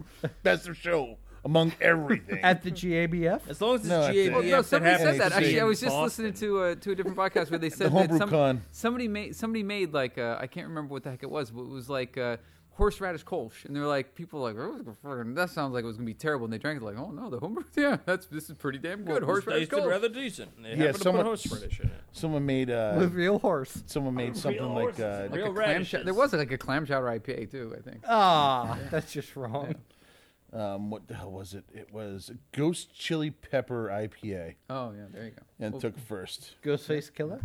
[SPEAKER 2] Best of show among everything.
[SPEAKER 4] At the GABF?
[SPEAKER 3] As long as it's
[SPEAKER 2] No, I
[SPEAKER 3] GABF,
[SPEAKER 2] think-
[SPEAKER 1] Well, no,
[SPEAKER 3] that
[SPEAKER 1] somebody
[SPEAKER 3] happens
[SPEAKER 1] said that.
[SPEAKER 3] in
[SPEAKER 1] Actually, I was just
[SPEAKER 3] Boston.
[SPEAKER 1] listening to uh, to a different podcast where they said that
[SPEAKER 2] Homebrew
[SPEAKER 1] some,
[SPEAKER 2] Con.
[SPEAKER 1] somebody made somebody made like uh, I can't remember what the heck it was, but it was like uh, horseradish kolsch, and they're like people were like "Oh, fucking- that sounds like it was gonna be terrible, and they drank it like oh no the homebrew yeah that's this is pretty damn good horseradish
[SPEAKER 3] tasted
[SPEAKER 1] kolsch.
[SPEAKER 3] rather decent. They
[SPEAKER 2] Yeah,
[SPEAKER 3] happened to put
[SPEAKER 2] someone-
[SPEAKER 3] horseradish in it.
[SPEAKER 2] Someone made uh,
[SPEAKER 4] With real horse.
[SPEAKER 2] someone made something like
[SPEAKER 3] horses.
[SPEAKER 2] uh,
[SPEAKER 1] Like
[SPEAKER 3] Real
[SPEAKER 1] a clam
[SPEAKER 3] radishes.
[SPEAKER 1] chow- there was like a clam chowder IPA too, I think.
[SPEAKER 4] Ah, that's just wrong.
[SPEAKER 2] um, what the hell was it? It was Ghost Chili Pepper IPA,
[SPEAKER 1] Oh yeah, there you go.
[SPEAKER 2] and
[SPEAKER 1] Well,
[SPEAKER 2] took first.
[SPEAKER 4] Ghostface Killer?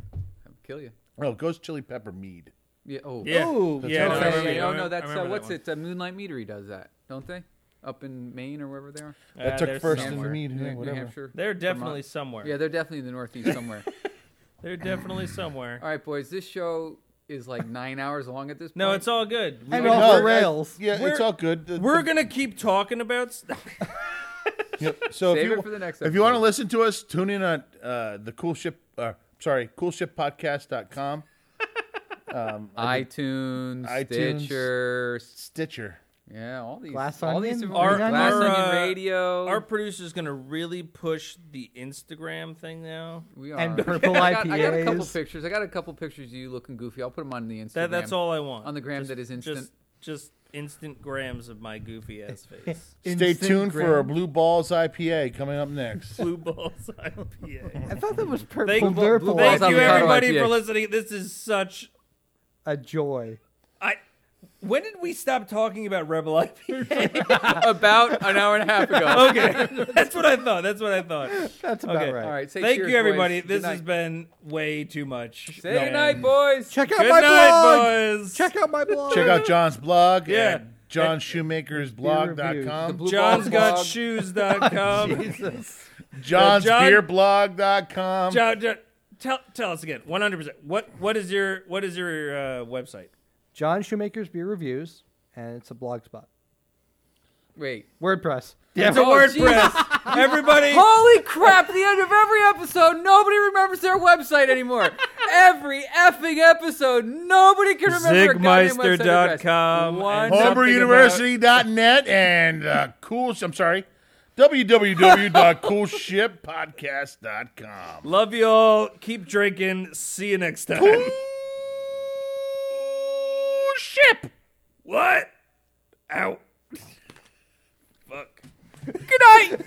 [SPEAKER 1] I'll kill you.
[SPEAKER 2] No, Ghost Chili Pepper Mead.
[SPEAKER 1] Yeah. Oh.
[SPEAKER 3] Yeah. yeah.
[SPEAKER 4] Oh,
[SPEAKER 1] Oh,
[SPEAKER 3] no,
[SPEAKER 1] yeah,
[SPEAKER 3] I remember-
[SPEAKER 1] yeah, yeah.
[SPEAKER 3] I
[SPEAKER 1] oh no,
[SPEAKER 3] remember- I
[SPEAKER 1] that's uh,
[SPEAKER 3] remember
[SPEAKER 1] what's
[SPEAKER 3] that
[SPEAKER 1] it? Uh, Moonlight Meadery does that, don't they? Up in Maine or wherever they are.
[SPEAKER 3] one.
[SPEAKER 2] That
[SPEAKER 3] Uh,
[SPEAKER 2] took
[SPEAKER 3] they're
[SPEAKER 2] first in
[SPEAKER 3] somewhere.
[SPEAKER 2] the mead.
[SPEAKER 1] Ah, New-
[SPEAKER 2] Yeah,
[SPEAKER 1] New
[SPEAKER 2] whatever.
[SPEAKER 1] Hampshire.
[SPEAKER 3] They're definitely
[SPEAKER 1] Vermont.
[SPEAKER 3] somewhere.
[SPEAKER 1] Yeah, they're definitely in the Northeast somewhere.
[SPEAKER 3] They're definitely somewhere.
[SPEAKER 1] all right, boys, this show is like nine hours long at this point.
[SPEAKER 3] No, it's all good.
[SPEAKER 4] And
[SPEAKER 3] We're-
[SPEAKER 4] off
[SPEAKER 2] No,
[SPEAKER 4] the rails.
[SPEAKER 2] I- yeah, it's
[SPEAKER 3] We're-
[SPEAKER 2] all good. The-
[SPEAKER 3] We're gonna keep talking about. St-
[SPEAKER 2] Yep. So
[SPEAKER 1] Save
[SPEAKER 2] if you,
[SPEAKER 1] it for the next
[SPEAKER 2] if you want to
[SPEAKER 1] episode.
[SPEAKER 2] listen to us, tune in on uh, the cool ship. Uh, sorry, coolshippodcast.com,
[SPEAKER 1] iTunes,
[SPEAKER 2] iTunes.
[SPEAKER 1] Stitcher,
[SPEAKER 2] Stitcher.
[SPEAKER 1] yeah, all these.
[SPEAKER 4] Glass
[SPEAKER 1] all these
[SPEAKER 4] Onion?
[SPEAKER 1] different-
[SPEAKER 4] Our-
[SPEAKER 1] Glass
[SPEAKER 3] our,
[SPEAKER 1] Onion
[SPEAKER 3] uh,
[SPEAKER 1] Radio.
[SPEAKER 3] Our producer's gonna really push the Instagram thing now.
[SPEAKER 1] we are.
[SPEAKER 4] and purple
[SPEAKER 1] I got, I got a couple
[SPEAKER 4] IPAs.
[SPEAKER 1] pictures. I got a couple pictures of you looking goofy. I'll put them on the Instagram.
[SPEAKER 3] That, that's all I want.
[SPEAKER 1] On the gram
[SPEAKER 3] Just-
[SPEAKER 1] that is instant.
[SPEAKER 3] Just, just instant grams of my goofy ass face.
[SPEAKER 2] Stay
[SPEAKER 4] Instant
[SPEAKER 2] tuned
[SPEAKER 4] gram.
[SPEAKER 2] for our Blue Balls IPA coming up next.
[SPEAKER 3] Blue balls IPA.
[SPEAKER 4] I thought that was purple.
[SPEAKER 3] Thank,
[SPEAKER 4] purple
[SPEAKER 3] thank
[SPEAKER 1] Balls
[SPEAKER 3] you
[SPEAKER 1] Avocado
[SPEAKER 3] everybody
[SPEAKER 1] IPA.
[SPEAKER 3] for listening. This is such.
[SPEAKER 4] a joy.
[SPEAKER 3] I. When did we stop talking about Rebel IPA?
[SPEAKER 1] About an hour and a half ago.
[SPEAKER 3] okay, that's what I thought. That's what I thought.
[SPEAKER 4] That's about
[SPEAKER 3] Okay.
[SPEAKER 4] right.
[SPEAKER 1] All right, say
[SPEAKER 3] Thank
[SPEAKER 1] cheers,
[SPEAKER 3] you everybody.
[SPEAKER 1] Boys.
[SPEAKER 3] This
[SPEAKER 1] Good
[SPEAKER 3] has
[SPEAKER 1] night.
[SPEAKER 3] been way too much.
[SPEAKER 1] Say goodnight, boys.
[SPEAKER 4] Check out
[SPEAKER 3] Good
[SPEAKER 4] my blog.
[SPEAKER 3] night, boys.
[SPEAKER 4] Check out my blog.
[SPEAKER 2] Check out John's blog
[SPEAKER 3] Yeah.
[SPEAKER 2] at johnshoemakersblog.com,
[SPEAKER 1] Blue Balls
[SPEAKER 3] John's got
[SPEAKER 1] blog.
[SPEAKER 3] shoes.com.
[SPEAKER 2] johnsbeerblog.com.
[SPEAKER 3] John, John, tell tell us again. One hundred percent. What what is your what is your uh, website?
[SPEAKER 4] John Shoemaker's Beer Reviews, and it's a blog spot.
[SPEAKER 1] Wait.
[SPEAKER 4] WordPress.
[SPEAKER 3] It's a
[SPEAKER 1] Oh,
[SPEAKER 3] WordPress. Everybody.
[SPEAKER 1] Holy crap! At the end of every episode, nobody remembers their website anymore. every effing episode, nobody can remember. their goddamn website address.
[SPEAKER 3] Zigmeister.com.
[SPEAKER 1] One
[SPEAKER 3] Something
[SPEAKER 1] something
[SPEAKER 2] HomebrewUniversity.net and uh, cool. I'm sorry, www.coolshippodcast.com.
[SPEAKER 3] Love you all. Keep drinking. See you next time.
[SPEAKER 2] Cool ship.
[SPEAKER 3] what? Out. Fuck.
[SPEAKER 1] Good night.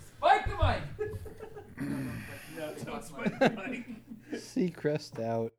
[SPEAKER 1] Spike the mic.
[SPEAKER 4] Seacrest out.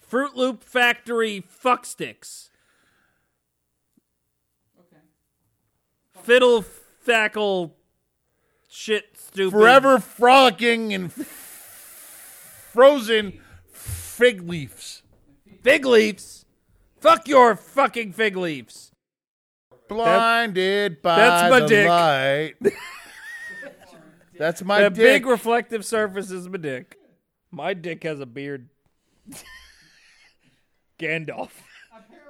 [SPEAKER 3] Fruit Loop Factory fuck sticks. Fiddle fackle shit stupid.
[SPEAKER 2] Forever frolicking in frozen fig leaves.
[SPEAKER 3] fig leaves. Fuck your fucking fig leaves.
[SPEAKER 2] Blinded by
[SPEAKER 3] that's my
[SPEAKER 2] the
[SPEAKER 3] dick.
[SPEAKER 2] light. that's my
[SPEAKER 3] That
[SPEAKER 2] dick.
[SPEAKER 3] big reflective surface is my dick. My dick has a beard. Gandalf.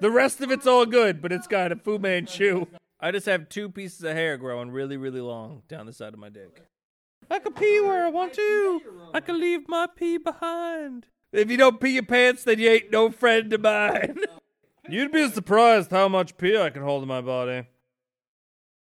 [SPEAKER 3] The rest of it's all good, but it's got a Fu Manchu. I just have two pieces of hair growing really, really long down the side of my dick. I can pee where I want to. I can leave my pee behind. If you don't pee your pants, then you ain't no friend of mine. You'd be surprised how much pee I can hold in my body.